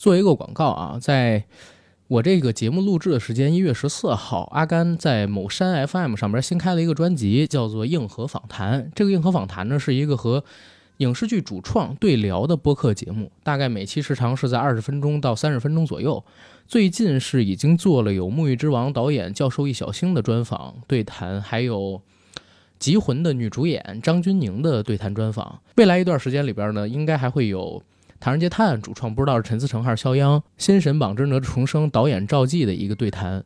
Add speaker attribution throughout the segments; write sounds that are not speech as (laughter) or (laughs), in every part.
Speaker 1: 做一个广告啊，在我这个节目录制的时间，一月十四号，阿甘在某山 FM 上边新开了一个专辑，叫做《硬核访谈》。这个硬核访谈呢，是一个和影视剧主创对聊的播客节目，大概每期时长是在二十分钟到三十分钟左右。最近是已经做了有《沐浴之王》导演教授易小星的专访对谈，还有《极魂》的女主演张钧甯的对谈专访。未来一段时间里边呢，应该还会有《唐人街探案》主创不知道是陈思诚还是肖央，《新神榜之哪吒重生》导演赵季的一个对谈。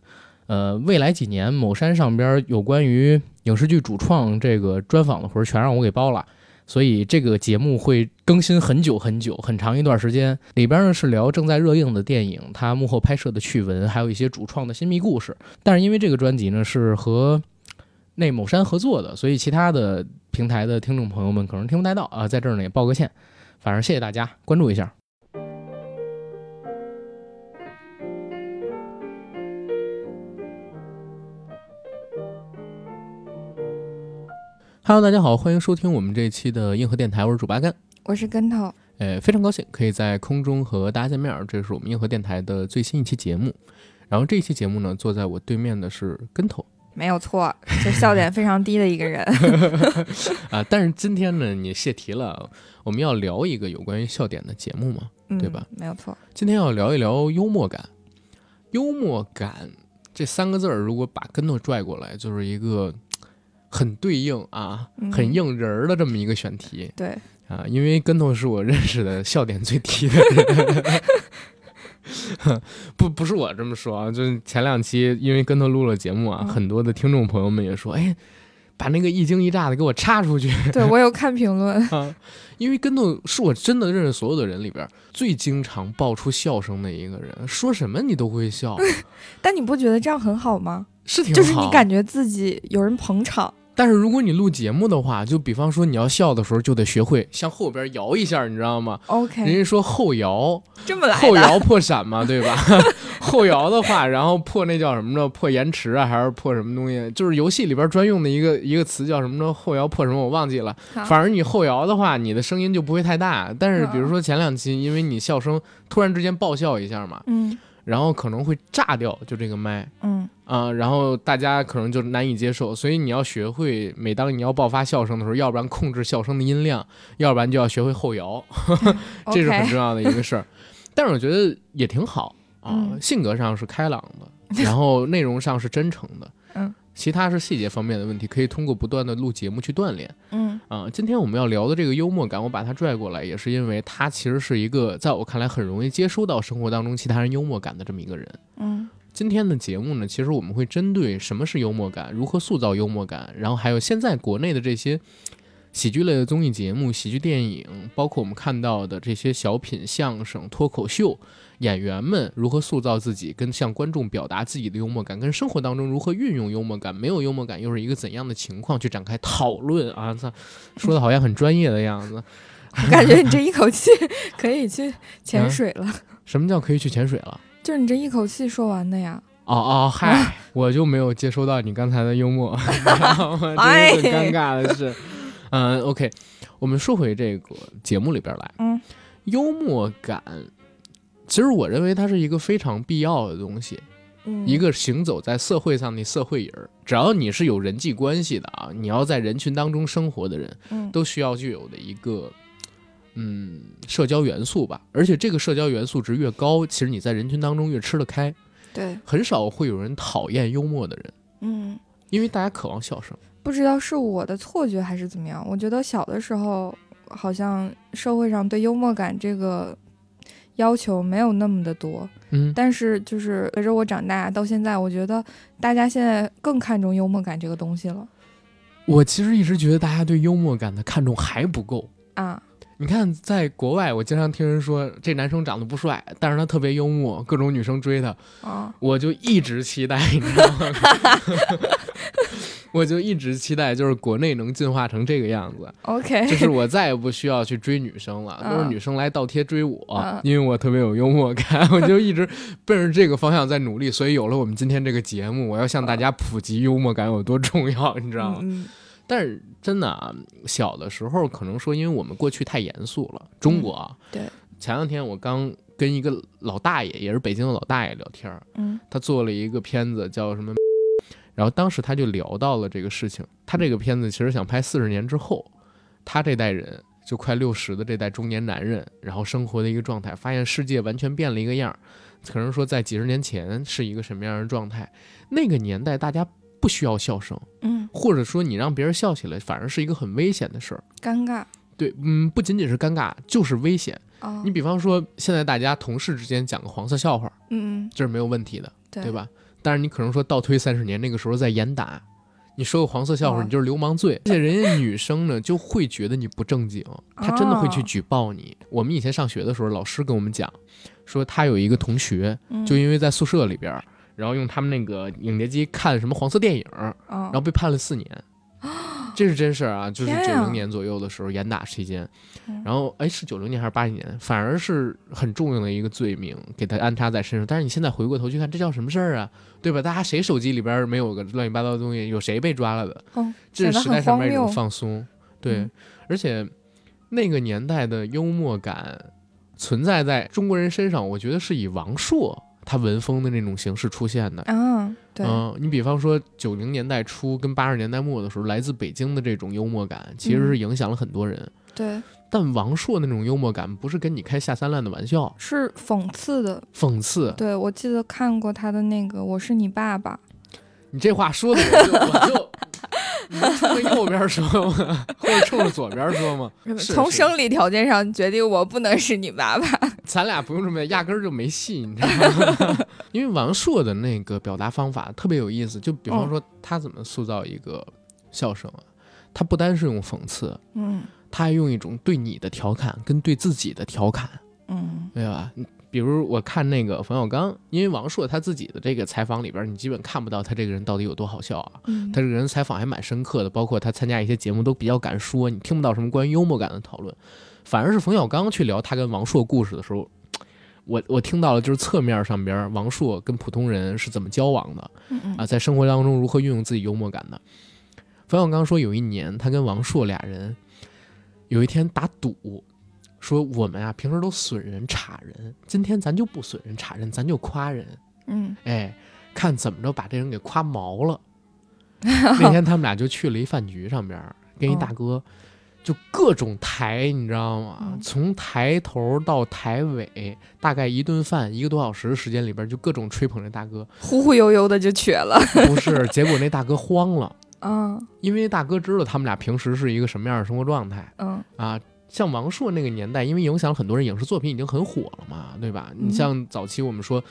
Speaker 1: 呃，未来几年某山上边有关于影视剧主创这个专访的活儿全让我给包了。所以这个节目会更新很久很久，很长一段时间。里边呢是聊正在热映的电影，它幕后拍摄的趣闻，还有一些主创的新密故事。但是因为这个专辑呢是和那某山合作的，所以其他的平台的听众朋友们可能听不太到啊，在这儿呢也抱个歉。反正谢谢大家关注一下。Hello，大家好，欢迎收听我们这一期的硬核电台，我是主八甘。
Speaker 2: 我是跟头，
Speaker 1: 呃，非常高兴可以在空中和大家见面儿，这是我们硬核电台的最新一期节目。然后这一期节目呢，坐在我对面的是跟头
Speaker 2: 没有错，就笑点非常低的一个
Speaker 1: (laughs)
Speaker 2: 人。
Speaker 1: 啊，但是今天呢，你泄题了，我们要聊一个有关于笑点的节目嘛？
Speaker 2: 嗯
Speaker 1: 对吧？
Speaker 2: 没有错，
Speaker 1: 今天要聊一聊幽默感。幽默感这三个字儿，如果把跟头拽过来，就是一个很对应啊、
Speaker 2: 嗯
Speaker 1: 很应人儿的这么一个选题
Speaker 2: 对，
Speaker 1: 啊。因为跟头是我认识的笑点最低的人， (laughs) 不不是我这么说啊，就是前两期因为跟头录了节目啊，
Speaker 2: 嗯
Speaker 1: 很多的听众朋友们也说，哎，把那个一惊一乍的给我插出去。
Speaker 2: 对我有看评论， (laughs)
Speaker 1: (laughs) 啊，因为跟头是我真的认识所有的人里边儿最经常爆出笑声的一个人，说什么你都会
Speaker 2: (laughs)
Speaker 1: 笑，
Speaker 2: 但你不觉得这样很好吗？
Speaker 1: 是挺好。
Speaker 2: 就是你感觉自己有人捧场，
Speaker 1: 但是如果你录节目的话，就比方说你要笑的时候，就得学会向后边摇一下，你知道吗？人
Speaker 2: OK，
Speaker 1: 家说后摇，
Speaker 2: 这么来
Speaker 1: 后
Speaker 2: 哎的，
Speaker 1: 摇破闪嘛，对吧？ (laughs) 后摇的话，然后破那叫什么着，破延迟啊，还是破什么东西？就是游戏里边专用的一个一个词叫什么着？后摇破什么我忘记了。
Speaker 2: 好
Speaker 1: 反而你后摇的话，你的声音就不会太大。但是
Speaker 2: 啊嗯
Speaker 1: 比如说前两期，因为你笑声突然之间爆笑一下嘛，
Speaker 2: 嗯
Speaker 1: 然后可能会炸掉，就这个麦。
Speaker 2: 嗯，
Speaker 1: 啊、然后大家可能就难以接受，所以你要学会，每当你要爆发笑声的时候，要不然控制笑声的音量，要不然就要学会后摇，这是很
Speaker 2: OK，
Speaker 1: 重要的一个事
Speaker 2: (laughs)
Speaker 1: 儿。但是我觉得也挺好啊、
Speaker 2: 嗯
Speaker 1: 性格上是开朗的，
Speaker 2: (laughs)
Speaker 1: 然后内容上是真诚的，
Speaker 2: 嗯，
Speaker 1: 其他是细节方面的问题，可以通过不断的录节目去锻炼。
Speaker 2: 嗯
Speaker 1: 啊，今天我们要聊的这个幽默感，我把它拽过来，也是因为他其实是一个在我看来很容易接收到生活当中其他人幽默感的这么一个人。
Speaker 2: 嗯
Speaker 1: 今天的节目呢，其实我们会针对什么是幽默感，如何塑造幽默感，然后还有现在国内的这些喜剧类的综艺节目、喜剧电影，包括我们看到的这些小品、相声、脱口秀演员们如何塑造自己，跟向观众表达自己的幽默感，跟生活当中如何运用幽默感，没有幽默感又是一个怎样的情况去展开讨论啊！操，说的好像很专业的样子。
Speaker 2: 我感觉你这一口气 (laughs) 可以去
Speaker 1: 嗯
Speaker 2: 潜水了，
Speaker 1: 什么叫可以去潜水了？啊
Speaker 2: 就是你这一口气说完的呀。
Speaker 1: 哦
Speaker 2: (laughs)
Speaker 1: 哦，嗨，我就没有接收到你刚才的幽默，这
Speaker 2: 哎
Speaker 1: 是最尴尬的
Speaker 2: (laughs)
Speaker 1: 是，嗯，OK，我们说回这个节目里边来，
Speaker 2: 嗯，
Speaker 1: 幽默感，其实我认为它是一个非常必要的东西，
Speaker 2: 嗯，
Speaker 1: 一个行走在社会上的社会人儿，只要你是有人际关系的啊，你要在人群当中生活的人，
Speaker 2: 嗯
Speaker 1: 都需要具有的一个。嗯，社交元素吧，而且这个社交元素值越高，其实你在人群当中越吃得开。
Speaker 2: 对，
Speaker 1: 很少会有人讨厌幽默的人，
Speaker 2: 嗯，
Speaker 1: 因为大家渴望笑声。
Speaker 2: 不知道是我的错觉还是怎么样，我觉得小的时候好像社会上对幽默感这个要求没有那么的多，
Speaker 1: 嗯，
Speaker 2: 但是就是随着我长大到现在，我觉得大家现在更看重幽默感这个东西了
Speaker 1: 我其实一直觉得大家对幽默感的看重还不够。
Speaker 2: 啊。
Speaker 1: 你看，在国外，我经常听人说这男生长得不帅，但是他特别幽默，各种女生追他，
Speaker 2: 啊，
Speaker 1: 我就一直期待，你知道吗？ (laughs) 我就一直期待，就是国内能进化成这个样子，
Speaker 2: OK，
Speaker 1: 就是我再也不需要去追女生了，都是
Speaker 2: 嗯
Speaker 1: 女生来倒贴追我，
Speaker 2: 嗯
Speaker 1: 因为我特别有幽默感， (laughs) 我就一直奔着这个方向在努力，所以有了我们今天这个节目，我要向大家普及幽默感有多重要，你知道吗？
Speaker 2: 嗯
Speaker 1: (laughs) 但是真的啊，小的时候可能说，因为我们过去太严肃了，中国啊，
Speaker 2: 嗯对，
Speaker 1: 前两天我刚跟一个老大爷，也是北京的老大爷聊天儿，
Speaker 2: 嗯
Speaker 1: 他做了一个片子叫什么，然后当时他就聊到了这个事情。他这个片子其实想拍四十年之后，他这代人就快六十的这代中年男人，然后生活的一个状态，发现世界完全变了一个样儿。可能说在几十年前是一个什么样的状态，那个年代大家不需要笑声，
Speaker 2: 嗯，
Speaker 1: 或者说你让别人笑起来，反而是一个很危险的事儿。
Speaker 2: 尴尬
Speaker 1: 对，嗯，不仅仅是尴尬，就是危险。
Speaker 2: 啊，
Speaker 1: 你比方说，现在大家同事之间讲个黄色笑话，
Speaker 2: 嗯嗯，
Speaker 1: 这是没有问题的。
Speaker 2: 对
Speaker 1: 对？吧？但是你可能说倒推三十年，那个时候在严打，你说个黄色笑话，
Speaker 2: 哦
Speaker 1: 你就是流氓罪。而且人家女生呢，就会觉得你不正经，她真的会去
Speaker 2: 哦
Speaker 1: 举报你。我们以前上学的时候，老师跟我们讲，说她有一个同学，
Speaker 2: 嗯
Speaker 1: 就因为在宿舍里边儿，然后用他们那个影碟机看什么黄色电影，
Speaker 2: 然
Speaker 1: 然后被判了四年。
Speaker 2: (gasps)
Speaker 1: 这是真事儿啊，就是
Speaker 2: 嗯天
Speaker 1: 九
Speaker 2: 啊
Speaker 1: 零年左右的时候，严打期间
Speaker 2: 嗯，
Speaker 1: 然后哎是九零年还是八几年，反而是很重要的一个罪名给他安插在身上。但是你现在回过头去看，这叫什么事儿啊？对吧？大家谁手机里边没有个乱七八糟的东西？有谁被抓了的？
Speaker 2: 哦
Speaker 1: 这是时代上面一
Speaker 2: 显
Speaker 1: 种
Speaker 2: 得很荒谬
Speaker 1: 放松，对，
Speaker 2: 嗯
Speaker 1: 而且那个年代的幽默感存在在中国人身上，我觉得是以王朔他文风的那种形式出现的。
Speaker 2: 啊，对，
Speaker 1: 嗯，你比方说九零年代初跟八十年代末的时候，来自北京的这种幽默感，其实是影响了很多人。
Speaker 2: 对，
Speaker 1: 但王朔那种幽默感，不是跟你开下三滥的玩笑，
Speaker 2: 是讽刺的。
Speaker 1: 讽刺。
Speaker 2: 对，我记得看过他的那个《我是你爸爸》，
Speaker 1: 你这话说的我就，我就，你能冲着右边说吗？或者冲着左边说吗？是
Speaker 2: 嗯从
Speaker 1: 是
Speaker 2: 生理条件上决定我不能是你爸爸。
Speaker 1: 咱俩不用这么，压根儿就没戏，你知道吗？因为王朔的那个表达方法特别有意思，就比方
Speaker 2: 嗯
Speaker 1: 说他怎么塑造一个笑声啊，他不单是用讽刺，
Speaker 2: (laughs) 嗯
Speaker 1: 他还用一种对你的调侃跟对自己的调侃，
Speaker 2: 嗯
Speaker 1: 对吧？比如我看那个冯小刚，因为王朔他自己的这个采访里边，你基本看不到他这个人到底有多好笑啊。
Speaker 2: 嗯，
Speaker 1: 他这个人采访还蛮深刻的，包括他参加一些节目都比较敢说，你听不到什么关于幽默感的讨论。反而是冯小刚去聊他跟王朔故事的时候，我我听到了就是侧面上边王朔跟普通人是怎么交往的，
Speaker 2: 嗯嗯
Speaker 1: 啊，在生活当中如何运用自己幽默感的。冯小刚说，有一年他跟王朔俩人有一天打赌，说我们啊平时都损人插人，今天咱就不损人插人，咱就夸人，
Speaker 2: 嗯
Speaker 1: 哎，看怎么着把这人给夸毛了。那天他们俩就去了一饭局上边儿，跟一大哥。就各种抬，你知道吗
Speaker 2: 嗯？
Speaker 1: 从抬头到抬尾，大概一顿饭一个多小时的时间里边儿，就各种吹捧这大哥。
Speaker 2: 忽忽悠悠的就瘸了。 (laughs)
Speaker 1: 不是，结果那大哥慌了，
Speaker 2: 嗯
Speaker 1: 因为大哥知道他们俩平时是一个什么样的生活状态
Speaker 2: 嗯
Speaker 1: 啊。像王朔那个年代，因为影响了很多人，影视作品已经很火了嘛，对吧？
Speaker 2: 嗯
Speaker 1: 你像早期我们说，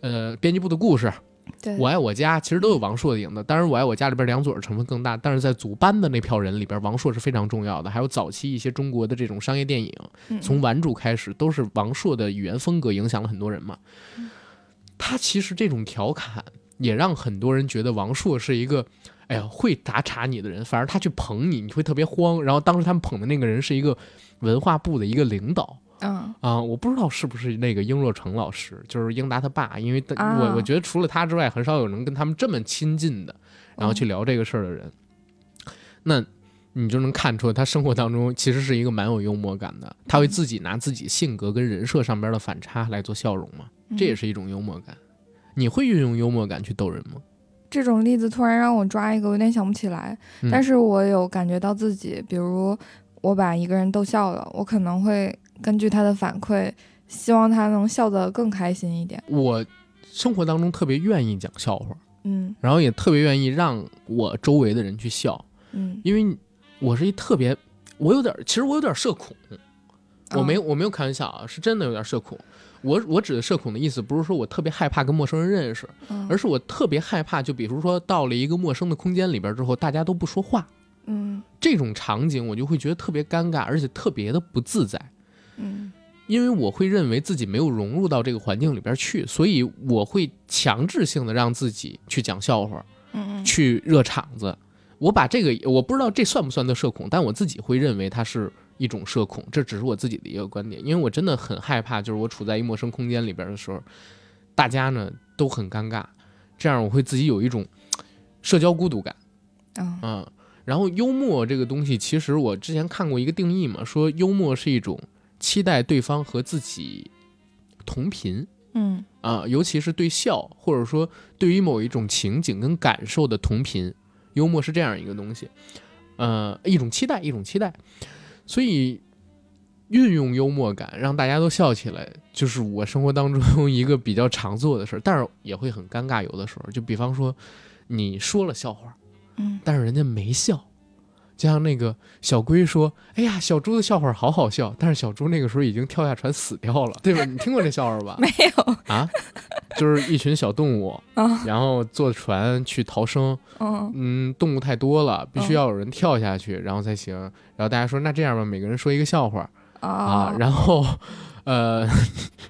Speaker 1: 呃，编辑部的故事，
Speaker 2: 对，
Speaker 1: 我爱我家其实都有王朔的影子，当然我爱我家里边梁左的成分更大，但是在组班的那票人里边，王朔是非常重要的。还有早期一些中国的这种商业电影，
Speaker 2: 嗯
Speaker 1: 从《顽主》开始，都是王朔的语言风格影响了很多人嘛。
Speaker 2: 嗯
Speaker 1: 他其实这种调侃也让很多人觉得王朔是一个，哎呀会打岔你的人，反而他去捧你，你会特别慌。然后当时他们捧的那个人是一个文化部的一个领导，
Speaker 2: 嗯
Speaker 1: 啊、我不知道是不是那个英若诚老师，就是英达他爸，因为他、
Speaker 2: 啊
Speaker 1: 我我觉得除了他之外，很少有能跟他们这么亲近的，然后去聊这个事儿的人。那你就能看出他生活当中其实是一个蛮有幽默感的，他会自己拿自己性格跟人设上边的反差来做笑容嘛，这也
Speaker 2: 是
Speaker 1: 是一种幽默感。你会运用幽默感去逗人吗？
Speaker 2: 这种例子，突然让我抓一个，有点想不起来。
Speaker 1: 嗯
Speaker 2: 但是我有感觉到自己，比如我把一个人逗笑了，我可能会根据他的反馈，希望他能笑得更开心一点。
Speaker 1: 我生活当中特别愿意讲笑话，
Speaker 2: 嗯
Speaker 1: 然后也特别愿意让我周围的人去笑。
Speaker 2: 嗯，
Speaker 1: 因为我是一特别，我有点，其实我有点社恐，我没有我没有开玩笑啊，是真的有点社恐。我我指的社恐的意思，不是说我特别害怕跟陌生人认识，
Speaker 2: 嗯，
Speaker 1: 而是我特别害怕，就比如说到了一个陌生的空间里边之后，大家都不说话，
Speaker 2: 嗯
Speaker 1: 这种场景我就会觉得特别尴尬，而且特别的不自在，
Speaker 2: 嗯
Speaker 1: 因为我会认为自己没有融入到这个环境里边去，所以我会强制性的让自己去讲笑话，
Speaker 2: 嗯嗯
Speaker 1: 去热场子。我把这个，我不知道这算不算的社恐，但我自己会认为它是一种社恐，这只是我自己的一个观点，因为我真的很害怕，就是我处在一陌生空间里边的时候，大家呢都很尴尬，这样我会自己有一种嘖社交孤独感，
Speaker 2: 嗯
Speaker 1: 嗯。然后幽默这个东西，其实我之前看过一个定义嘛，说幽默是一种期待对方和自己同频
Speaker 2: 嗯
Speaker 1: 啊，尤其是对笑或者说对于某一种情景跟感受的同频，幽默是这样一个东西，呃，一种期待，一种期待，所以。运用幽默感让大家都笑起来，就是我生活当中 (laughs) 一个比较常做的事儿，但是也会很尴尬。有的时候，就比方说，你说了笑话，
Speaker 2: 嗯，
Speaker 1: 但是人家没笑。就像那个小龟说：“哎呀，小猪的笑话好好笑。”但是小猪那个时候已经跳下船死掉了， (laughs) 对吧？你听过这笑话吧？
Speaker 2: (laughs) 没有
Speaker 1: 啊，就是一群小动物，
Speaker 2: (laughs) 啊，
Speaker 1: 然后坐船去逃生。
Speaker 2: 嗯
Speaker 1: 嗯，动物太多了，必须
Speaker 2: 嗯
Speaker 1: 要有人跳下去，然后才行。然后大家说：“那这样吧，每个人说一个笑话啊 (laughs)
Speaker 2: 啊。”
Speaker 1: 然后，呃，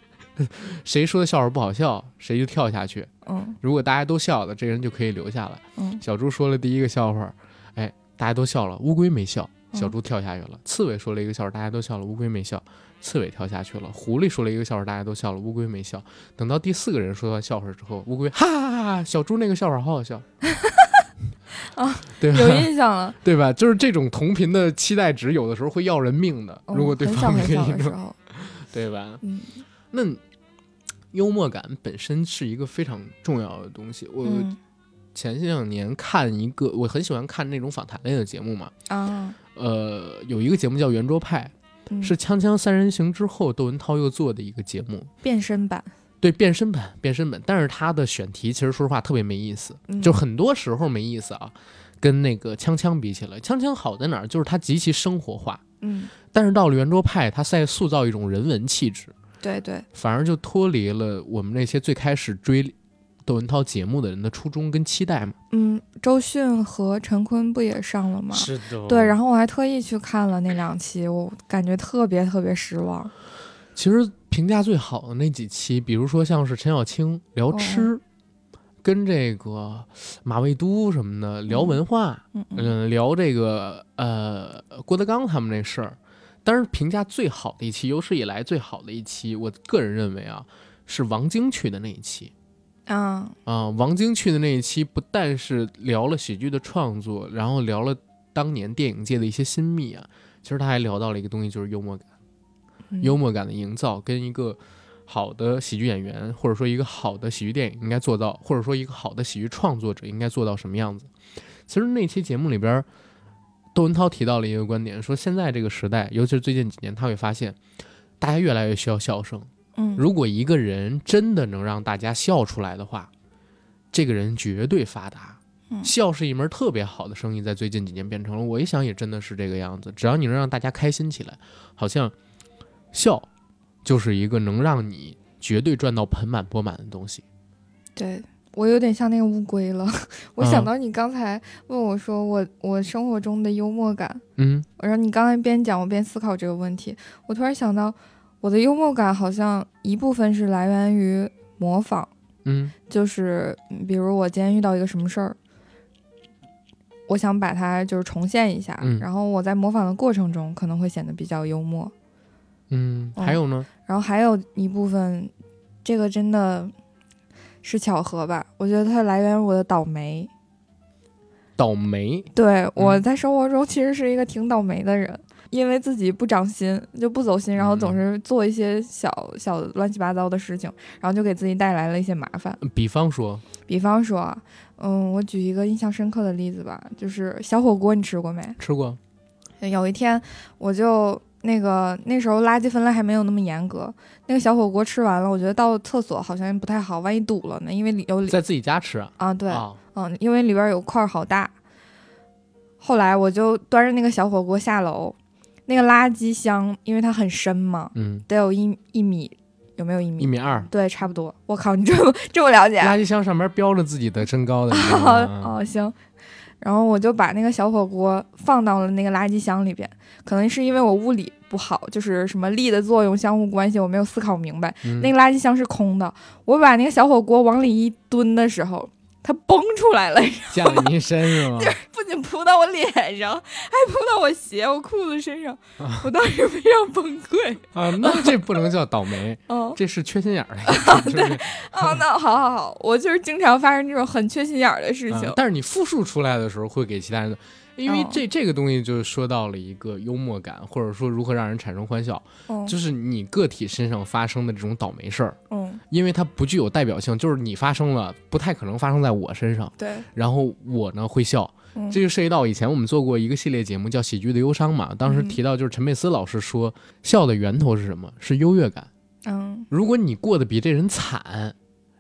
Speaker 1: (laughs) 谁说的笑话不好笑，谁就跳下去。
Speaker 2: 嗯
Speaker 1: 如果大家都笑了，这个人就可以留下来。
Speaker 2: 嗯
Speaker 1: 小猪说了第一个笑话，哎，大家都笑了，乌龟没笑，
Speaker 2: 嗯
Speaker 1: 小猪跳下去了。刺猬说了一个笑话，大家都笑了，乌龟没笑，刺猬跳下去了。狐狸说了一个笑话，大家都笑了，乌龟没笑。等到第四个人说完笑话之后，乌龟哈哈哈哈，小猪那个笑话好好
Speaker 2: (laughs)
Speaker 1: 笑，
Speaker 2: 啊，
Speaker 1: 对 (laughs)
Speaker 2: 有
Speaker 1: 吧？
Speaker 2: 印象了。
Speaker 1: 对吧？就是这种同频的期待值，有的时候会要人命的。
Speaker 2: 嗯
Speaker 1: 如果对
Speaker 2: 很小
Speaker 1: 方
Speaker 2: 很
Speaker 1: 给
Speaker 2: 小
Speaker 1: 你
Speaker 2: 的时
Speaker 1: 弄，
Speaker 2: 候，
Speaker 1: 对吧？
Speaker 2: 嗯
Speaker 1: 那幽默感本身是一个非常重要的东西。我
Speaker 2: 嗯
Speaker 1: 前些两年看一个，我很喜欢看那种访谈类的节目嘛。
Speaker 2: 啊，
Speaker 1: 呃，有一个节目叫《圆桌派
Speaker 2: 嗯》，
Speaker 1: 是《锵锵三人行》之后窦文涛又做的一个节目，
Speaker 2: 变身版，
Speaker 1: 对变身版，变身版。但是它的选题其实说实话特别没意思，
Speaker 2: 嗯
Speaker 1: 就很多时候没意思啊。跟那个锵锵比起来，锵锵好在哪儿？就是它极其生活化，
Speaker 2: 嗯，
Speaker 1: 但是到了圆桌派，它在塑造一种人文气质，
Speaker 2: 对对，
Speaker 1: 反而就脱离了我们那些最开始追窦文涛节目的人的初衷跟期待嘛。
Speaker 2: 嗯，周迅和陈坤不也上了吗？
Speaker 1: 的
Speaker 2: 对，然后我还特意去看了那两期，我感觉特别特别失望。
Speaker 1: 其实评价最好的那几期，比如说像是陈小青聊吃，跟这个马未都什么的聊文化，
Speaker 2: 嗯
Speaker 1: 嗯、聊这个呃郭德纲他们那事儿。但是评价最好的一期，有史以来最好的一期，我个人认为啊，是王晶去的那一期。
Speaker 2: 嗯啊，
Speaker 1: 啊、王晶去的那一期，不但是聊了喜剧的创作，然后聊了当年电影界的一些新密啊，其实他还聊到了一个东西，就是幽默感。
Speaker 2: 嗯
Speaker 1: 幽默感的营造跟一个好的喜剧演员，或者说一个好的喜剧电影应该做到，或者说一个好的喜剧创作者应该做到什么样子。其实那期节目里边儿，窦文涛提到了一个观点，说现在这个时代，尤其是最近几年，他会发现大家越来越需要笑声。
Speaker 2: 嗯
Speaker 1: 如果一个人真的能让大家笑出来的话，这个人绝对发达。
Speaker 2: 嗯
Speaker 1: 笑是一门特别好的生意，在最近几年变成了，我一想也真的是这个样子。只要你能让大家开心起来，好像笑就是一个能让你绝对赚到盆满钵满的东西。
Speaker 2: 对。我有点像那个乌
Speaker 1: (laughs)
Speaker 2: 龟了，我想
Speaker 1: 嗯
Speaker 2: 到你刚才问我说我我生活中的幽默感，
Speaker 1: 嗯，
Speaker 2: 然后你刚才边讲，我边思考这个问题。我突然想到，我的幽默感好像一部分是来源于模仿，
Speaker 1: 嗯，
Speaker 2: 就是嗯比如我今天遇到一个什么事儿，我想把它就是重现一下，
Speaker 1: 嗯
Speaker 2: 然后我在模仿的过程中可能会显得比较幽默。
Speaker 1: 嗯，
Speaker 2: 哦
Speaker 1: 还有呢，
Speaker 2: 然后还有一部分，这个真的是巧合吧？我觉得它来源于我的倒霉。
Speaker 1: 倒霉，
Speaker 2: 对，我
Speaker 1: 嗯
Speaker 2: 在生活中其实是一个挺倒霉的人，因为自己不长心，就不走心，然后总
Speaker 1: 嗯
Speaker 2: 是做一些小小乱七八糟的事情，然后就给自己带来了一些麻烦。
Speaker 1: 比方说，
Speaker 2: 比方说啊，嗯，我举一个印象深刻的例子吧，就是小火锅，你吃过没？
Speaker 1: 吃过，
Speaker 2: 有一天我就。那个那时候垃圾分类还没有那么严格，那个小火锅吃完了，我觉得到厕所好像不太好，万一堵了呢？因为里有里
Speaker 1: 在自己家吃啊，
Speaker 2: 啊，对，
Speaker 1: 啊
Speaker 2: 嗯，因为里边有块儿好大。后来我就端着那个小火锅下楼，那个垃圾箱，因为它很深嘛，
Speaker 1: 嗯，
Speaker 2: 得有一一米，有没有一米？
Speaker 1: 一米二，
Speaker 2: 对，差不多。我靠，你这么这么了解？啊
Speaker 1: 垃圾箱上面标着自己的身
Speaker 2: (laughs)
Speaker 1: 高的，啊你知道吗
Speaker 2: 哦，行。然后我就把那个小火锅放到了那个垃圾箱里边，可能是因为我物理不好，就是什么力的作用、相互关系，我没有思考明白。
Speaker 1: 嗯
Speaker 2: 那个垃圾箱是空的，我把那个小火锅往里一蹲的时候，它崩出来了，
Speaker 1: 溅了你一身是
Speaker 2: (laughs)
Speaker 1: 吗？
Speaker 2: 不仅扑到我脸上，还扑到我鞋、我裤子身上，我当时非常崩溃。
Speaker 1: (laughs) 啊，那这不能叫倒霉，
Speaker 2: 哦，
Speaker 1: 这是缺心眼儿的一
Speaker 2: (laughs)
Speaker 1: 种是不是
Speaker 2: 哦，那好好
Speaker 1: 啊
Speaker 2: 好，我就是经常发生这种很缺心眼儿的事情。
Speaker 1: 啊但是你复述出来的时候，会给其他人的，因为
Speaker 2: 哦
Speaker 1: 这这个东西就是说到了一个幽默感，或者说如何让人产生欢笑，
Speaker 2: 嗯
Speaker 1: 就是你个体身上发生的这种倒霉事儿，
Speaker 2: 嗯，
Speaker 1: 因为它不具有代表性，就是你发生了，不太可能发生在我身上。
Speaker 2: 对，
Speaker 1: 然后我呢会笑，
Speaker 2: 嗯
Speaker 1: 这就涉及到以前我们做过一个系列节目叫《喜剧的忧伤》嘛，当时
Speaker 2: 嗯
Speaker 1: 提到就是陈佩斯老师说，笑的源头是什么？是优越感。
Speaker 2: 嗯
Speaker 1: 如果你过得比这人惨，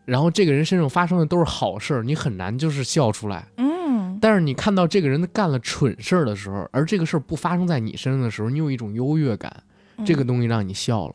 Speaker 1: 然后这个人身上发生的都是好事儿，你很难就是笑出来。
Speaker 2: 嗯
Speaker 1: 但是你看到这个人干了蠢事儿的时候，而这个事儿不发生在你身上的时候，你有一种优越感，
Speaker 2: 嗯
Speaker 1: 这个东西让你笑了。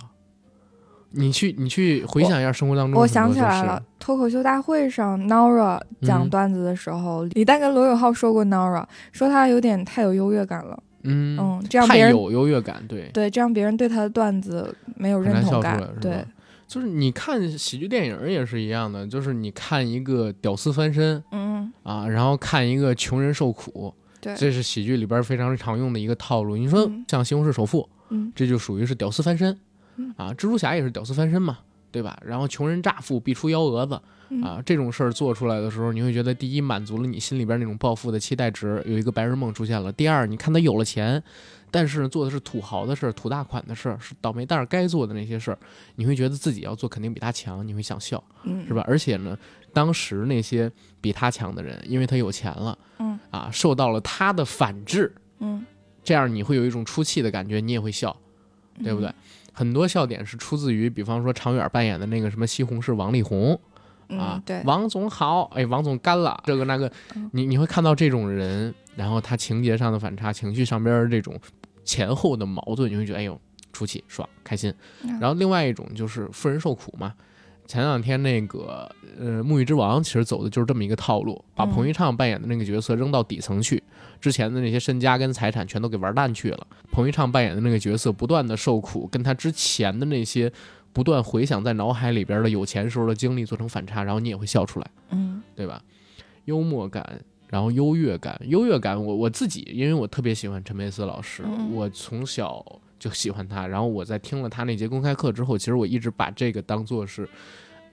Speaker 1: 你去，你去回想一下生活当中
Speaker 2: 我
Speaker 1: 很
Speaker 2: 想
Speaker 1: 多
Speaker 2: 起
Speaker 1: 就是
Speaker 2: 来了，脱口秀大会上 Nora 讲
Speaker 1: 嗯
Speaker 2: 段子的时候，李诞跟罗永浩说过 Nora，说他有点太有优越感了，
Speaker 1: 嗯，
Speaker 2: 嗯，这样别
Speaker 1: 太
Speaker 2: 人
Speaker 1: 有优越感，对，
Speaker 2: 对这样别人对他的段子没有
Speaker 1: 很难
Speaker 2: 认
Speaker 1: 笑
Speaker 2: 同
Speaker 1: 出来
Speaker 2: 感
Speaker 1: 是吧，
Speaker 2: 对，
Speaker 1: 就是你看喜剧电影也是一样的，就是你看一个屌丝翻身
Speaker 2: 嗯，
Speaker 1: 啊，然后看一个穷人受苦，
Speaker 2: 对，
Speaker 1: 这是喜剧里边非常常用的一个套路。你说
Speaker 2: 嗯
Speaker 1: 像《西红柿首富》，
Speaker 2: 嗯
Speaker 1: 这就属于是屌丝翻身
Speaker 2: 嗯
Speaker 1: 啊，蜘蛛侠也是屌丝翻身嘛，对吧？然后穷人乍富必出幺蛾子
Speaker 2: 嗯
Speaker 1: 啊，这种事儿做出来的时候，你会觉得第一满足了你心里边那种暴富的期待值，有一个白日梦出现了；第二，你看他有了钱，但是做的是土豪的事儿、土大款的事儿，是倒霉蛋儿该做的那些事儿，你会觉得自己要做肯定比他强，你会想笑，
Speaker 2: 嗯
Speaker 1: 是吧？而且呢，当时那些比他强的人，因为他有钱了，
Speaker 2: 嗯
Speaker 1: 啊，受到了他的反制，
Speaker 2: 嗯，
Speaker 1: 这样你会有一种出气的感觉，你也会笑，对
Speaker 2: 嗯
Speaker 1: 不对？很多笑点是出自于，比方说常远扮演的那个什么西红柿王力宏
Speaker 2: 嗯？
Speaker 1: 啊
Speaker 2: 嗯，，对，
Speaker 1: 王总好，哎，王总干了，这个那个
Speaker 2: 嗯，
Speaker 1: 你你会看到这种人，然后他情节上的反差，情绪上边儿这种前后的矛盾，你会觉得哎呦出气爽开心。
Speaker 2: 嗯
Speaker 1: 然后另外一种就是富人受苦嘛。前两天那个呃，《沐浴之王》其实走的就是这么一个套路，把
Speaker 2: 嗯
Speaker 1: 彭昱畅扮演的那个角色扔到底层去，之前的那些身家跟财产全都给玩烂去了。彭昱畅扮演的那个角色不断的受苦，跟他之前的那些不断回想在脑海里边的有钱时候的经历做成反差，然后你也会笑出来。
Speaker 2: 嗯
Speaker 1: 对吧？幽默感，然后优越感，优越感我我自己，因为我特别喜欢陈佩斯老师，
Speaker 2: 嗯
Speaker 1: 我从小就喜欢他，然后我在听了他那节公开课之后，其实我一直把这个当做是，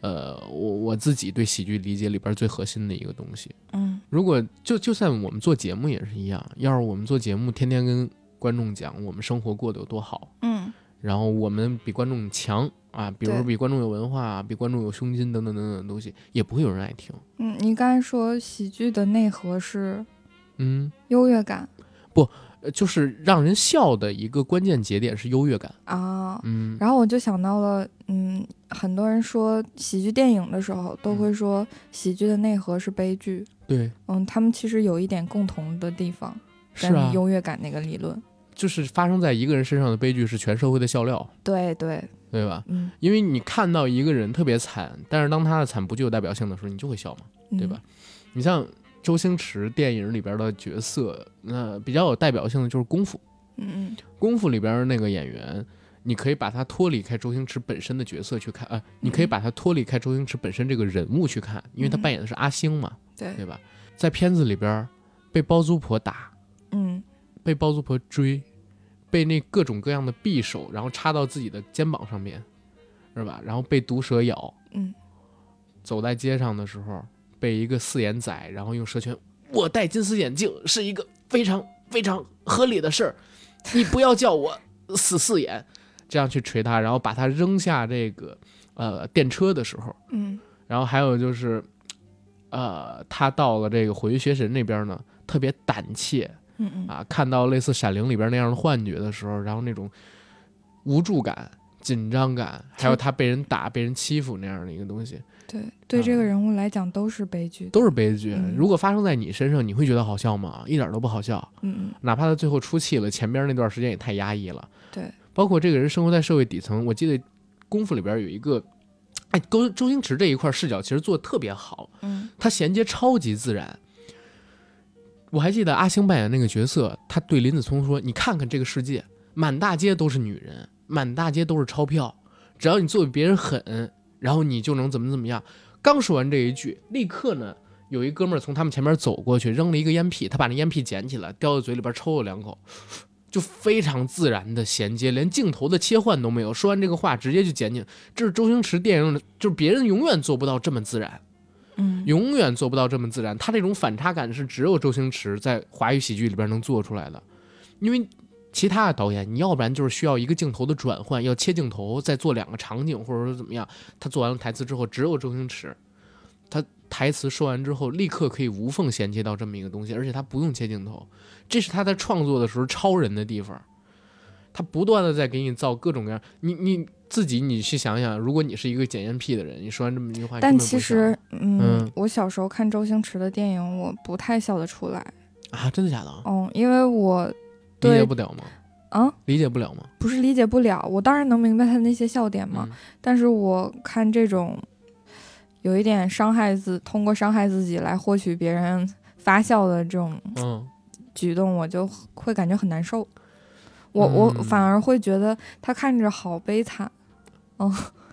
Speaker 1: 呃，我我自己对喜剧理解里边最核心的一个东西。
Speaker 2: 嗯
Speaker 1: 如果就就算我们做节目也是一样，要是我们做节目天天跟观众讲我们生活过得有多好，
Speaker 2: 嗯
Speaker 1: 然后我们比观众强啊，比如说
Speaker 2: 对
Speaker 1: 比观众有文化啊，比观众有胸襟等等等等的东西，也不会有人爱听。
Speaker 2: 嗯，你刚才说喜剧的内核是
Speaker 1: 嗯，
Speaker 2: 优越感
Speaker 1: 呃，就是让人笑的一个关键节点是优越感。
Speaker 2: 啊，
Speaker 1: 嗯，
Speaker 2: 然后我就想到了，嗯，很多人说喜剧电影的时候都会说喜剧的内核是悲剧，
Speaker 1: 对，
Speaker 2: 嗯，他们其实有一点共同的地方，
Speaker 1: 是
Speaker 2: 跟
Speaker 1: 啊，
Speaker 2: 优越感那个理论，
Speaker 1: 就是发生在一个人身上的悲剧是全社会的笑料，
Speaker 2: 对对，
Speaker 1: 对吧？
Speaker 2: 嗯，
Speaker 1: 因为你看到一个人特别惨，但是当他的惨不具有代表性的时候，你就会笑嘛，
Speaker 2: 嗯
Speaker 1: 对吧？？你像周星驰电影里边的角色，那、比较有代表性的就是《功夫》，
Speaker 2: 嗯
Speaker 1: 《功夫》里边那个演员。你可以把他脱离开周星驰本身的角色去看，呃，你可以把他脱离开周星驰本身这个人物去看，因为他
Speaker 2: 嗯
Speaker 1: 扮演的是阿星嘛，
Speaker 2: 嗯，对，
Speaker 1: 对吧？在片子里边儿被包租婆打，
Speaker 2: 嗯
Speaker 1: 被包租婆追，被那各种各样的匕首，然后插到自己的肩膀上面，是吧？然后被毒蛇咬，
Speaker 2: 嗯
Speaker 1: 走在街上的时候被一个四眼仔，然后用蛇拳，我戴金丝眼镜是一个非常非常合理的事儿，你不要叫我死四眼， (laughs) 这样去捶他，然后把他扔下这个呃电车的时候。
Speaker 2: 嗯
Speaker 1: 然后还有就是，呃，他到了这个火云邪神那边呢，特别胆怯
Speaker 2: 嗯嗯，
Speaker 1: 啊，看到类似《闪灵》里边那样的幻觉的时候，然后那种无助感、紧张感，还有他被人打、被人欺负那样的一个东西，
Speaker 2: 对对，这
Speaker 1: 啊
Speaker 2: 个人物来讲都是悲剧的，
Speaker 1: 都是悲剧
Speaker 2: 嗯。
Speaker 1: 如果发生在你身上，你会觉得好笑吗？一点都不好笑，
Speaker 2: 嗯嗯
Speaker 1: 哪怕他最后出气了，前边那段时间也太压抑了。
Speaker 2: 对，
Speaker 1: 包括这个人生活在社会底层，我记得《功夫》里边有一个。哎，周周星驰这一块视角其实做的特别好，
Speaker 2: 嗯
Speaker 1: 他衔接超级自然。我还记得阿星扮演那个角色，他对林子聪说：“你看看这个世界，满大街都是女人，满大街都是钞票，只要你做比别人狠，然后你就能怎么怎么样。”刚说完这一句，立刻呢，有一哥们儿从他们前面走过去，扔了一个烟屁，他把那烟屁捡起来，叼到嘴里边抽了两口，就非常自然的衔接，连镜头的切换都没有。说完这个话，直接就捡起，这是周星驰电影里，就是别人永远做不到这么自然。
Speaker 2: 嗯，
Speaker 1: 永远做不到这么自然。他这种反差感是只有周星驰在华语喜剧里边能做出来的，因为其他的导演，你要不然就是需要一个镜头的转换，要切镜头，再做两个场景，或者说怎么样。他做完了台词之后，只有周星驰，他台词说完之后，立刻可以无缝衔接到这么一个东西，而且他不用切镜头，这是他在创作的时候超人的地方。他不断的在给你造各种各样，你你自己你去想想，如果你是一个检验癖的人，你说完这么一句话，你
Speaker 2: 但
Speaker 1: 根本不
Speaker 2: 其
Speaker 1: 会
Speaker 2: 实，嗯，
Speaker 1: 嗯
Speaker 2: 我小时候看周星驰的电影，我不太笑得出来。
Speaker 1: 想啊，真的假的？
Speaker 2: 嗯，因为我
Speaker 1: 理解
Speaker 2: 对
Speaker 1: 不了吗？
Speaker 2: 啊
Speaker 1: 理解不了吗？
Speaker 2: 不是理解不了，我当然能明白他那些笑点嘛，
Speaker 1: 嗯
Speaker 2: 但是我看这种有一点伤害自，通过伤害自己来获取别人发笑的这种
Speaker 1: 嗯，
Speaker 2: 举动，我就会感觉很难受。我我
Speaker 1: 嗯
Speaker 2: 反而会觉得他看着好悲惨，嗯，
Speaker 1: (laughs)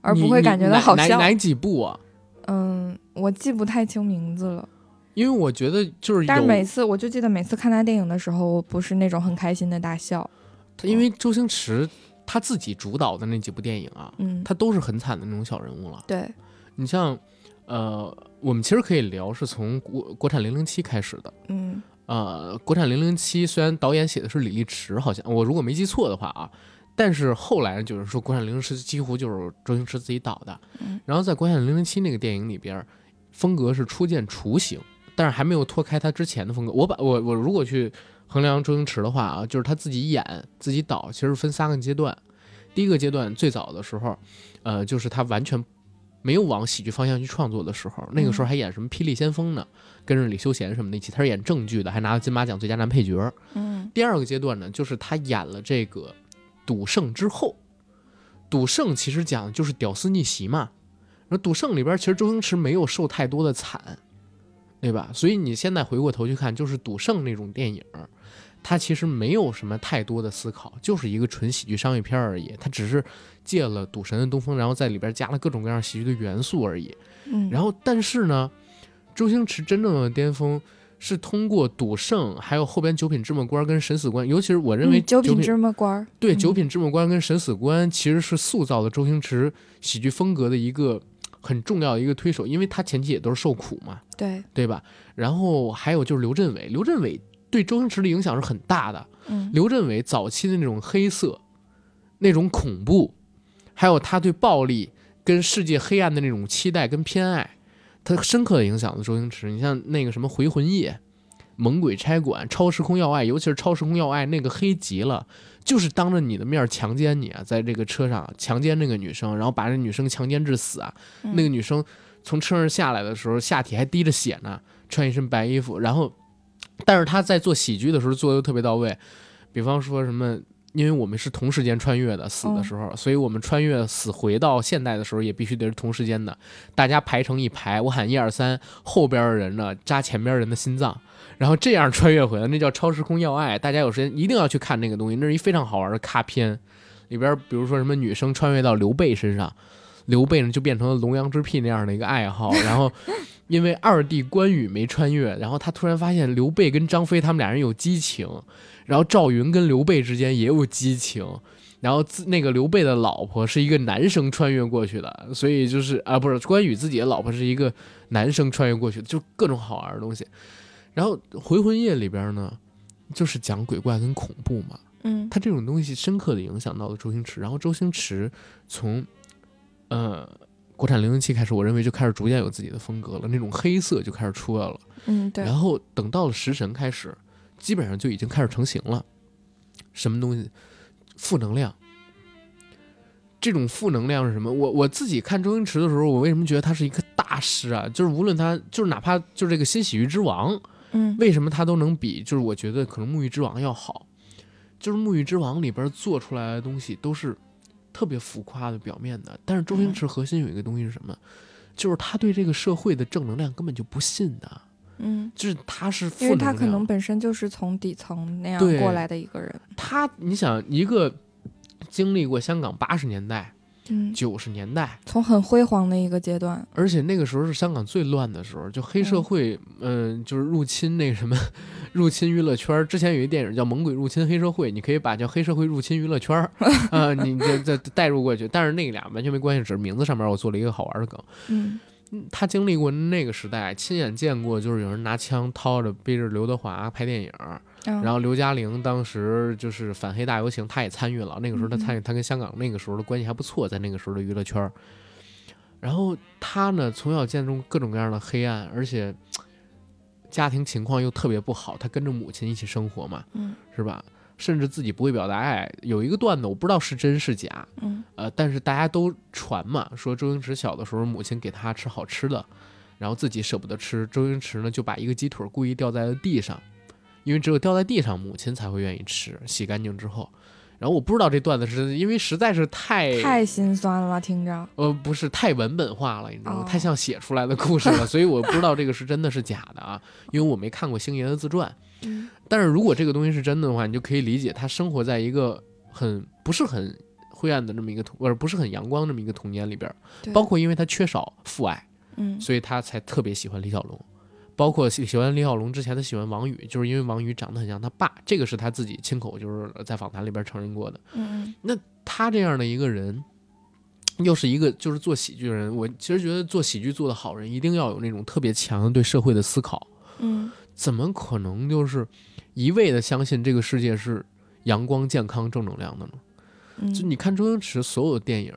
Speaker 2: 而
Speaker 1: 你
Speaker 2: 不会感觉到好
Speaker 1: 你哪
Speaker 2: 笑
Speaker 1: 哪。哪几部啊？
Speaker 2: 嗯，我记不太清名字了，
Speaker 1: 因为我觉得就是
Speaker 2: 但是每
Speaker 1: 有，
Speaker 2: 次我就记得每次看他电影的时候，我不是那种很开心的大笑。
Speaker 1: 他因为周星驰他自己主导的那几部电影啊，
Speaker 2: 嗯，
Speaker 1: 他都是很惨的那种小人物了。
Speaker 2: 对，
Speaker 1: 你像，呃，我们其实可以聊是从国国产零零七开始的。
Speaker 2: 嗯
Speaker 1: 呃，国产零零七虽然导演写的是李立池，好像我如果没记错的话啊，但是后来就是说国产零零七几乎就是周星驰自己导的。
Speaker 2: 嗯
Speaker 1: 然后在国产零零七那个电影里边，风格是初见雏形，但是还没有脱开他之前的风格。我把我我如果去衡量周星驰的话啊，就是他自己演自己导，其实分三个阶段。第一个阶段最早的时候，呃，就是他完全没有往喜剧方向去创作的时候，那个时候还演什么《霹雳先锋》呢，跟着李修贤什么的一起，他是演正剧的，还拿了金马奖最佳男配角。
Speaker 2: 嗯
Speaker 1: 第二个阶段呢，就是他演了这个《赌圣》之后，《赌圣》其实讲的就是屌丝逆袭嘛。那《赌圣》里边其实周星驰没有受太多的惨，对吧？所以你现在回过头去看，就是《赌圣》那种电影，它其实没有什么太多的思考，就是一个纯喜剧商业片而已。它只是借了赌神的东风，然后在里边加了各种各样喜剧的元素而已。
Speaker 2: 嗯，
Speaker 1: 然后，但是呢，周星驰真正的巅峰是通过《赌圣》，还有后边《九品芝麻官》跟《审死官》，尤其是我认为
Speaker 2: 嗯九
Speaker 1: 九
Speaker 2: 品
Speaker 1: 品
Speaker 2: 芝麻官儿，
Speaker 1: 对《
Speaker 2: 嗯
Speaker 1: 九品芝麻官》跟《审死官》其实是塑造了周星驰喜剧风格的一个很重要的一个推手，因为他前期也都是受苦嘛，
Speaker 2: 对，
Speaker 1: 对吧？然后还有就是刘镇伟，刘镇伟对周星驰的影响是很大的。
Speaker 2: 嗯
Speaker 1: 刘镇伟早期的那种黑色、那种恐怖，还有他对暴力跟世界黑暗的那种期待跟偏爱，他深刻的影响了周星驰。你像那个什么《回魂夜》《猛鬼差馆》《超时空要爱》，尤其是《超时空要爱》那个黑极了，就是当着你的面强奸你啊，在这个车上强奸那个女生，然后把这女生强奸致死啊。那个女生从车上下来的时候，下体还滴着血呢，穿一身白衣服，然后，但是她在做喜剧的时候做的特别到位，比方说什么。因为我们是同时间穿越的，死的
Speaker 2: 嗯
Speaker 1: 时候，所以我们穿越死回到现代的时候，也必须得是同时间的。大家排成一排，我喊一二三，后边的人呢扎前边人的心脏，然后这样穿越回来，那叫超时空要爱。大家有时间一定要去看那个东西，那是一非常好玩的卡片。里边比如说什么女生穿越到刘备身上，刘备呢就变成了龙阳之癖那样的一个爱好，然后因为二弟关羽没穿越，然后他突然发现刘备跟张飞他们俩人有激情，然后赵云跟刘备之间也有激情。然后自那个刘备的老婆是一个男生穿越过去的，所以就是啊，不是关羽自己的老婆是一个男生穿越过去的，就各种好玩的东西。然后《回魂夜》里边呢，就是讲鬼怪跟恐怖嘛，
Speaker 2: 嗯
Speaker 1: 他这种东西深刻的影响到了周星驰，然后周星驰从呃国产零零七开始，我认为就开始逐渐有自己的风格了，那种黑色就开始出来了。
Speaker 2: 嗯对
Speaker 1: 然，后等到了食神开始，基本上就已经开始成型了。什么东西？负能量。这种负能量是什么？我我自己看周星驰的时候，我为什么觉得他是一个大师啊？就是无论他，就是哪怕就是这个新喜剧之王，
Speaker 2: 嗯
Speaker 1: 为什么他都能比就是我觉得可能《沐浴之王》要好？就是《沐浴之王》里边做出来的东西都是特别浮夸的、表面的，但是周星驰核心有一个东西是什么？就是他对这个社会的正能量根本就不信的。
Speaker 2: 嗯，
Speaker 1: 就是他是负
Speaker 2: 因
Speaker 1: 能
Speaker 2: 为
Speaker 1: 量，
Speaker 2: 他可能本身就是从底层那样
Speaker 1: 对
Speaker 2: 过来的一个人，
Speaker 1: 他你想一个经历过香港八十年代、
Speaker 2: 嗯，
Speaker 1: 九十年代，
Speaker 2: 从很辉煌的一个阶段，
Speaker 1: 而且那个时候是香港最乱的时候，就黑社会，嗯、就是入侵那个什么，入侵娱乐圈儿。之前有一电影叫《猛鬼入侵黑社会》，你可以把叫黑社会入侵娱乐圈儿，啊、你这这带入过去。但是那俩完全没关系，只是名字上面我做了一个好玩的梗。
Speaker 2: 嗯
Speaker 1: 他经历过那个时代，亲眼见过，就是有人拿枪掏着背着刘德华拍电影，
Speaker 2: 嗯
Speaker 1: 然后刘嘉玲当时就是反黑大游行，她也参与了。那个时候她参与，她跟香港那个时候的关系还不错，在那个时候的娱乐圈儿。然后她呢，从小见中各种各样的黑暗，而且嘖家庭情况又特别不好，她跟着母亲一起生活嘛，
Speaker 2: 嗯
Speaker 1: 是吧？甚至自己不会表达爱。有一个段子，我不知道是真是假，
Speaker 2: 嗯
Speaker 1: 呃，但是大家都传嘛，说周星驰小的时候母亲给他吃好吃的，然后自己舍不得吃，周星驰呢就把一个鸡腿故意掉在了地上，因为只有掉在地上，母亲才会愿意吃，洗干净之后。然后我不知道这段子是因为实在是太
Speaker 2: 太心酸了，听着，
Speaker 1: 呃不是太文本化了，你知道吗？
Speaker 2: 哦
Speaker 1: 太像写出来的故事了，所以我不知道这个是真的是假的啊，因为我没看过星爷的自传。
Speaker 2: 嗯
Speaker 1: 但是如果这个东西是真的的话，你就可以理解他生活在一个很不是很灰暗的这么一个童，或者不是很阳光这么一个童年里边儿。
Speaker 2: 对
Speaker 1: 包括因为他缺少父爱，
Speaker 2: 嗯
Speaker 1: 所以他才特别喜欢李小龙。包括喜喜欢李小龙之前，他喜欢王宇，就是因为王宇长得很像他爸，这个是他自己亲口就是在访谈里边承认过的。
Speaker 2: 嗯
Speaker 1: 他这样的一个人，又是一个就是做喜剧的人，我其实觉得做喜剧做的好人，一定要有那种特别强的对社会的思考。
Speaker 2: 嗯
Speaker 1: 怎么可能就是一味的相信这个世界是阳光、健康、正能量的呢？
Speaker 2: 嗯，
Speaker 1: 就你看周星驰所有的电影，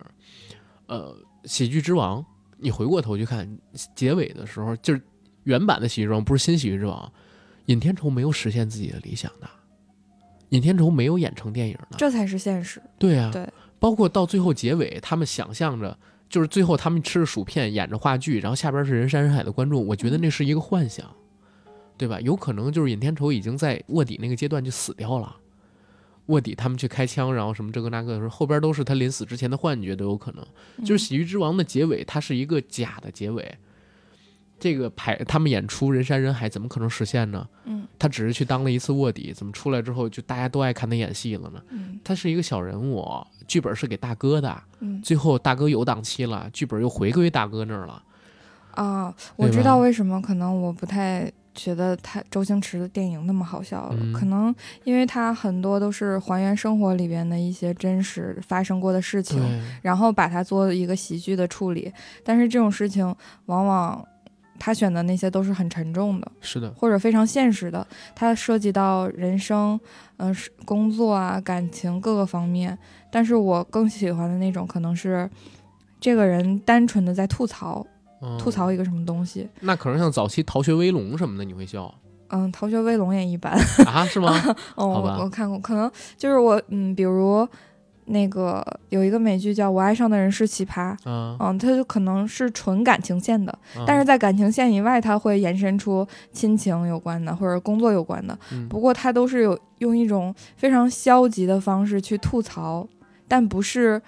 Speaker 1: 呃，《喜剧之王》，你回过头去看结尾的时候，就是原版的《喜剧之王》，不是新《喜剧之王》，尹天仇没有实现自己的理想的，尹天仇没有演成电影的，
Speaker 2: 这才是现实，
Speaker 1: 对啊，
Speaker 2: 对
Speaker 1: 包括到最后结尾，他们想象着。就是最后他们吃着薯片，演着话剧，然后下边是人山人海的观众，我觉得那是一个幻想，对吧？有可能就是尹天仇已经在卧底那个阶段就死掉了，卧底他们去开枪，然后什么这个那个的时候，后边都是他临死之前的幻觉都有可能。
Speaker 2: 嗯
Speaker 1: 就是《喜剧之王》的结尾，它是一个假的结尾。这个排他们演出人山人海，怎么可能实现呢？
Speaker 2: 嗯
Speaker 1: 他只是去当了一次卧底，怎么出来之后就大家都爱看他演戏了呢？
Speaker 2: 嗯
Speaker 1: 他是一个小人物，剧本是给大哥的，
Speaker 2: 嗯
Speaker 1: 最后大哥有档期了，剧本又回归大哥那儿了。
Speaker 2: 啊，我
Speaker 1: 对
Speaker 2: 知
Speaker 1: 吧
Speaker 2: 道为什么可能我不太。觉得他周星驰的电影那么好笑了，
Speaker 1: 嗯
Speaker 2: 可能因为他很多都是还原生活里边的一些真实发生过的事情，然后把它做一个喜剧的处理。但是这种事情往往他选的那些都是很沉重的，
Speaker 1: 是的，
Speaker 2: 或者非常现实的，它涉及到人生、嗯、是工作啊、感情各个方面。但是我更喜欢的那种可能是。这个人单纯的在吐槽，
Speaker 1: 嗯
Speaker 2: 吐槽一个什么东西，
Speaker 1: 那可能像早期《逃学威龙》什么的，你会
Speaker 2: (laughs)
Speaker 1: 笑
Speaker 2: 嗯，《逃学威龙》也一般， (laughs)
Speaker 1: 啊？是吗？
Speaker 2: 哦，
Speaker 1: 好吧
Speaker 2: 我我看过，可能就是我，嗯，比如那个有一个美剧叫《我爱上的人是奇葩》，
Speaker 1: 嗯，
Speaker 2: 嗯，它就可能是纯感情线的，但是
Speaker 1: 是
Speaker 2: 在感情线以外，它会延伸出亲情有关的或者工作有关的。
Speaker 1: 嗯
Speaker 2: 不过，它都是有用一种非常消极的方式去吐槽，但不是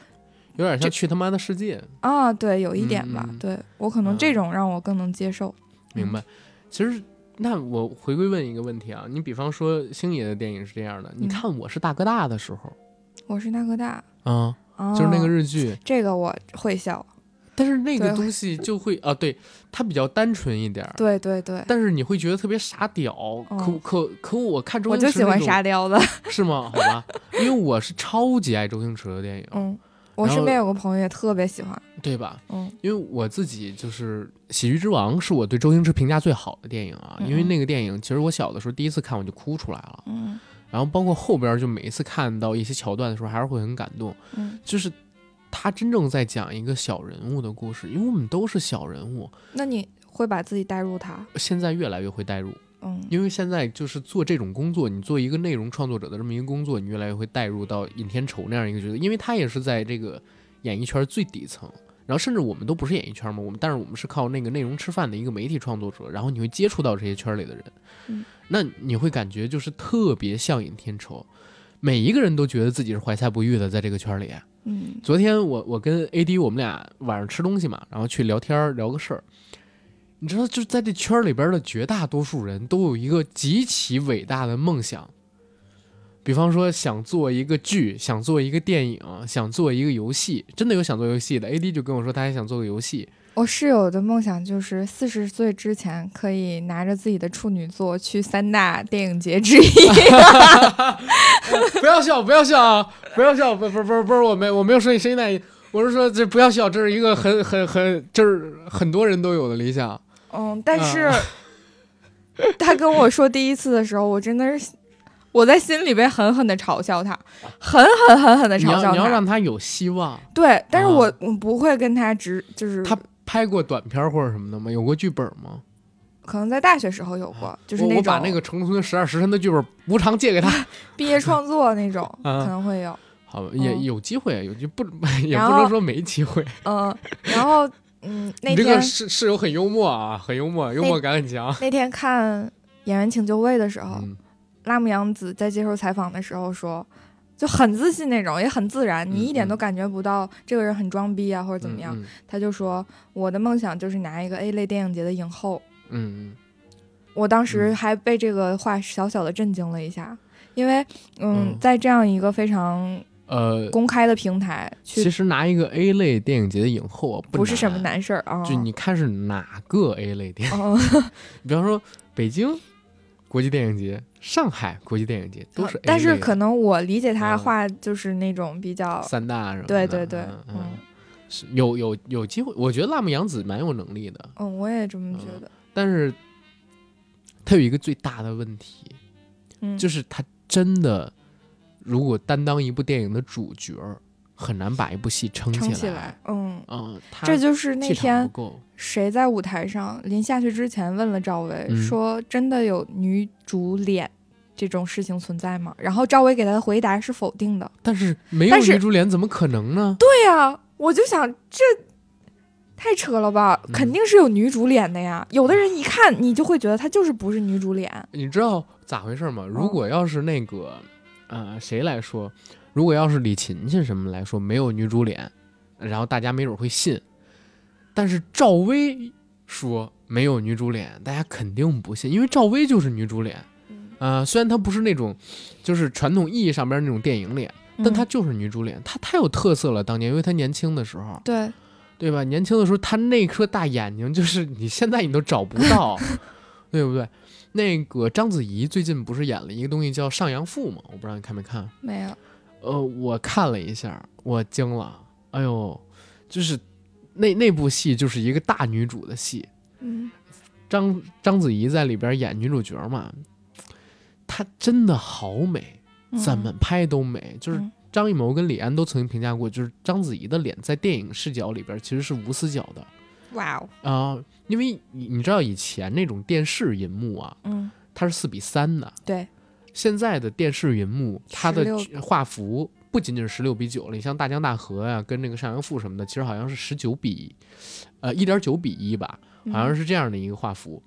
Speaker 1: 有点像
Speaker 2: 这
Speaker 1: 去他妈的世界。
Speaker 2: 啊，对，有一点吧，
Speaker 1: 嗯嗯嗯
Speaker 2: 对我可能这种让我更能接受。嗯
Speaker 1: 明白。其实，那我回归问一个问题啊，你比方说星爷的电影是这样的，你
Speaker 2: 嗯
Speaker 1: 看《我是大哥大》的时候，
Speaker 2: 我是大哥大，
Speaker 1: 啊、
Speaker 2: 啊、
Speaker 1: 就是那个日剧，
Speaker 2: 这个我会笑，
Speaker 1: 但是那个
Speaker 2: 对
Speaker 1: 东西就会啊，对，它比较单纯一点儿。
Speaker 2: 对对对，
Speaker 1: 但是你会觉得特别傻屌，可
Speaker 2: 嗯
Speaker 1: 可可我看周
Speaker 2: 我
Speaker 1: 星驰
Speaker 2: 就喜欢
Speaker 1: 那种
Speaker 2: 沙，雕的。
Speaker 1: (laughs) 是吗？好吧，因为我是超级爱周星驰的电影，
Speaker 2: 嗯，我
Speaker 1: 然后
Speaker 2: 身边有个朋友也特别喜欢，
Speaker 1: 对吧？
Speaker 2: 嗯
Speaker 1: 因为我自己就是《喜剧之王》是我对周星驰评价最好的电影啊，因为
Speaker 2: 嗯嗯
Speaker 1: 那个电影其实我小的时候第一次看我就哭出来了，
Speaker 2: 嗯
Speaker 1: 然后包括后边儿就每一次看到一些桥段的时候，还是会很感动。
Speaker 2: 嗯，
Speaker 1: 就是他真正在讲一个小人物的故事，因为我们都是小人物，
Speaker 2: 那你会把自己带入他，
Speaker 1: 现在越来越会代入，
Speaker 2: 嗯
Speaker 1: 因为现在就是做这种工作，你做一个内容创作者的这么一个工作，你越来越会代入到尹天仇那样一个角色，因为他也是在这个演艺圈最底层。然后甚至我们都不是演艺圈嘛，我们但是我们是靠那个内容吃饭的一个媒体创作者，然后你会接触到这些圈里的人，
Speaker 2: 嗯
Speaker 1: 那你会感觉就是特别像尹天仇，每一个人都觉得自己是怀才不遇的，在这个圈里，
Speaker 2: 嗯
Speaker 1: 昨天我我跟 AD 我们俩晚上吃东西嘛，然后去聊天儿聊个事儿。你知道，就是在这圈儿里边儿的绝大多数人都有一个极其伟大的梦想，比方说想做一个剧，想做一个电影，想做一个游戏，真的有想做游戏的。AD 就跟我说，他还想做个游戏， (laughs)
Speaker 2: 我室友的梦想就是四十岁之前可以拿着自己的处女作去三大电影节之 (laughs) 一。
Speaker 1: 不要笑，不要笑啊！不要笑，不不不不是我没我没有说你声音那，我是说，这不要笑，这是一个很很很，这是很多人都有的理想。
Speaker 2: 嗯，但是
Speaker 1: 嗯
Speaker 2: 他跟我说第一次的时候，我真的是我在心里边狠狠的嘲笑他，狠狠狠狠的
Speaker 1: 你
Speaker 2: 嘲
Speaker 1: 要
Speaker 2: 笑
Speaker 1: 你要
Speaker 2: 他。
Speaker 1: 让他有希望。
Speaker 2: 对，但是我、
Speaker 1: 啊
Speaker 2: 我不会跟他直就是
Speaker 1: 他拍过短片或者什么的吗？有过剧本吗？
Speaker 2: 可能在大学时候有过，就是
Speaker 1: 我
Speaker 2: 那
Speaker 1: 我把
Speaker 2: 种
Speaker 1: 那个《城中村十二时辰》的剧本无偿借
Speaker 2: (laughs)
Speaker 1: 给他。
Speaker 2: 毕业创作那种
Speaker 1: (laughs) 啊
Speaker 2: 可能会有，
Speaker 1: 好吧，也
Speaker 2: 嗯
Speaker 1: 有机会，有机不 (laughs) 也
Speaker 2: 然
Speaker 1: 不
Speaker 2: 后
Speaker 1: 能说没机会。
Speaker 2: 嗯，然后嗯那
Speaker 1: 你这个
Speaker 2: 天
Speaker 1: 室室友很幽默啊，很幽默，幽默感很强。
Speaker 2: 那哦天看《演员请就位》的时候，
Speaker 1: 嗯，
Speaker 2: 拉姆扬子在接受采访的时候说，就很自信那种，也很自然，
Speaker 1: 嗯
Speaker 2: 你一点都感觉不到这个人很装逼啊或者怎么样。
Speaker 1: 嗯？
Speaker 2: 他就说，我的梦想就是拿一个 A 类电影节的影后。
Speaker 1: 嗯
Speaker 2: 我当时
Speaker 1: 嗯
Speaker 2: 还被这个话小小的震惊了一下，因为嗯，
Speaker 1: 嗯
Speaker 2: 在这样一个非常
Speaker 1: 嗯呃，
Speaker 2: 公开的平台
Speaker 1: 其
Speaker 2: 去，
Speaker 1: 实拿一个 A 类电影节的影后啊，
Speaker 2: 不是什么
Speaker 1: 难，
Speaker 2: 难事儿啊。
Speaker 1: 就你看是哪个 A 类电影？
Speaker 2: 嗯，
Speaker 1: 比方说北京国际电影节、上海国际电影节 (laughs) 都是 A 类的，
Speaker 2: 嗯但是可能我理解
Speaker 1: 嗯
Speaker 2: 他的话就是那种比较，
Speaker 1: 三大什么的，
Speaker 2: 对对对，
Speaker 1: 嗯
Speaker 2: 嗯
Speaker 1: 嗯，是有有有机会，我觉得辣目洋子蛮有能力的，
Speaker 2: 嗯，我也这么觉得，
Speaker 1: 但是她有一个最大的问题，
Speaker 2: 嗯，
Speaker 1: 就是他真的如果担当一部电影的主角儿，很难把一部戏撑
Speaker 2: 撑
Speaker 1: 起
Speaker 2: 起
Speaker 1: 来
Speaker 2: 来。，嗯，
Speaker 1: 嗯，他
Speaker 2: 这就是那
Speaker 1: 气场
Speaker 2: 天
Speaker 1: 不够。
Speaker 2: 谁在舞台上临下去之前问了赵薇，
Speaker 1: 嗯
Speaker 2: 说真的有女主脸这种事情存在吗？然后赵薇给他的回答是否定的。
Speaker 1: 但是没有
Speaker 2: 但是
Speaker 1: 女主脸怎么可能呢？
Speaker 2: 对呀、我就想这太扯了吧，
Speaker 1: 嗯
Speaker 2: 肯定是有女主脸的呀。有的人一看你就会觉得她就是不是女主脸，
Speaker 1: 你知道咋回事吗？如果要是那个，呃，谁来说，如果要是李勤勤什么来说没有女主脸，然后大家没准会信，但是赵薇说没有女主脸，大家肯定不信，因为赵薇就是女主脸。
Speaker 2: 嗯
Speaker 1: 啊，虽然她不是那种，就是传统意义上边那种电影脸，
Speaker 2: 嗯
Speaker 1: 但她就是女主脸，她太有特色了。当年，因为她年轻的时候，
Speaker 2: 对
Speaker 1: 对吧？年轻的时候，她那颗大眼睛，就是你现在你都找不
Speaker 2: (laughs)
Speaker 1: 到，对不对？那个章子怡最近不是演了一个东西叫《上阳赋》吗？我不知道你看没看。
Speaker 2: 没有，
Speaker 1: 呃，我看了一下，我惊了，哎呦，就是那那部戏就是一个大女主的戏，
Speaker 2: 嗯
Speaker 1: 章章子怡在里边演女主角嘛，她真的好美，
Speaker 2: 嗯
Speaker 1: 怎么拍都美。就是
Speaker 2: 嗯
Speaker 1: 张艺谋跟李安都曾经评价过，就是章子怡的脸在电影视角里边其实是无死角的
Speaker 2: 哇哦，
Speaker 1: 啊、因为你你知道以前那种电视银幕啊，
Speaker 2: 嗯
Speaker 1: 它是四比三的，
Speaker 2: 对，
Speaker 1: 现在的电视银幕它的
Speaker 2: 16
Speaker 1: 画幅。不仅仅是十六比九了，你像《大江大河、呀，跟那个《上阳赋》什么的，其实好像是十九比，呃，一点九比一吧。好像
Speaker 2: 是
Speaker 1: 是这样的一个画幅。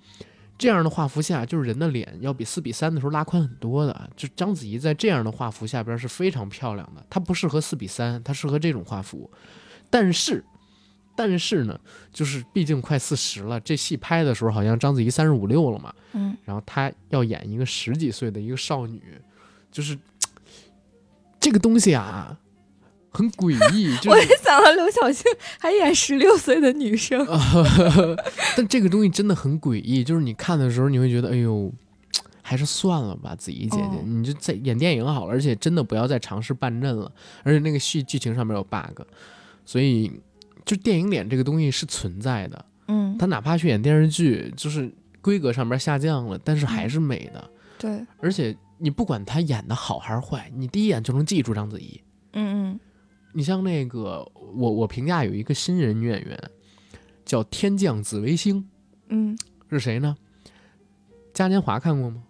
Speaker 1: 这样的画幅下，就是人的脸要比四比三的时候拉宽很多的。啊就章子怡在这样的画幅下边是非常漂亮的，她不适合四比三，她适合这种画幅。但是，但是呢，就是毕竟快四十了，这戏拍的时候好像章子怡三十五六了嘛，
Speaker 2: 嗯
Speaker 1: 然后她要演一个十几岁的一个少女，就是嘖这个东西啊，很诡异。就
Speaker 2: 我
Speaker 1: 是
Speaker 2: 也想到刘晓庆还演十六岁的女生，
Speaker 1: 但这个东西真的很诡异，就是你看的时候你会觉得，哎呦，还是算了吧，子怡姐姐，
Speaker 2: 哦
Speaker 1: 你就在演电影好了，而且真的不要再尝试扮嫩了，而且那个剧剧情上面有 bug，所以就电影脸这个东西是存在的，
Speaker 2: 嗯，
Speaker 1: 她哪怕去演电视剧，就是规格上面下降了，但是还是美的，
Speaker 2: 对，
Speaker 1: 而且你不管她演的好还是坏，你第一眼就能记住章子怡。
Speaker 2: 嗯嗯
Speaker 1: 你像那个我我评价有一个新人女演员叫天降紫微星。
Speaker 2: 嗯，
Speaker 1: 是谁呢？嘉年华看过吗？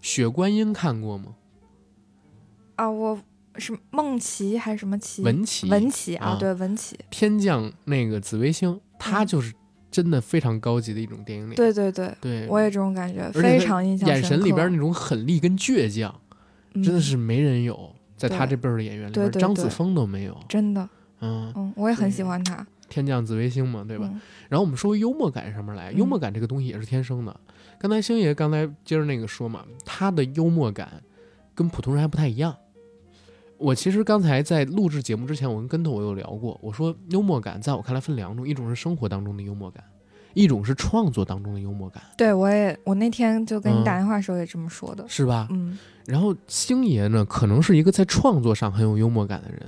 Speaker 1: 雪观音看过
Speaker 2: 嗯
Speaker 1: 吗？
Speaker 2: 啊，我是梦琪还是什么琪？
Speaker 1: 文琪
Speaker 2: 文琪啊，
Speaker 1: 啊
Speaker 2: 对，文琪，
Speaker 1: 天降那个紫微星，她
Speaker 2: 嗯
Speaker 1: 就是真的非常高级的一种电影脸。
Speaker 2: 对对对，
Speaker 1: 对，
Speaker 2: 我也这种感觉，
Speaker 1: 且
Speaker 2: 非常印象
Speaker 1: 眼神
Speaker 2: 深
Speaker 1: 里
Speaker 2: 刻
Speaker 1: 边那种狠厉跟倔强，
Speaker 2: 嗯
Speaker 1: 真的是没人有，在她
Speaker 2: 对
Speaker 1: 这辈儿的演员里
Speaker 2: 对
Speaker 1: 边，
Speaker 2: 对
Speaker 1: 张子
Speaker 2: 对
Speaker 1: 枫都没有。
Speaker 2: 真的，
Speaker 1: 嗯，
Speaker 2: 嗯，我也很
Speaker 1: 对
Speaker 2: 喜欢他，
Speaker 1: 天降紫微星嘛，对吧？
Speaker 2: 嗯？
Speaker 1: 然后我们说回幽默感上面来，幽默
Speaker 2: 嗯
Speaker 1: 感这个东西也是天生的。刚才星爷刚才接着那个说嘛，他的幽默感跟普通人还不太一样。我其实刚才在录制节目之前，我跟跟头我有聊过，我说幽默感在我看来分两种，一种是生活当中的幽默感，一种是创作当中的幽默感，
Speaker 2: 对我也，我那天就跟
Speaker 1: 嗯
Speaker 2: 你打电话的时候也这么说的，
Speaker 1: 是吧？
Speaker 2: 嗯
Speaker 1: 然后星爷呢，可能是一个在创作上很有幽默感的人，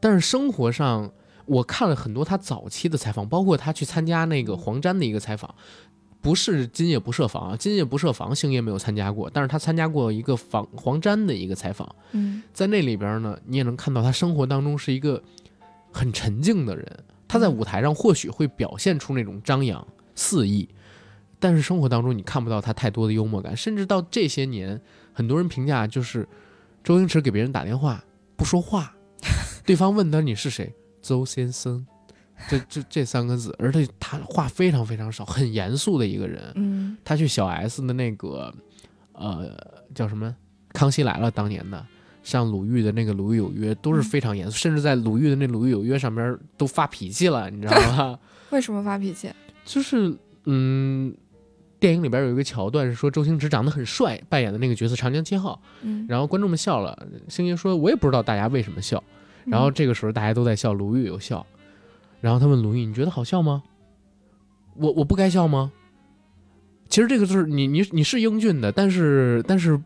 Speaker 1: 但是生活上，我看了很多他早期的采访，包括他去参加那个黄沾的一个采访，不是《今夜不设防》，《今夜不设防》星爷没有参加过，但是他参加过一个防黄沾的一个采访，
Speaker 2: 嗯
Speaker 1: 在那里边呢，你也能看到他生活当中是一个很沉静的人。他在舞台上或许会表现出那种张扬肆意，但是生活当中你看不到他太多的幽默感，甚至到这些年，很多人评价就是周星驰给别人打电话不说话，对方问他你是谁，周先生，这这这三个字，而且他话非常非常少，很严肃的一个人。
Speaker 2: 嗯
Speaker 1: 他去小 S 的那个，呃，叫什么《康熙来了》当年的，像鲁豫的那个《鲁豫有约》都是非常严肃，甚至在鲁豫的那《鲁豫有约》上边都发脾气了，你知道吗？
Speaker 2: 为什么发脾气？
Speaker 1: 就是嗯，电影里边有一个桥段是说周星驰长得很帅，扮演的那个角色长江七号，
Speaker 2: 嗯，
Speaker 1: 然后观众们笑了，星爷说我也不知道大家为什么笑，然
Speaker 2: 嗯
Speaker 1: 后这个时候大家都在笑，鲁豫有笑，然后他问鲁豫：“你觉得好笑吗？我我不该笑吗？”其实这个就是你你你是英俊的，但是但是，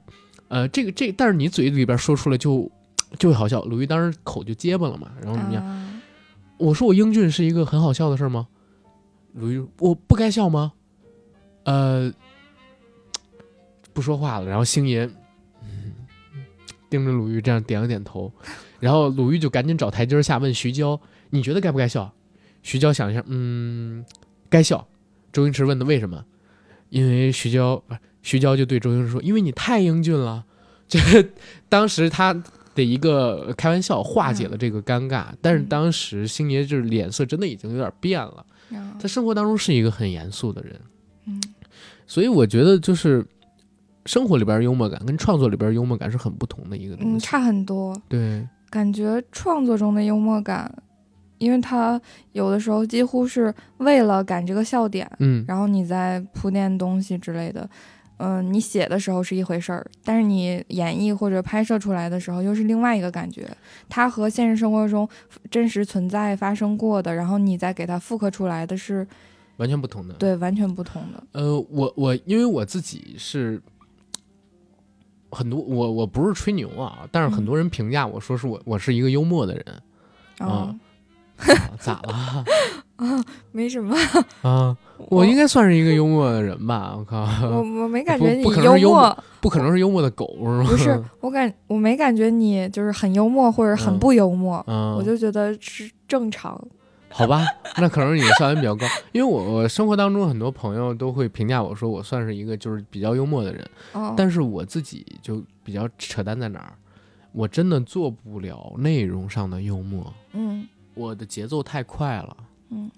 Speaker 1: 呃，这个这但是你嘴里边说出来就就会好笑。鲁豫当时口就结巴了嘛，然后怎么样？
Speaker 2: 啊
Speaker 1: 我说我英俊是一个很好笑的事儿吗？鲁豫，我不该笑吗？呃，不说话了。然后星爷、嗯盯着鲁豫这样点了点头，然后鲁豫就赶紧找台阶儿下问徐娇：“你觉得该不该笑？”徐娇想一下，嗯，该笑。周星驰问的为什么？因为徐娇，不是徐娇就对周星驰说：“因为你太英俊了。”这当时他的一个开玩笑化解了这个尴尬，但
Speaker 2: 嗯
Speaker 1: 是当时星爷就是脸色真的已经有点变了。
Speaker 2: 啊
Speaker 1: 他生活当中是一个很严肃的人，
Speaker 2: 嗯
Speaker 1: 所以我觉得就是生活里边幽默感跟创作里边幽默感是很不同的一个东
Speaker 2: 嗯，
Speaker 1: 西。
Speaker 2: 差很多。
Speaker 1: 对，
Speaker 2: 感觉创作中的幽默感，因为他有的时候几乎是为了赶这个笑点，
Speaker 1: 嗯，
Speaker 2: 然后你再铺垫东西之类的。嗯，你写的时候是一回事儿，但是你演绎或者拍摄出来的时候又是另外一个感觉。它和现实生活中真实存在发生过的，然后你再给它复刻出来的是，
Speaker 1: 完全不同的。
Speaker 2: 对，完全不同的。
Speaker 1: 呃，我我因为我自己是很多，我我不是吹牛啊，但是
Speaker 2: 嗯
Speaker 1: 很多人评价我说是我我是一个幽默的
Speaker 2: (laughs)
Speaker 1: 人，
Speaker 2: 啊，
Speaker 1: 啊咋了
Speaker 2: 没什么， (laughs)
Speaker 1: 啊？我应该算是一个幽默的人吧？我靠，
Speaker 2: 我我没感
Speaker 1: 不
Speaker 2: 觉你
Speaker 1: 不可能是幽
Speaker 2: 默，
Speaker 1: 不可能是幽默的狗是吗？
Speaker 2: (laughs) 不是，我感我没感觉你就是很幽默或者很
Speaker 1: 嗯
Speaker 2: 不幽默，
Speaker 1: (laughs) 嗯，
Speaker 2: 我就觉得是正常。
Speaker 1: 好吧，那可能是你的笑点比较高， (laughs) 因为我我生活当中很多朋友都会评价我说我算是一个就是比较幽默的人，
Speaker 2: 哦，
Speaker 1: 但是我自己就比较扯淡在哪儿，我真的做不了内容上的幽默，
Speaker 2: 嗯
Speaker 1: 我的节奏太快了，
Speaker 2: 嗯，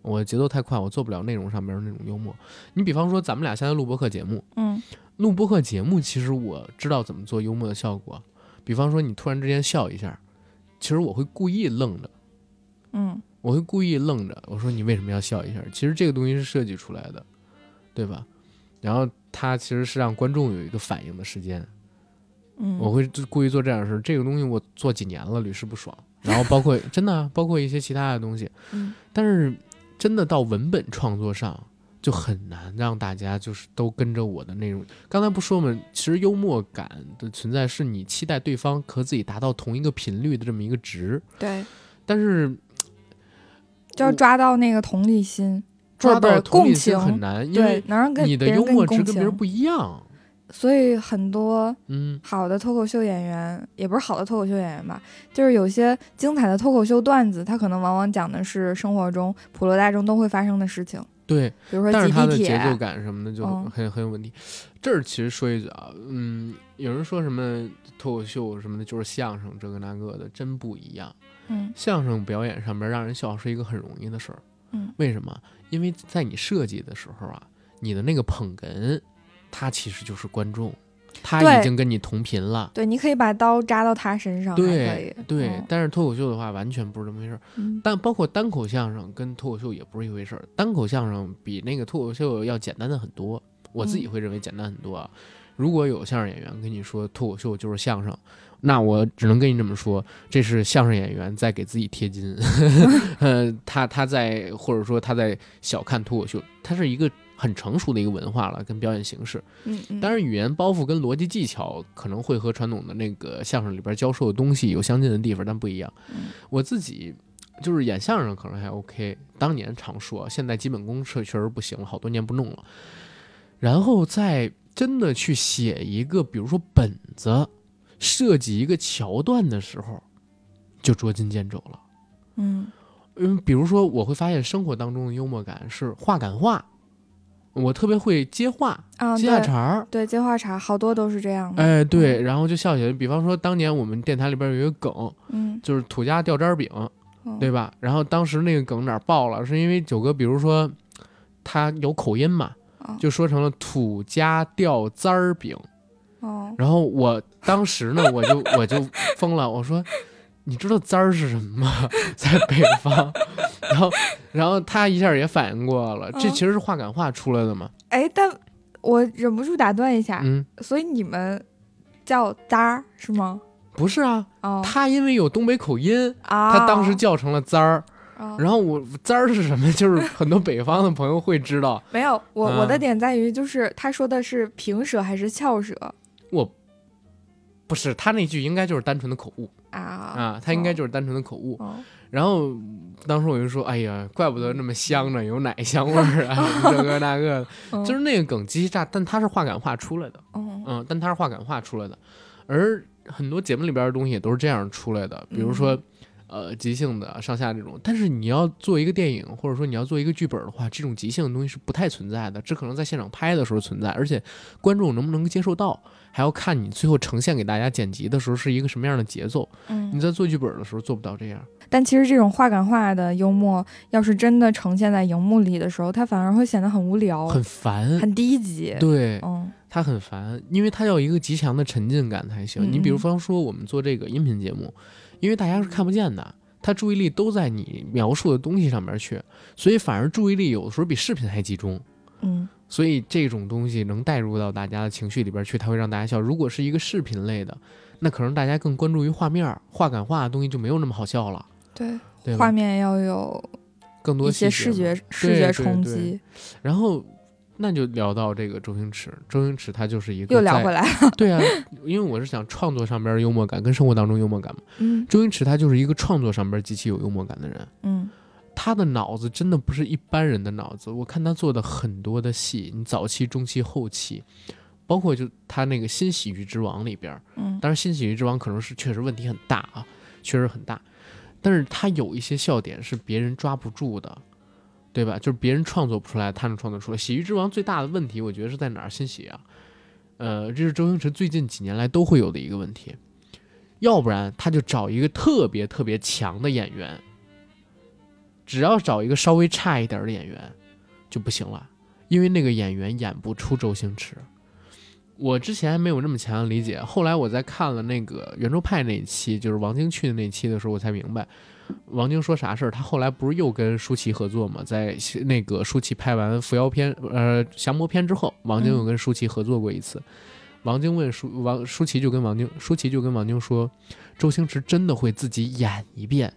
Speaker 1: 我的节奏太快，我做不了内容上面的那种幽默。你比方说咱们俩现在录播客节目，
Speaker 2: 嗯
Speaker 1: 录播客节目，其实我知道怎么做幽默的效果，比方说你突然之间笑一下，其实我会故意愣着。
Speaker 2: 嗯
Speaker 1: 我会故意愣着，我说你为什么要笑一下？其实这个东西是设计出来的，对吧？然后它其实是让观众有一个反应的时间。
Speaker 2: 嗯，
Speaker 1: 我会就故意做这样的事，这个东西我做几年了，屡试不爽。然后包括 (laughs) 真的啊包括一些其他的东西，
Speaker 2: 嗯
Speaker 1: 但是真的到文本创作上就很难让大家就是都跟着我的内容。刚才不说嘛，其实幽默感的存在是你期待对方和自己达到同一个频率的这么一个值，
Speaker 2: 对，
Speaker 1: 但是
Speaker 2: 就要
Speaker 1: 我
Speaker 2: 抓到那个同理心，
Speaker 1: 抓
Speaker 2: 或者
Speaker 1: 到同
Speaker 2: 共
Speaker 1: 理心
Speaker 2: 情，
Speaker 1: 很难，因为
Speaker 2: 对，能让跟
Speaker 1: 你的
Speaker 2: 别人
Speaker 1: 幽
Speaker 2: 跟你
Speaker 1: 默值
Speaker 2: 共
Speaker 1: 跟别人
Speaker 2: 情。
Speaker 1: 不一样。
Speaker 2: 所以很多
Speaker 1: 嗯
Speaker 2: 好的脱口秀演员，也不是好的脱口秀演员吧，就是有些精彩的脱口秀段子，他可能往往讲的是生活中普罗大众都会发生的事情，，
Speaker 1: 对，
Speaker 2: 比如
Speaker 1: 但
Speaker 2: 说
Speaker 1: 是
Speaker 2: 挤
Speaker 1: 他的
Speaker 2: 地
Speaker 1: 节奏
Speaker 2: 铁，
Speaker 1: 感什么的就
Speaker 2: 嗯
Speaker 1: 很、很有问题。这儿其实说一句啊，嗯，有人说什么脱口秀什么的，就是相声这个那个的，真不一样。
Speaker 2: 嗯
Speaker 1: 相声表演上面让人笑是一个很容易的事儿，
Speaker 2: 嗯
Speaker 1: 为什么？因为在你设计的时候啊，你的那个捧哏，他其实就是观众，他已
Speaker 2: 对
Speaker 1: 经跟你同频了。
Speaker 2: 对，你可以把刀扎到他身上，还可以
Speaker 1: 对，对，但是脱口秀的话完全不是这么回事儿。
Speaker 2: 嗯
Speaker 1: 但包括单口相声跟脱口秀也不是一回事儿。单口相声比那个脱口秀要简单的很多，我自己
Speaker 2: 嗯
Speaker 1: 会认为简单很多啊。如果有相声演员跟你说脱口秀就是相声，那我只能跟你这么说，这是相声演员在给自己贴
Speaker 2: (laughs)
Speaker 1: 金。呃，他他在或者说他在小看脱口秀，它是一个很成熟的一个文化了，跟表演形式。
Speaker 2: 嗯嗯，
Speaker 1: 当然，语言包袱跟逻辑技巧可能会和传统的那个相声里边教授的东西有相近的地方，但不一样。
Speaker 2: 嗯
Speaker 1: 我自己就是演相声可能还 OK，当年常说，现在基本功确确实不行了，好多年不弄了。然后再真的去写一个，比如说本子，设计一个桥段的时候，就捉襟见肘了。
Speaker 2: 嗯
Speaker 1: 嗯，比如说我会发现生活当中的幽默感是话赶话，我特别会接话、
Speaker 2: 啊，
Speaker 1: 接下
Speaker 2: 对
Speaker 1: 茬儿。
Speaker 2: 对，接话茬好多都是这样的。
Speaker 1: 哎，对，然后就笑起来。比方说，当年我们电台里边有一个梗，
Speaker 2: 嗯，
Speaker 1: 就是土家掉渣儿饼，
Speaker 2: 嗯
Speaker 1: 对吧？然后当时那个梗哪儿爆了，是因为九哥，比如说他有口音嘛，
Speaker 2: 哦
Speaker 1: 就说成了土家掉渣儿饼。
Speaker 2: 哦，
Speaker 1: 然后我当时呢，我就我就疯了，我说。你知道渣儿是什么吗？ (laughs) 在北方，然后，然后他一下也反应过来了，这
Speaker 2: 嗯
Speaker 1: 其实是话赶话出来的嘛。
Speaker 2: 哎，但我忍不住打断一下，
Speaker 1: 嗯，
Speaker 2: 所以你们叫渣儿是吗？
Speaker 1: 不是啊，
Speaker 2: 哦
Speaker 1: 他因为有东北口音，
Speaker 2: 啊，
Speaker 1: 他当时叫成了渣儿。
Speaker 2: 哦
Speaker 1: 然后我渣儿是什么？ (laughs) 就是很多北方的朋友会知道，
Speaker 2: 没有，我、我的
Speaker 1: 嗯
Speaker 2: 点在于就是他说的是平舌还是翘舌
Speaker 1: 我不是他那句应该就是单纯的口误
Speaker 2: 啊？
Speaker 1: 啊，他应该就是单纯的口误。
Speaker 2: 哦
Speaker 1: 然后当时我就说，哎呀，怪不得那么香呢，有奶香味儿啊，这个那个的，
Speaker 2: 嗯
Speaker 1: 就是那个梗机炸，但它是话赶话出来的，
Speaker 2: 嗯
Speaker 1: 嗯，但它是话赶话出来的，而很多节目里边的东西也都是这样出来的，比如说。呃，即兴的上下这种，但是你要做一个电影，或者说你要做一个剧本的话，这种即兴的东西是不太存在的，只可能在现场拍的时候存在，而且观众能不能接受到，还要看你最后呈现给大家剪辑的时候是一个什么样的节奏。你
Speaker 2: 嗯，
Speaker 1: 在做剧本的时候做不到这样，
Speaker 2: 但其实这种话赶话的幽默，要是真的呈现在荧幕里的时候，它反而会显得很无聊，
Speaker 1: 很烦。
Speaker 2: 很低级。
Speaker 1: 对
Speaker 2: 嗯
Speaker 1: 他很烦，因为他要有一个极强的沉浸感才行。
Speaker 2: 嗯
Speaker 1: 你比如
Speaker 2: 嗯
Speaker 1: 方说我们做这个音频节目，因为大家是看不见的，他注意力都在你描述的东西上面去，所以反而注意力有的时候比视频还集中。
Speaker 2: 嗯
Speaker 1: 所以这种东西能带入到大家的情绪里边去，它会让大家笑。如果是一个视频类的，那可能大家更关注于画面儿，画感化的东西就没有那么好笑了，
Speaker 2: 对，
Speaker 1: 对吧
Speaker 2: 画？面要有
Speaker 1: 更多
Speaker 2: 一些
Speaker 1: 细
Speaker 2: 视
Speaker 1: 节嘛
Speaker 2: 觉视觉
Speaker 1: 对
Speaker 2: 冲
Speaker 1: 对
Speaker 2: 击。
Speaker 1: 然后，那就聊到这个周星驰，周星驰他就是一个
Speaker 2: 又聊回
Speaker 1: 来，
Speaker 2: 来，
Speaker 1: 对啊， (laughs) 因为我是想创作上边的幽默感跟生活当中幽默感嘛。
Speaker 2: 嗯
Speaker 1: 周星驰他就是一个创作上边极其有幽默感的人，
Speaker 2: 嗯
Speaker 1: 他的脑子真的不是一般人的脑子。我看他做的很多的戏，你早期、中期、后期，包括就他那个《新喜剧之王》里边，
Speaker 2: 嗯
Speaker 1: 当然《新喜剧之王》可能是确实问题很大啊，确实很大，但是他有一些笑点是别人抓不住的，对吧？就是别人创作不出来，他能创作出来。《喜剧之王》最大的问题，我觉得是在哪儿？新喜啊，呃，这是周星驰最近几年来都会有的一个问题，要不然他就找一个特别特别强的演员，只要找一个稍微差一点儿的演员就不行了，因为那个演员演不出周星驰。我之前没有那么强的理解，后来我在看了那个圆桌派那一期，就是王晶去的那一期的时候，我才明白，王晶说啥事儿。他后来不是又跟舒淇合作嘛，在那个舒淇拍完《扶摇篇》呃《降魔篇》之后，王晶
Speaker 2: 嗯
Speaker 1: 有跟舒淇合作过一次。王晶问舒王舒淇就跟王晶舒淇就跟王晶说，周星驰真的会自己演一遍，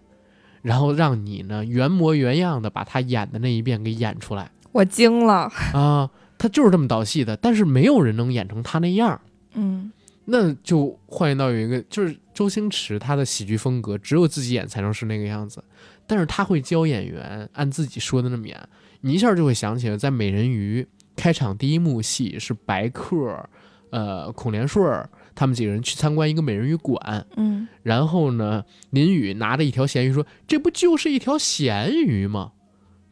Speaker 1: 然后让你呢原模原样的把他演的那一遍给演出来。
Speaker 2: 我惊了，
Speaker 1: 啊，他就是这么导戏的，但是没有人能演成他那样儿。
Speaker 2: 嗯
Speaker 1: 那就换言到有一个，就是周星驰他的喜剧风格，只有自己演才能是那个样子，但是他会教演员按自己说的那么演，你一下就会想起来，在《美人鱼》开场第一幕戏是白客、呃孔连顺儿他们几个人去参观一个美人鱼馆，
Speaker 2: 嗯
Speaker 1: 然后呢，林雨拿着一条咸鱼说：“这不就是一条咸鱼吗？”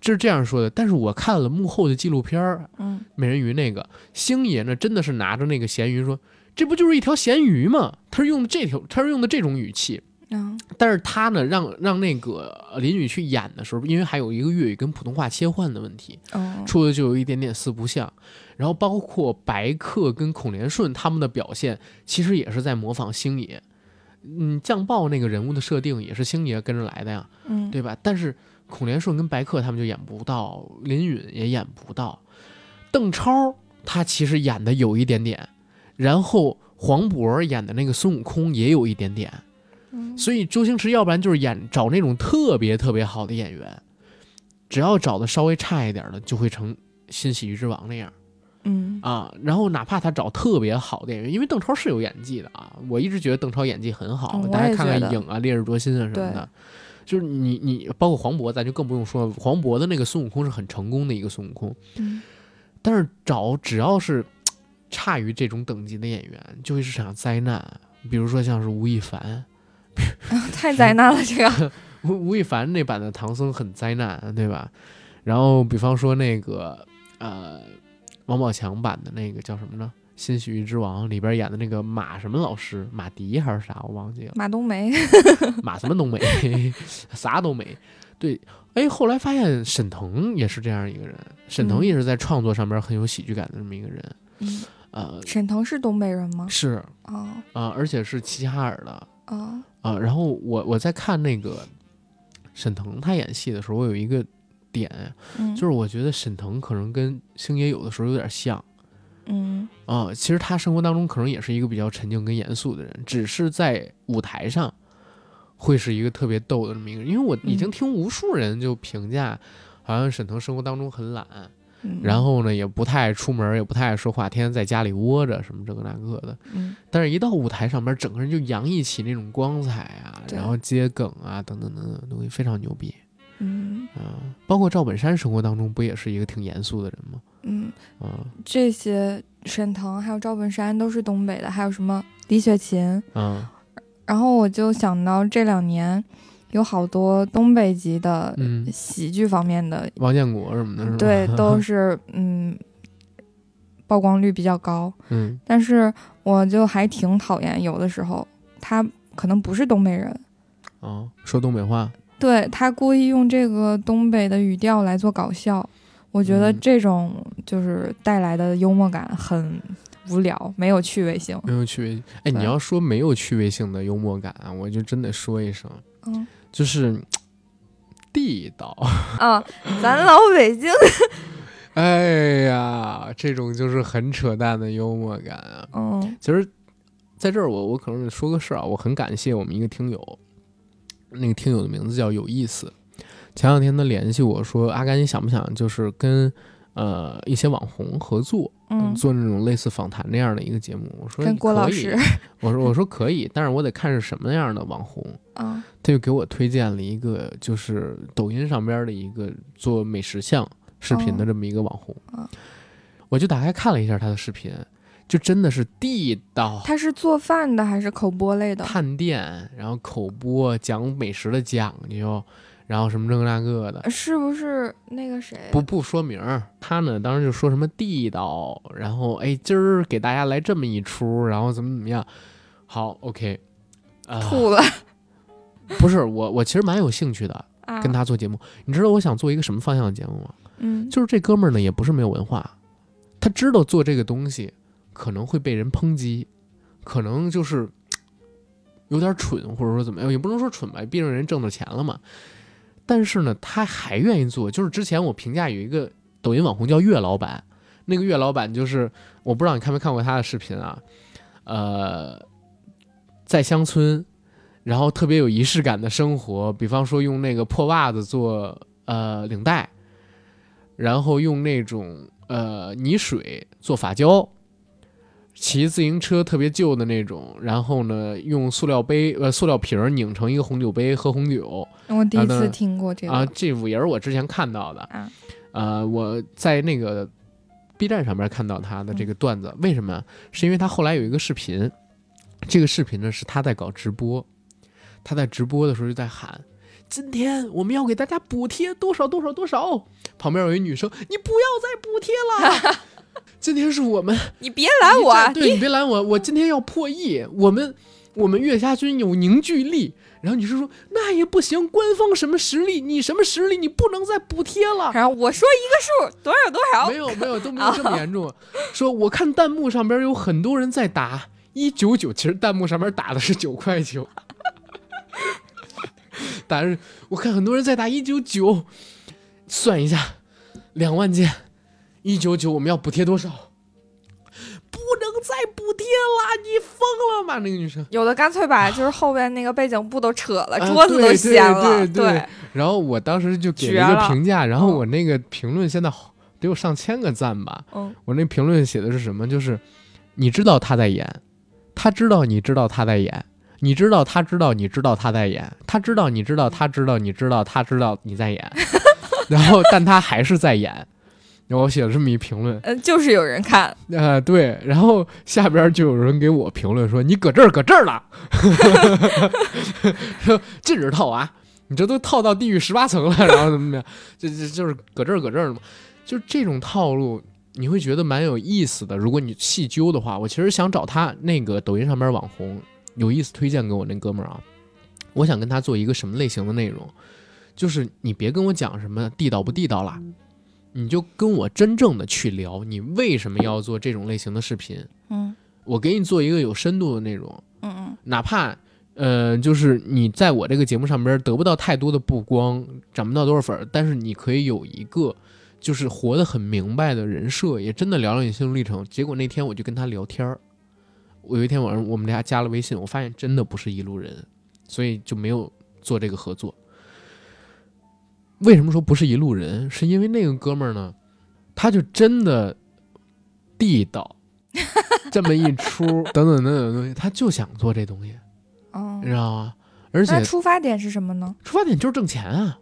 Speaker 1: 这是这样说的，但是我看了幕后的纪录片儿，
Speaker 2: 嗯
Speaker 1: 美人鱼那个星爷呢，真的是拿着那个咸鱼说：“这不就是一条咸鱼吗？”他是用的这条，他是用的这种语气。
Speaker 2: 嗯
Speaker 1: 但是他呢，让让那个呃林雨去演的时候，因为还有一个粤语跟普通话切换的问题，
Speaker 2: 哦
Speaker 1: 出的就有一点点四不像。然后包括白客跟孔连顺他们的表现，其实也是在模仿星爷。嗯，酱爆那个人物的设定也是星爷跟着来的呀。
Speaker 2: 嗯
Speaker 1: 对吧？但是孔连顺跟白客他们就演不到，林允也演不到，邓超他其实演的有一点点，然后黄渤演的那个孙悟空也有一点点，
Speaker 2: 嗯
Speaker 1: 所以周星驰要不然就是演找那种特别特别好的演员，只要找的稍微差一点的，就会成新喜剧之王那样。
Speaker 2: 嗯
Speaker 1: 啊，然后哪怕他找特别好的演员，因为邓超是有演技的啊，我一直觉得邓超演技很好，
Speaker 2: 嗯
Speaker 1: 大
Speaker 2: 我
Speaker 1: 家
Speaker 2: 也
Speaker 1: 看
Speaker 2: 觉
Speaker 1: 看
Speaker 2: 得
Speaker 1: 影啊、烈日灼心啊什么的，就是你你包括黄渤，咱就更不用说了，黄渤的那个孙悟空是很成功的一个孙悟空，
Speaker 2: 嗯
Speaker 1: 但是找只要是差于这种等级的演员，就会是场灾难。比如说像是吴亦凡，
Speaker 2: 太灾难了，这个
Speaker 1: 吴吴亦凡那版的唐僧很灾难，对吧？然后比方说那个呃，王宝强版的那个叫什么呢？《新喜剧之王》里边演的那个马什么老师，马迪还是啥，我忘记了，
Speaker 2: 马
Speaker 1: (laughs)
Speaker 2: 冬梅，
Speaker 1: 马什么都没， (laughs) 啥都没。对，哎，后来发现沈腾也是这样一个人，沈腾
Speaker 2: 嗯
Speaker 1: 也是在创作上面很有喜剧感的这么一个人，
Speaker 2: 嗯
Speaker 1: 呃，
Speaker 2: 沈腾是东北人吗？
Speaker 1: 是
Speaker 2: 哦
Speaker 1: 啊、而且是齐齐哈尔的，
Speaker 2: 哦，
Speaker 1: 啊，然后我我在看那个沈腾他演戏的时候，我有一个点，
Speaker 2: 嗯，
Speaker 1: 就是我觉得沈腾可能跟星爷有的时候有点像
Speaker 2: 嗯
Speaker 1: 啊、其实他生活当中可能也是一个比较沉静跟严肃的人，只是在舞台上会是一个特别逗的这么一个人。因为我已经
Speaker 2: 嗯
Speaker 1: 听无数人就评价，好像沈腾生活当中很懒，
Speaker 2: 嗯，
Speaker 1: 然后呢也不太爱出门，也不太爱说话，天天在家里窝着什么这个那个的。
Speaker 2: 嗯
Speaker 1: 但是，一到舞台上边，整个人就洋溢起那种光彩啊，
Speaker 2: 对
Speaker 1: 然后接梗啊，等等等等的东西，非常牛逼
Speaker 2: 嗯
Speaker 1: 啊、包括赵本山生活当中不也是一个挺严肃的人吗？
Speaker 2: 嗯，
Speaker 1: 啊、
Speaker 2: 这些沈腾还有赵本山都是东北的，还有什么李雪琴，
Speaker 1: 啊，
Speaker 2: 然后我就想到这两年有好多东北籍的
Speaker 1: 嗯，
Speaker 2: 喜剧方面的，
Speaker 1: 王建国什么的，是吧？
Speaker 2: 对，
Speaker 1: (laughs)
Speaker 2: 都是嗯曝光率比较高，
Speaker 1: 嗯
Speaker 2: 但是我就还挺讨厌，有的时候他可能不是东北人，
Speaker 1: 啊，说东北话，
Speaker 2: 对他故意用这个东北的语调来做搞笑，我觉得
Speaker 1: 嗯
Speaker 2: 这种就是带来的幽默感很无聊，没有趣味性。
Speaker 1: 没有趣味。哎，你
Speaker 2: 对
Speaker 1: 要说没有趣味性的幽默感啊，我就真得说一声，
Speaker 2: 嗯
Speaker 1: 就是地道。 (laughs)
Speaker 2: 啊，咱老北京，
Speaker 1: 哎呀，这种就是很扯淡的幽默感啊。
Speaker 2: 嗯
Speaker 1: 其实在这儿我我可能得说个事儿啊，我很感谢我们一个听友，那个听友的名字叫有意思。前两天他联系我说，阿甘你想不想就是跟呃一些网红合作，
Speaker 2: 嗯，
Speaker 1: 做那种类似访谈那样的一个节目？我说
Speaker 2: 跟郭老，
Speaker 1: 可以
Speaker 2: 师
Speaker 1: 我说我说可以，但是我得看是什么样的网红。
Speaker 2: 啊，
Speaker 1: 他就给我推荐了一个，就是抖音上边的一个做美食像视频的
Speaker 2: 哦
Speaker 1: 这么一个网红，
Speaker 2: 嗯
Speaker 1: 我就打开看了一下他的视频，就真的是地道
Speaker 2: 他是做饭的还是口播类的？
Speaker 1: 探店，然后口播讲美食的讲究，然后什么这个那个的，
Speaker 2: 呃是不是那个谁？
Speaker 1: 不啊不说名儿。他呢当时就说什么地道，然后哎今儿给大家来这么一出，然后怎么怎么样，好 OK，啊、
Speaker 2: 吐了
Speaker 1: 不是我我其实蛮有兴趣的
Speaker 2: 啊！
Speaker 1: 跟他做节目，你知道我想做一个什么方向的节目吗？
Speaker 2: 嗯，
Speaker 1: 就是这哥们儿呢也不是没有文化，他知道做这个东西可能会被人抨击，可能就是嘖有点蠢，或者说怎么样，也不能说蠢吧，毕竟人挣着钱了嘛。但是呢，他还愿意做。就是之前我评价有一个抖音网红叫岳老板，那个岳老板就是我不知道你看没看过他的视频啊，呃，在乡村，然后特别有仪式感的生活，比方说用那个破袜子做呃领带，然后用那种呃泥水做发胶，骑自行车特别旧的那种，然后呢用塑料杯呃塑料瓶儿拧成一个红酒杯喝红酒
Speaker 2: 我第一
Speaker 1: 啊那
Speaker 2: 次听过这个
Speaker 1: 啊，这也是我之前看到的
Speaker 2: 啊，
Speaker 1: 呃，我在那个 B 站上面看到他的这
Speaker 2: 嗯
Speaker 1: 个段子，为什么？是因为他后来有一个视频，这个视频呢是他在搞直播，他在直播的时候就在喊。今天我们要给大家补贴多少多少多少，旁边有一女生，你不要再补贴了。 (laughs) 今天是我们
Speaker 2: 你别拦我啊，
Speaker 1: 你这对你别拦我，我今天要破亿，我们我们岳家军有凝聚力。然后你是说那也不行，官方什么实力，你什么实力，你不能再补贴了。
Speaker 2: 然后我说一个数多少多少
Speaker 1: 没，有没有都没有这么严重。说我看弹幕上边有很多人在打一九九，其实弹幕上边打的是九块九，打是我看很多人在打一九九，算一下，两万件，一九九我们要补贴多少？不能再补贴了，你疯了吧？那个女生。
Speaker 2: 有的干脆把就是后边那个背景布都扯了，
Speaker 1: 啊
Speaker 2: 桌子
Speaker 1: 对
Speaker 2: 都
Speaker 1: 对
Speaker 2: 掀
Speaker 1: 对
Speaker 2: 了，
Speaker 1: 对然后我当时就给了
Speaker 2: 绝
Speaker 1: 一个
Speaker 2: 了
Speaker 1: 评价，然后
Speaker 2: 嗯
Speaker 1: 我那个评论现在好得有上千个赞吧，
Speaker 2: 嗯，
Speaker 1: 我那评论写的是什么？就是你知道他在演，他知道你知道他在演，你知道他知道你知道他在演，他知道你知道他知道你知道他知道你在演， (laughs) 然后但他还是在演。然后我写了这么一评论，
Speaker 2: 呃，就是有人看，
Speaker 1: 呃，对，然后下边就有人给我评论说：“你搁这儿搁这儿了， (laughs) 说禁止套娃，你这都套到地狱十八层了，然后怎么怎么样，就就就是搁这儿搁这儿了嘛，就这种套路，你会觉得蛮有意思的。如果你细究的话，我其实想找他那个抖音上边网红有意思推荐给我那哥们儿啊，我想跟他做一个什么类型的内容，就是你别跟我讲什么地道不地道啦。”你就跟我真正的去聊，你为什么要做这种类型的视频？
Speaker 2: 嗯
Speaker 1: 我给你做一个有深度的内容，
Speaker 2: 嗯
Speaker 1: 哪怕呃，就是你在我这个节目上边得不到太多的曝光，涨不到多少粉儿，但是你可以有一个就是活得很明白的人设，也真的聊聊你心路历程。结果那天我就跟他聊天儿，我有一天晚上我们俩加了微信，我发现真的不是一路人，所以就没有做这个合作。为什么说不是一路人？是因为那个哥们儿呢，他就真的地道，这么一出等等等等东西，他就想做这东西。
Speaker 2: 嗯，哦
Speaker 1: 你，知道吗？而且
Speaker 2: 那出发点是什么呢？
Speaker 1: 出发点就是挣钱啊！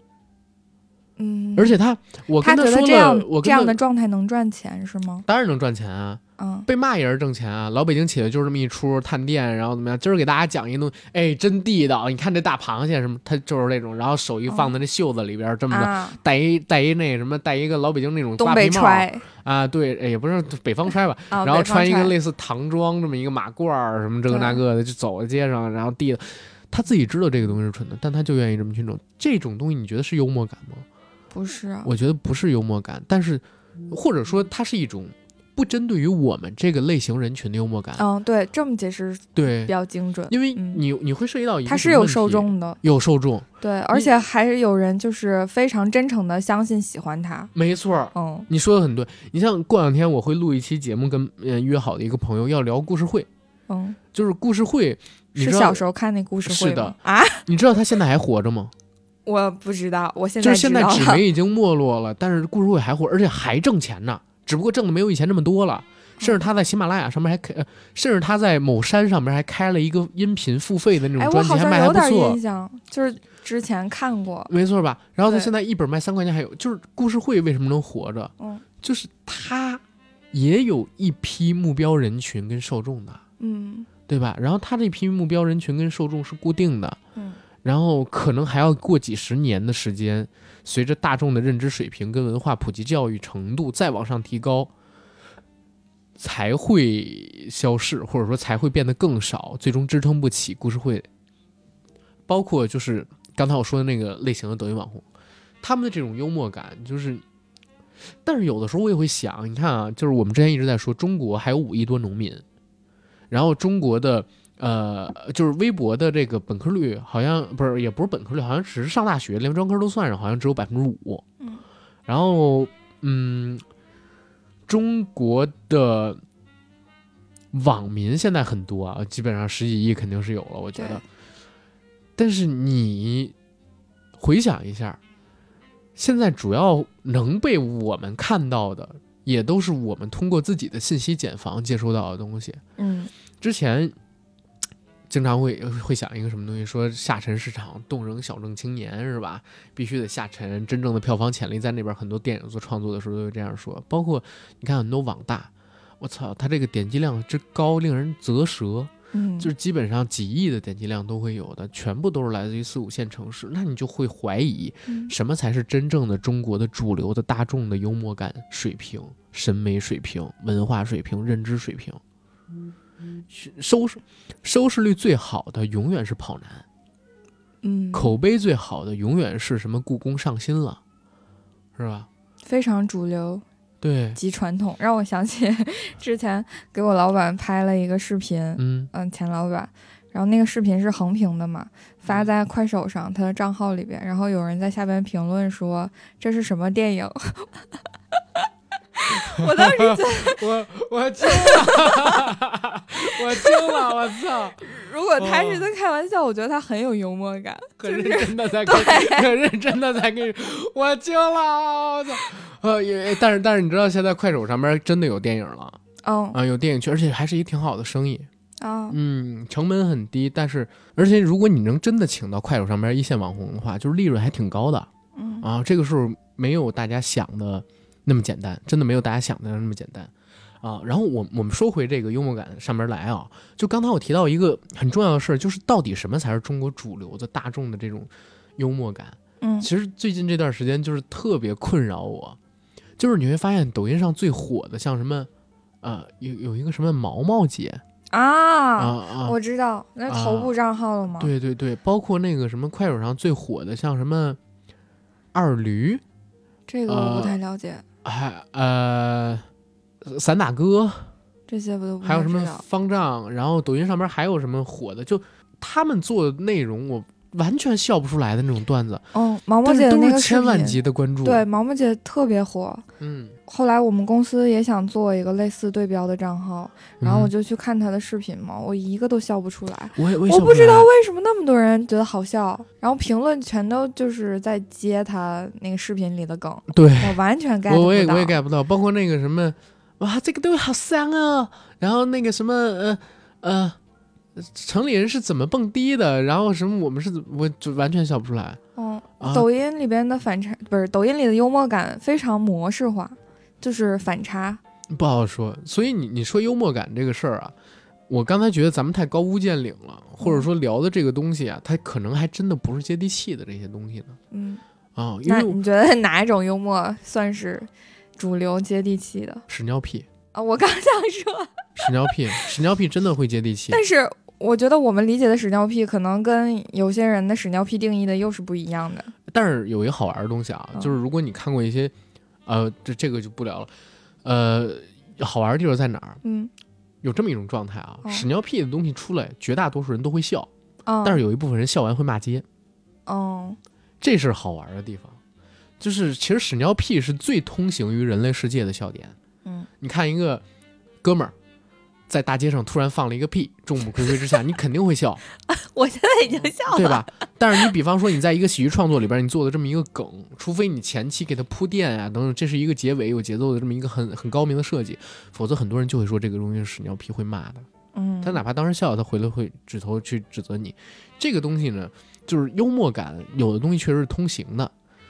Speaker 2: 嗯，
Speaker 1: 而且他，我
Speaker 2: 他
Speaker 1: 跟
Speaker 2: 觉
Speaker 1: 说
Speaker 2: 得这
Speaker 1: 了
Speaker 2: 样，
Speaker 1: 我
Speaker 2: 这
Speaker 1: 跟
Speaker 2: 样
Speaker 1: 他
Speaker 2: 的状态能赚钱是吗？
Speaker 1: 当然能赚钱啊，
Speaker 2: 嗯，
Speaker 1: 被骂也是挣钱啊。老北京起的就是这么一出，探店，然后怎么样？今儿给大家讲一弄，哎，真地道！你看这大螃蟹什么，他就是那种，然后手一放在那袖子里边，这么着，
Speaker 2: 哦啊，
Speaker 1: 戴一戴一那什么，戴一个老北京那种
Speaker 2: 东
Speaker 1: 瓜
Speaker 2: 北
Speaker 1: 皮帽
Speaker 2: 揣
Speaker 1: 啊，对，哎也不是北方揣吧，
Speaker 2: 啊，
Speaker 1: 然后
Speaker 2: 北方
Speaker 1: 穿一个
Speaker 2: 揣
Speaker 1: 类似唐装这么一个马褂儿什么这个那
Speaker 2: 对
Speaker 1: 个的，就走在街上，然后递，他自己知道这个东西是蠢的，但他就愿意这么去弄。这种东西你觉得是幽默感吗？
Speaker 2: 不是啊，嗯
Speaker 1: 我觉得不是幽默感，但是或者说它是一种不针对于我们这个类型人群的幽默感。
Speaker 2: 嗯，对，这么解释
Speaker 1: 对
Speaker 2: 比，较精准，
Speaker 1: 因为
Speaker 2: 嗯
Speaker 1: 你你会涉及到一个
Speaker 2: 它
Speaker 1: 什
Speaker 2: 是
Speaker 1: 么
Speaker 2: 有
Speaker 1: 问
Speaker 2: 受
Speaker 1: 题，
Speaker 2: 众的，
Speaker 1: 有受众，
Speaker 2: 对，而且还有人就是非常真诚的相信喜欢他，
Speaker 1: 没错儿。
Speaker 2: 嗯
Speaker 1: 你说的很对，你像过两天我会录一期节目跟，呃约好的一个朋友要聊故事会，
Speaker 2: 嗯，
Speaker 1: 就是故事会，你
Speaker 2: 是
Speaker 1: 知道
Speaker 2: 小时候看那故事
Speaker 1: 是
Speaker 2: 会
Speaker 1: 的
Speaker 2: 吗？啊， (laughs)
Speaker 1: 你知道他现在还活着吗？
Speaker 2: 我不知道，我现
Speaker 1: 就
Speaker 2: 在
Speaker 1: 是现在
Speaker 2: 知道
Speaker 1: 纸
Speaker 2: 了
Speaker 1: 媒已经没落了，但是故事会还火，而且还挣钱呢，只不过挣的没有以前那么多了。甚至
Speaker 2: 嗯
Speaker 1: 他在喜马拉雅上面还开，呃甚至他在某山上面还开了一个音频付费的那
Speaker 2: 哎，
Speaker 1: 种专
Speaker 2: 我
Speaker 1: 辑，
Speaker 2: 好
Speaker 1: 还
Speaker 2: 像
Speaker 1: 卖还
Speaker 2: 有
Speaker 1: 不
Speaker 2: 点
Speaker 1: 错
Speaker 2: 印，象，就是之前看过，
Speaker 1: 没错吧？然后他
Speaker 2: 对
Speaker 1: 现在一本卖三块钱，还有就是故事会为什么能活着？
Speaker 2: 嗯
Speaker 1: 就是他也有一批目标人群跟受众的，
Speaker 2: 嗯
Speaker 1: 对吧？然后他这批目标人群跟受众是固定的，
Speaker 2: 嗯
Speaker 1: 然后可能还要过几十年的时间，随着大众的认知水平跟文化普及教育程度再往上提高，才会消逝，或者说才会变得更少，最终支撑不起故事会。包括就是刚才我说的那个类型的抖音网红，他们的这种幽默感，就是，但是有的时候我也会想，你看啊，就是我们之前一直在说，中国还有五亿多农民，然后中国的呃，就是微博的这个本科率好像不是，也不是本科率，好像只是上大学，连专科都算上，好像只有百分之五。
Speaker 2: 嗯，
Speaker 1: 然后嗯，中国的网民现在很多啊，基本上十几亿肯定是有了，我觉得
Speaker 2: 对。
Speaker 1: 但是你回想一下，现在主要能被我们看到的，也都是我们通过自己的信息茧房接收到的东西。
Speaker 2: 嗯
Speaker 1: 之前经常会会想一个什么东西，说下沉市场动人小镇青年是吧？必须得下沉，真正的票房潜力在那边。很多电影做创作的时候都会这样说，包括你看很多网大，我操，它这个点击量之高，令人啧舌。
Speaker 2: 嗯，
Speaker 1: 就是基本上几亿的点击量都会有的，全部都是来自于四五线城市，那你就会怀疑
Speaker 2: 嗯
Speaker 1: 什么才是真正的中国的主流的大众的幽默感水平、审美水平、文化水平、认知水平。嗯收收收视率最好的永远是跑男，
Speaker 2: 嗯
Speaker 1: 口碑最好的永远是什么故宫上新了，是吧？
Speaker 2: 非常主流
Speaker 1: 对，
Speaker 2: 及传统，让我想起 (laughs) 之前给我老板拍了一个视频，
Speaker 1: 嗯
Speaker 2: 嗯，前老板。然后那个视频是横屏的嘛，发
Speaker 1: 嗯
Speaker 2: 在快手上他的账号里边，然后有人在下边评论说这是什么电影？ (laughs) 我当时觉得，
Speaker 1: 我我惊了， (laughs) 我惊了，我操！
Speaker 2: 如果他是
Speaker 1: 哦
Speaker 2: 在开玩笑，我觉得他很有幽默感。
Speaker 1: 可认真的在跟，可 (laughs) 认真的在跟，我惊了，我操！呃，也但是但是你知道现在快手上面真的有电影了
Speaker 2: 嗯
Speaker 1: 啊、有电影去，而且还是一挺好的生意。
Speaker 2: 啊，
Speaker 1: 嗯，成本很低，但是而且如果你能真的请到快手上边一线网红的话，就是利润还挺高的
Speaker 2: 嗯
Speaker 1: 啊。这个时候没有大家想的那么简单，真的没有大家想的那么简单啊。然后我我们说回这个幽默感上边来啊，就刚才我提到一个很重要的事儿，就是到底什么才是中国主流的大众的这种幽默感？
Speaker 2: 嗯
Speaker 1: 其实最近这段时间就是特别困扰我，就是你会发现抖音上最火的像什么，呃，有有一个什么毛毛姐啊
Speaker 2: 啊，
Speaker 1: 啊，
Speaker 2: 我知道，那
Speaker 1: 啊
Speaker 2: 头部账号了吗？
Speaker 1: 对对对，包括那个什么快手上最火的像什么二驴，
Speaker 2: 这个
Speaker 1: 啊
Speaker 2: 我不太了解，
Speaker 1: 还呃散打哥，
Speaker 2: 这些我都不
Speaker 1: 还有
Speaker 2: 太
Speaker 1: 什么
Speaker 2: 知道。
Speaker 1: 方丈，然后抖音上面还有什么火的，就他们做的内容我完全笑不出来的那种段子，
Speaker 2: 嗯，毛毛
Speaker 1: 但
Speaker 2: 姐
Speaker 1: 是
Speaker 2: 的
Speaker 1: 都
Speaker 2: 那
Speaker 1: 是
Speaker 2: 个视
Speaker 1: 千万
Speaker 2: 频，
Speaker 1: 级的关注，
Speaker 2: 对，，毛毛姐特别火。
Speaker 1: 嗯，
Speaker 2: 后来我们公司也想做一个类似对标的账号，然后我
Speaker 1: 嗯
Speaker 2: 就去看她的视频嘛，我一个都笑不出来。
Speaker 1: 我也我也笑
Speaker 2: 我不知
Speaker 1: 来
Speaker 2: 道为什么那么多人觉得好笑，然后评论全都就是在接她那个视频里的梗，
Speaker 1: 对。
Speaker 2: 我完全 get
Speaker 1: (laughs) 我我也
Speaker 2: 不
Speaker 1: 我也
Speaker 2: 到。
Speaker 1: get 不到，包括那个什么，哇，这个东西好香啊！然后那个什么，呃呃，城里人是怎么蹦迪的？然后什么，我们是怎我就完全笑不出来
Speaker 2: 嗯，
Speaker 1: 啊。
Speaker 2: 抖音里边的反差不是抖音里的幽默感非常模式化，就是反差。
Speaker 1: 不好说。所以你你说幽默感这个事儿啊，我刚才觉得咱们太高屋建瓴了，或者说聊的这个东西啊，它可能还真的不是接地气的这些东西呢
Speaker 2: 嗯，
Speaker 1: 啊，因
Speaker 2: 那
Speaker 1: 为我
Speaker 2: 你觉得哪一种幽默算是主流接地气的
Speaker 1: 屎尿屁，
Speaker 2: 啊？我刚想
Speaker 1: (laughs)
Speaker 2: 说，
Speaker 1: 屎尿屁，屎尿屁真的会接地
Speaker 2: (laughs)
Speaker 1: 气。
Speaker 2: 但是我觉得我们理解的屎尿屁，可能跟有些人的屎尿屁定义的又是不一样的。
Speaker 1: 但是有一个好玩的东西啊，
Speaker 2: 嗯
Speaker 1: 就是如果你看过一些，呃，这这个就不聊了。呃，好玩的地方在哪儿？
Speaker 2: 嗯
Speaker 1: 有这么一种状态啊，
Speaker 2: 哦
Speaker 1: 屎尿屁的东西出来，绝大多数人都会笑，
Speaker 2: 啊，
Speaker 1: 但是有一部分人笑完会骂街，
Speaker 2: 嗯
Speaker 1: 这是好玩的地方。就是其实屎尿屁是最通行于人类世界的笑点。 (laughs)
Speaker 2: 嗯，
Speaker 1: 你看一个哥们儿在大街上突然放了一个屁，众目睽睽之下，你肯定会笑。
Speaker 2: 我现在已经笑了，
Speaker 1: 嗯对吧？但是你比方说你在一个喜剧创作里边，你做的这么一个梗，除非你前期给它铺垫啊等等，这是一个结尾有节奏的这么一个很很高明的设计，否则很多人就会说这个东西是屎尿屁，会骂的。
Speaker 2: 嗯，
Speaker 1: 他哪怕当时笑，他回来会指头去指责你。这个东西呢，就是幽默感，有的东西确实是通行的，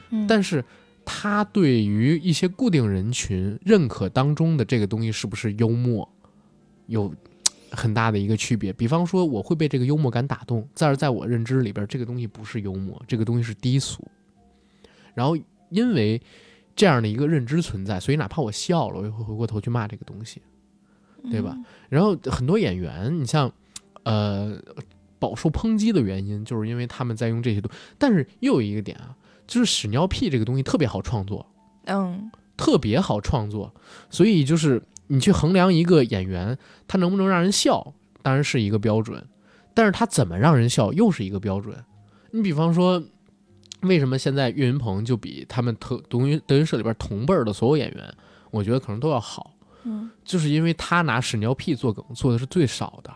Speaker 2: 嗯，
Speaker 1: 但是它对于一些固定人群认可当中的这个东西是不是幽默，有很大的一个区别。比方说，我会被这个幽默感打动，但是在我认知里边，这个东西不是幽默，这个东西是低俗。然后因为这样的一个认知存在，所以哪怕我笑了，我也会回过头去骂这个东西。对吧然后很多演员，你像，呃，饱受抨击的原因，就是因为他们在用这些东但是又有一个点啊，就是屎尿屁这个东西特别好创作，
Speaker 2: 嗯？
Speaker 1: 特别好创作，所以就是你去衡量一个演员他能不能让人笑，当然是一个标准，但是他怎么让人笑又是一个标准。你比方说，为什么现在岳云鹏就比他们德德云德云社里边同辈儿的所有演员，我觉得可能都要好。
Speaker 2: 嗯嗯
Speaker 1: 就是因为他拿屎尿屁做梗做的是最少的，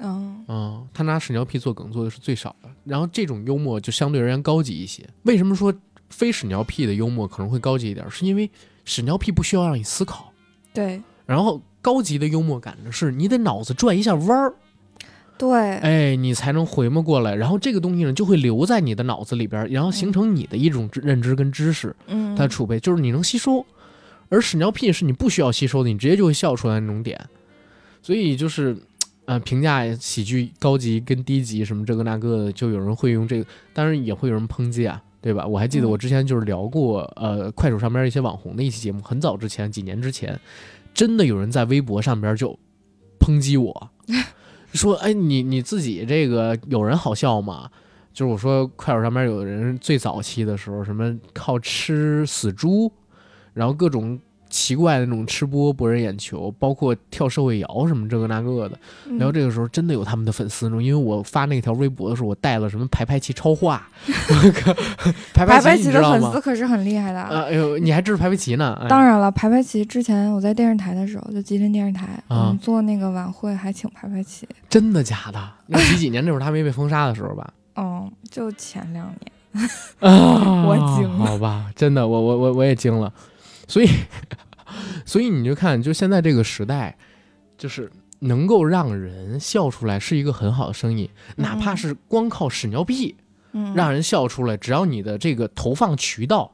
Speaker 2: 嗯
Speaker 1: 嗯，他拿屎尿屁做梗做的是最少的。然后这种幽默就相对而言高级一些。为什么说非屎尿屁的幽默可能会高级一点？是因为屎尿屁不需要让你思考，
Speaker 2: 对
Speaker 1: 然后高级的幽默感呢，是你得脑子转一下弯儿，
Speaker 2: 对，
Speaker 1: 哎，你才能回摸过来。然后这个东西呢，就会留在你的脑子里边儿，然后形成你的一种知认知跟知识。
Speaker 2: 嗯，
Speaker 1: 它的储备，就是你能吸收。而屎尿屁是你不需要吸收的，你直接就会笑出来那种点。所以就是，呃，评价喜剧高级跟低级什么这个那个的，就有人会用这个，当然也会有人抨击啊，对吧？我还记得我之前就是聊过，呃，快手上边一些网红的一期节目，很早之前，几年之前，真的有人在微博上边就抨击我，说，哎，你你自己这个有人好笑吗？就是我说快手上面有人最早期的时候，什么靠吃死猪，然后各种奇怪的那种吃播博人眼球，包括跳社会摇什么这个那个的。
Speaker 2: 嗯
Speaker 1: 然后这个时候真的有他们的粉丝呢，因为我发那条微博的时候，我带了什么排排齐超话， (laughs) 排排
Speaker 2: 白白
Speaker 1: 齐你
Speaker 2: 棋
Speaker 1: 知
Speaker 2: 的
Speaker 1: 道
Speaker 2: 粉丝
Speaker 1: 吗？
Speaker 2: 可是很厉害的。
Speaker 1: 啊，哎呦，你还支持排排齐呢？哎
Speaker 2: 当然了，排排棋之前我在电视台的时候，就吉林电视台，
Speaker 1: 啊
Speaker 2: 我们做那个晚会还请排排棋。
Speaker 1: 真的假的？那几几年那会儿他没被封杀的时候吧？
Speaker 2: 嗯，就前两年。
Speaker 1: 啊，
Speaker 2: (laughs) 我惊了
Speaker 1: 好吧，真的，我我我我也惊 (laughs) 了，所以所以你就看，就现在这个时代，就是能够让人笑出来是一个很好的生意，哪怕是光靠屎尿屁
Speaker 2: 嗯，
Speaker 1: 让人笑出来，只要你的这个投放渠道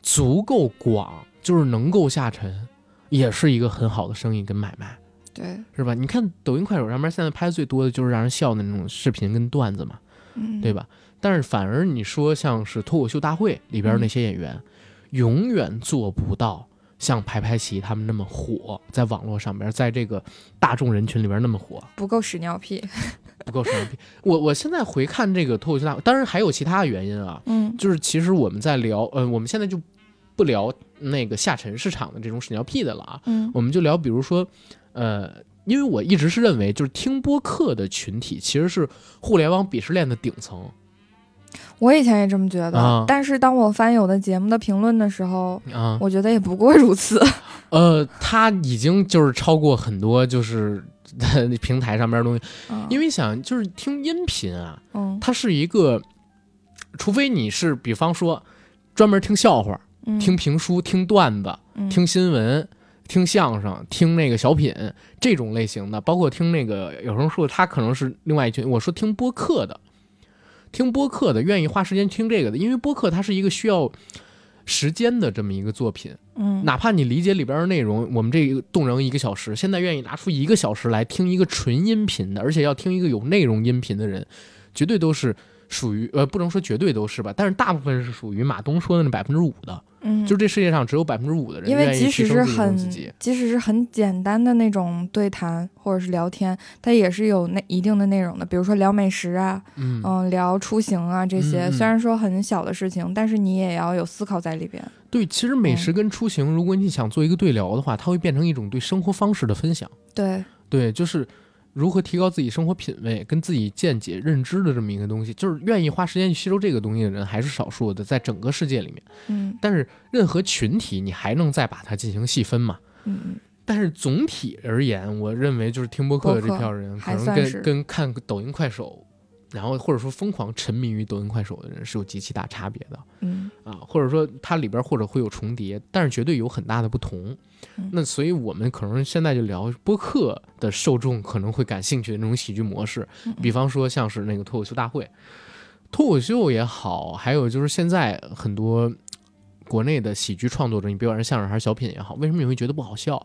Speaker 1: 足够广，就是能够下沉，也是一个很好的生意跟买卖，
Speaker 2: 对，
Speaker 1: 是吧？你看抖音、快手上面现在拍最多的就是让人笑的那种视频跟段子嘛，
Speaker 2: 嗯，
Speaker 1: 对吧？但是反而你说像是脱口秀大会里边那些演员，永远做不到像排排齐他们那么火，在网络上边，在这个大众人群里边那么火，
Speaker 2: 不够屎尿屁，
Speaker 1: 不够神逼。我我现在回看这个脱口秀大会，当然还有其他的原因啊，
Speaker 2: 嗯
Speaker 1: 就是其实我们在聊，呃，我们现在就不聊那个下沉市场的这种屎尿屁的了啊，
Speaker 2: 嗯
Speaker 1: 我们就聊，比如说，呃。因为我一直是认为，就是听播客的群体其实是互联网鄙视链的顶层，
Speaker 2: 我以前也这么觉得，
Speaker 1: 啊
Speaker 2: 但是当我翻有的节目的评论的时候，
Speaker 1: 啊，
Speaker 2: 我觉得也不过如此。
Speaker 1: 呃，它已经就是超过很多就是 (laughs) 平台上面的东西， (laughs) 因
Speaker 2: 为
Speaker 1: 为想就是听音频啊，
Speaker 2: 嗯
Speaker 1: 它是一个，除非你是比方说专门听笑话、
Speaker 2: 嗯
Speaker 1: 听评书、听段子、
Speaker 2: 嗯
Speaker 1: 听新闻、听相声、听那个小品这种类型的，包括听那个有声书，它可能是另外一群。我说听播客的，听播客的愿意花时间听这个的，因为播客它是一个需要时间的这么一个作品。
Speaker 2: 嗯
Speaker 1: 哪怕你理解里边的内容，我们这个动人一个小时，现在愿意拿出一个小时来听一个纯音频的，而且要听一个有内容音频的人，绝对都是属于呃，不能说绝对都是吧，但是大部分是属于马东说的那百分之五的，
Speaker 2: 嗯，
Speaker 1: 就这世界上只有百分之五的人
Speaker 2: 因为
Speaker 1: 愿意
Speaker 2: 即
Speaker 1: 提
Speaker 2: 使
Speaker 1: 升
Speaker 2: 是
Speaker 1: 自己
Speaker 2: 很
Speaker 1: 自己。
Speaker 2: 即使是很简单的那种对谈或者是聊天，它也是有那一定的内容的，比如说聊美食啊，
Speaker 1: 嗯，
Speaker 2: 嗯，聊出行啊这些，
Speaker 1: 嗯嗯
Speaker 2: 虽然说很小的事情，但是你也要有思考在里边。
Speaker 1: 对，其实美
Speaker 2: 嗯
Speaker 1: 食跟出行，如果你想做一个对聊的话，它会变成一种对生活方式的分享。
Speaker 2: 对，
Speaker 1: 对，就是如何提高自己生活品味跟自己见解认知的这么一个东西，就是愿意花时间去吸收这个东西的人还是少数的，在整个世界里面。
Speaker 2: 嗯
Speaker 1: 但是任何群体，你还能再把它进行细分嘛？
Speaker 2: 嗯
Speaker 1: 但是总体而言，我认为就是听播客的这票人，
Speaker 2: 播客
Speaker 1: 可
Speaker 2: 还
Speaker 1: 能
Speaker 2: 算
Speaker 1: 跟
Speaker 2: 是
Speaker 1: 跟看抖音、快手，然后或者说疯狂沉迷于抖音、快手的人是有极其大差别的。
Speaker 2: 嗯
Speaker 1: 啊，或者说它里边或者会有重叠，但是绝对有很大的不同
Speaker 2: 嗯。
Speaker 1: 那所以我们可能现在就聊播客的受众可能会感兴趣的那种喜剧模式，
Speaker 2: 嗯，
Speaker 1: 比方说像是那个脱口秀大会，脱口秀也好，还有就是现在很多国内的喜剧创作者，你别管是相声还是小品也好，为什么你会觉得不好笑？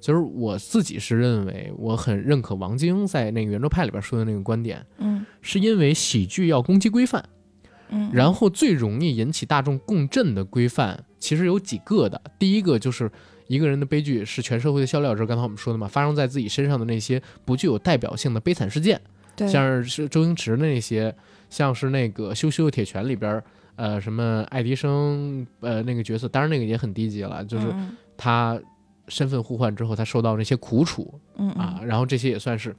Speaker 1: 就是我自己是认为，我很认可王晶在那个圆桌派里边说的那个观点，
Speaker 2: 嗯
Speaker 1: 是因为喜剧要攻击规范。
Speaker 2: 嗯，
Speaker 1: 然后最容易引起大众共振的规范，其实有几个的。第一个就是一个人的悲剧是全社会的笑料，这是刚才我们说的嘛，发生在自己身上的那些不具有代表性的悲惨事件，
Speaker 2: 对，
Speaker 1: 像是周星驰的那些，像是那个《羞羞的铁拳》里边儿，呃，什么爱迪生，呃，那个角色，当然那个也很低级了，就是
Speaker 2: 嗯
Speaker 1: 他身份互换之后，他受到那些苦楚，
Speaker 2: 嗯嗯
Speaker 1: 啊，然后这些也算是。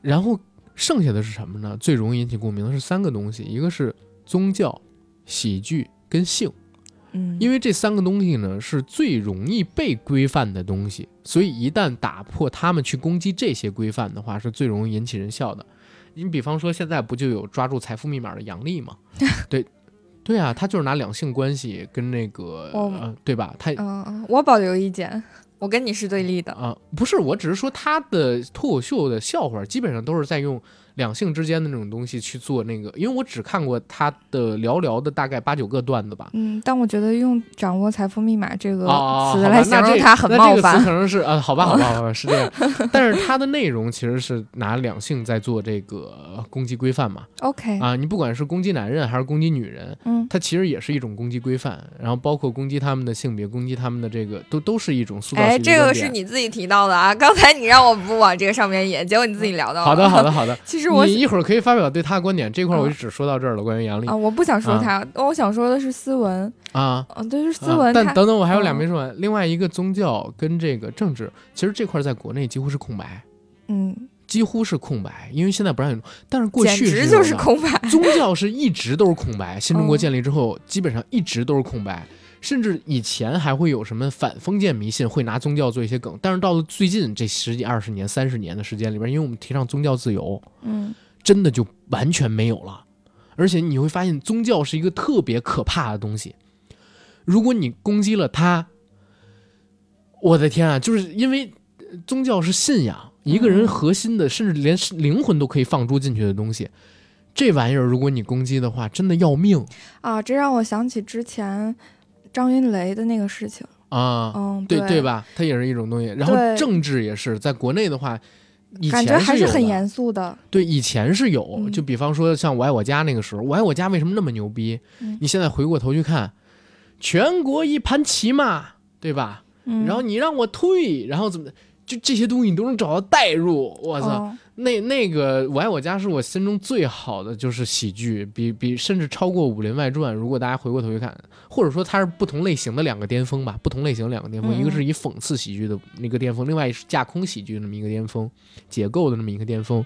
Speaker 1: 然后剩下的是什么呢？最容易引起共鸣的是三个东西，一个是宗教、喜剧跟性，
Speaker 2: 嗯，
Speaker 1: 因为这三个东西呢是最容易被规范的东西，所以一旦打破他们去攻击这些规范的话，是最容易引起人笑的。你比方说，现在不就有抓住财富密码的杨笠
Speaker 2: (laughs)
Speaker 1: 吗？对，对啊，他就是拿两性关系跟那个，
Speaker 2: 我
Speaker 1: 呃、对吧？他
Speaker 2: 哦嗯、我保留意见，我跟你是对立的。
Speaker 1: 啊、不是，我只是说他的脱口秀的笑话基本上都是在用两性之间的那种东西去做那个，因为我只看过他的寥寥的大概八九个段子吧。
Speaker 2: 嗯，但我觉得用“掌握财富密码”这个
Speaker 1: 哦，
Speaker 2: 词
Speaker 1: 好吧
Speaker 2: 嗯来形
Speaker 1: 那
Speaker 2: 容
Speaker 1: 这
Speaker 2: 它很
Speaker 1: 那
Speaker 2: 冒
Speaker 1: 这个
Speaker 2: 犯 (laughs)
Speaker 1: 词。可能是啊，好吧，好吧，好吧，是这样。但是它的内容其实是拿两性在做这个攻击规范嘛，
Speaker 2: OK，、
Speaker 1: 啊，你不管是攻击男人还是攻击女人，
Speaker 2: 嗯
Speaker 1: 它其实也是一种攻击规范，然后包括攻击他们的性别，攻击他们的这个，都都是一种塑造
Speaker 2: 哎，
Speaker 1: 喜剧
Speaker 2: 这个
Speaker 1: 观
Speaker 2: 是
Speaker 1: 点。
Speaker 2: 你自己提到的啊！刚才你让我不往这个上面引，结果你自己聊到
Speaker 1: 嗯
Speaker 2: 了。
Speaker 1: 好的，好。的，好的。
Speaker 2: (laughs) 其实我
Speaker 1: 你一会儿可以发表对他的观点，这块儿我
Speaker 2: 嗯
Speaker 1: 就只说到这儿了。关于杨笠
Speaker 2: 啊，我不想说
Speaker 1: 啊
Speaker 2: 他，我想说的是斯文。
Speaker 1: 啊，
Speaker 2: 嗯、对，就是斯
Speaker 1: 啊
Speaker 2: 文他。
Speaker 1: 但等等，我还有俩
Speaker 2: 嗯
Speaker 1: 没说完。另外一个宗教跟这个政治，其实这块儿在国内几乎是空白，
Speaker 2: 嗯，
Speaker 1: 几乎是空白，因为现在不让你。但是过
Speaker 2: 简
Speaker 1: 去
Speaker 2: 直
Speaker 1: 有
Speaker 2: 就是
Speaker 1: 的
Speaker 2: 空
Speaker 1: (laughs)
Speaker 2: 白。
Speaker 1: 宗教是一直都是空白。新中国
Speaker 2: 嗯
Speaker 1: 建立之后，基本上一直都是空白，甚至以前还会有什么反封建迷信，会拿宗教做一些梗。但是到了最近这十几、二十年、三十年的时间里边，因为我们提倡宗教自由，
Speaker 2: 嗯
Speaker 1: 真的就完全没有了。而且你会发现，宗教是一个特别可怕的东西。如果你攻击了它，我的天啊！就是因为宗教是信仰，一个人核心的，甚至连灵魂都可以放逐进去的东西。这玩意儿，如果你攻击的话，真的要命
Speaker 2: (laughs) 啊！这让我想起之前张云雷的那个事情。
Speaker 1: 啊！
Speaker 2: 嗯，
Speaker 1: 对
Speaker 2: 对？
Speaker 1: 吧？它也是一种东西。然后
Speaker 2: 对
Speaker 1: 政治也是，在国内的话，以
Speaker 2: 感
Speaker 1: 前
Speaker 2: 觉还
Speaker 1: 是有
Speaker 2: 很
Speaker 1: 的
Speaker 2: 严肃的。
Speaker 1: 对，以前是有，
Speaker 2: 嗯
Speaker 1: 就比方说像《我爱我家》那个时候，《我爱我家》为什么那么牛逼？
Speaker 2: 嗯
Speaker 1: 你现在回过头去看，全国一盘棋嘛，对吧？
Speaker 2: 嗯，
Speaker 1: 然后你让我退，然后怎么的？就这些东西你都能找到代入，我操！
Speaker 2: 嗯
Speaker 1: 那那个《我爱我家》是我心中最好的，就是喜剧，比比甚至超过《武林外传》。如果大家回过头去看，或者说它是不同类型的两个巅峰吧，不同类型的两个巅峰，
Speaker 2: 嗯嗯
Speaker 1: 一个是以讽刺喜剧的一个巅峰，另外是架空喜剧的那么一个巅峰，解构的那么一个巅峰。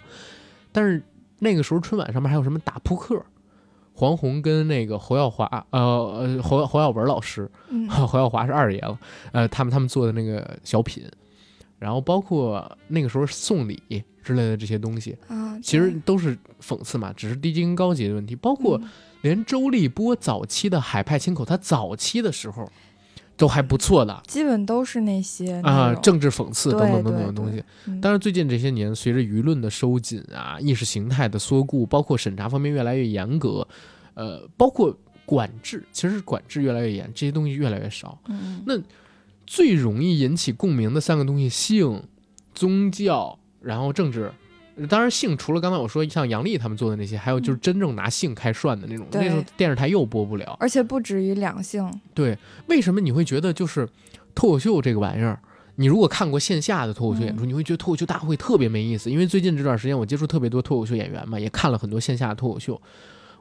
Speaker 1: 但是那个时候春晚上面还有什么打扑克，黄宏跟那个侯耀华，呃呃侯侯耀文老师， (laughs)
Speaker 2: 嗯
Speaker 1: 侯耀华是二爷了，呃，他们他们做的那个小品，然后包括那个时候送礼之类的这些东西，
Speaker 2: 啊，
Speaker 1: 其实
Speaker 2: 对
Speaker 1: 都是讽刺嘛，只是低级跟高级的问题。包括
Speaker 2: 嗯
Speaker 1: 连周立波早期的海派清口，他早期的时候都还不错的
Speaker 2: 基本都是那些
Speaker 1: 啊
Speaker 2: 内，容
Speaker 1: 政治讽刺等等等
Speaker 2: 对
Speaker 1: 等的
Speaker 2: 对
Speaker 1: 东西。
Speaker 2: 嗯
Speaker 1: 当然，最近这些年，随着舆论的收紧啊，意识形态的缩固，包括审查方面越来越严格，呃，包括管制，其实管制越来越严，这些东西越来越少。
Speaker 2: 嗯
Speaker 1: 那最容易引起共鸣的三个东西：性、宗教，然后政治。当然，性除了刚才我说像杨笠他们做的那些，还有就是
Speaker 2: 嗯
Speaker 1: 真正拿性开涮的那种，
Speaker 2: 对
Speaker 1: 那种电视台又播不了。
Speaker 2: 而且不止于两性，
Speaker 1: 对，为什么你会觉得就是脱口秀这个玩意儿？你如果看过线下的脱口秀演
Speaker 2: 嗯
Speaker 1: 出，你会觉得脱口秀大会特别没意思。因为最近这段时间我接触特别多脱口秀演员嘛，也看了很多线下的脱口秀，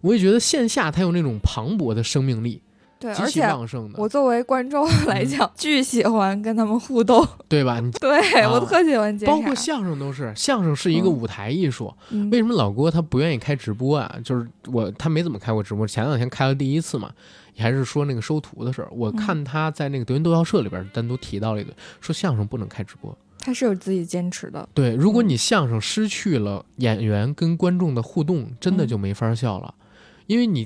Speaker 1: 我也觉得线下它有那种磅礴的生命力，
Speaker 2: 对，
Speaker 1: 极
Speaker 2: 而
Speaker 1: 其
Speaker 2: 且
Speaker 1: 旺盛的，
Speaker 2: 我作为观众来
Speaker 1: 嗯
Speaker 2: 讲，巨喜欢跟他们互动，
Speaker 1: 对吧？你
Speaker 2: 对、我
Speaker 1: 啊
Speaker 2: 特喜欢接
Speaker 1: 包括
Speaker 2: 茬
Speaker 1: 相声都是，相声是一个
Speaker 2: 嗯
Speaker 1: 舞台艺术。
Speaker 2: 嗯
Speaker 1: 为什么老郭他不愿意开直播啊？就是我他没怎么开过直播，前两天开了第一次嘛，还是说那个收徒的事儿。
Speaker 2: 嗯
Speaker 1: 我看他在那个德云斗笑社里边单独提到了一个，说相声不能开直播。
Speaker 2: 他是有自己坚持的，
Speaker 1: 对，如
Speaker 2: 嗯
Speaker 1: 果你相声失去了演员跟观众的互动，真
Speaker 2: 嗯
Speaker 1: 的就没法笑了，因为你。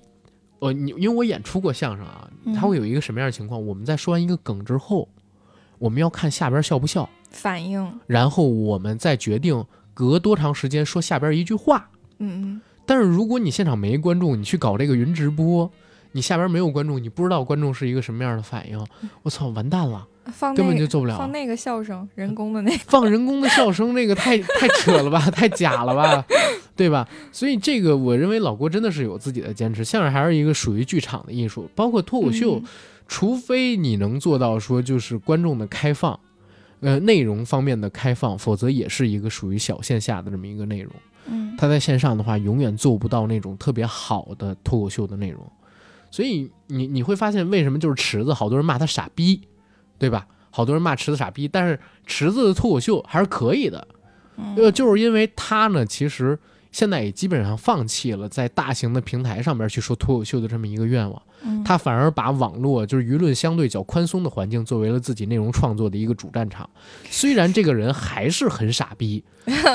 Speaker 1: 呃，你因为我演出过相声啊，
Speaker 2: 嗯
Speaker 1: 它会有一个什么样的情况？我们在说完一个梗之后，我们要看下边笑不笑，
Speaker 2: 反应，
Speaker 1: 然后我们再决定隔多长时间说下边一句话。
Speaker 2: 嗯嗯，
Speaker 1: 但是如果你现场没观众，你去搞这个云直播，你下边没有观众，你不知道观众是一个什么样的反应，我操，完蛋了，
Speaker 2: 放
Speaker 1: 根
Speaker 2: 那
Speaker 1: 本就
Speaker 2: 个
Speaker 1: 做不了啊
Speaker 2: 放
Speaker 1: 了。
Speaker 2: 那个笑声，人工的那个，
Speaker 1: 放人工的笑声，那个太 (laughs) 太扯了吧，太假了吧， (laughs) 对吧？所以这个我认为老郭真的是有自己的坚持，相声还是一个属于剧场的艺术，包括脱口秀，
Speaker 2: 嗯
Speaker 1: 除非你能做到说就是观众的开放，呃，内容方面的开放，否则也是一个属于小线下的这么一个内容。
Speaker 2: 嗯，
Speaker 1: 他在线上的话，永远做不到那种特别好的脱口秀的内容。所以你你会发现，为什么就是池子，好多人骂他傻逼，对吧？好多人骂池子傻逼，但是池子的脱口秀还是可以的，
Speaker 2: 嗯
Speaker 1: 呃，就是因为他呢，其实现在也基本上放弃了在大型的平台上面去说脱口秀的这么一个愿望，
Speaker 2: 嗯
Speaker 1: 他反而把网络就是舆论相对较宽松的环境作为了自己内容创作的一个主战场。虽然这个人还是很傻
Speaker 2: (laughs)
Speaker 1: 逼，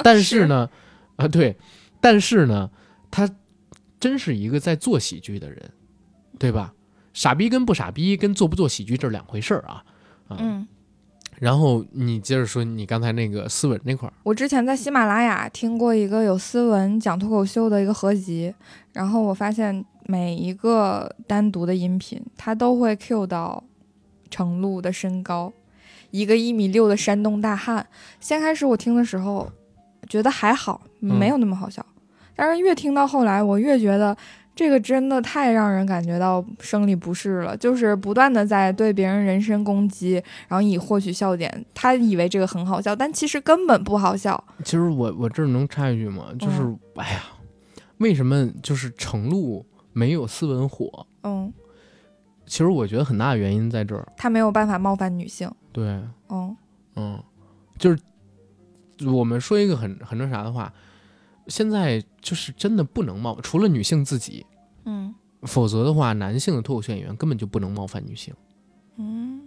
Speaker 1: 但是呢，啊对，但是呢，他真是一个在做喜剧的人，对吧？傻逼跟不傻逼跟做不做喜剧这是两回事儿啊。啊
Speaker 2: 嗯，
Speaker 1: 然后你接着说你刚才那个斯文那块儿，
Speaker 2: 我之前在喜马拉雅听过一个有斯文讲脱口秀的一个合集，然后我发现每一个单独的音频，他都会 cue 到程璐的身高，一个一米六的山东大汉。先开始我听的时候，觉得还好，没有那么好笑，但是越听到后来，我越觉得。这个真的太让人感觉到生理不适了，就是不断的在对别人人身攻击，然后以获取笑点。他以为这个很好笑，但其实根本不好笑。
Speaker 1: 其实我我这儿能插一句吗？就是、
Speaker 2: 嗯
Speaker 1: 哎呀，为什么就是程璐没有斯文火？
Speaker 2: 嗯，
Speaker 1: 其实我觉得很大的原因在这儿，
Speaker 2: 他没有办法冒犯女性。
Speaker 1: 对，
Speaker 2: 嗯
Speaker 1: 嗯，就是我们说一个很很那啥的话，现在就是真的不能冒，除了女性自己，
Speaker 2: 嗯
Speaker 1: 否则的话，男性的脱口秀演员根本就不能冒犯女性。
Speaker 2: 嗯，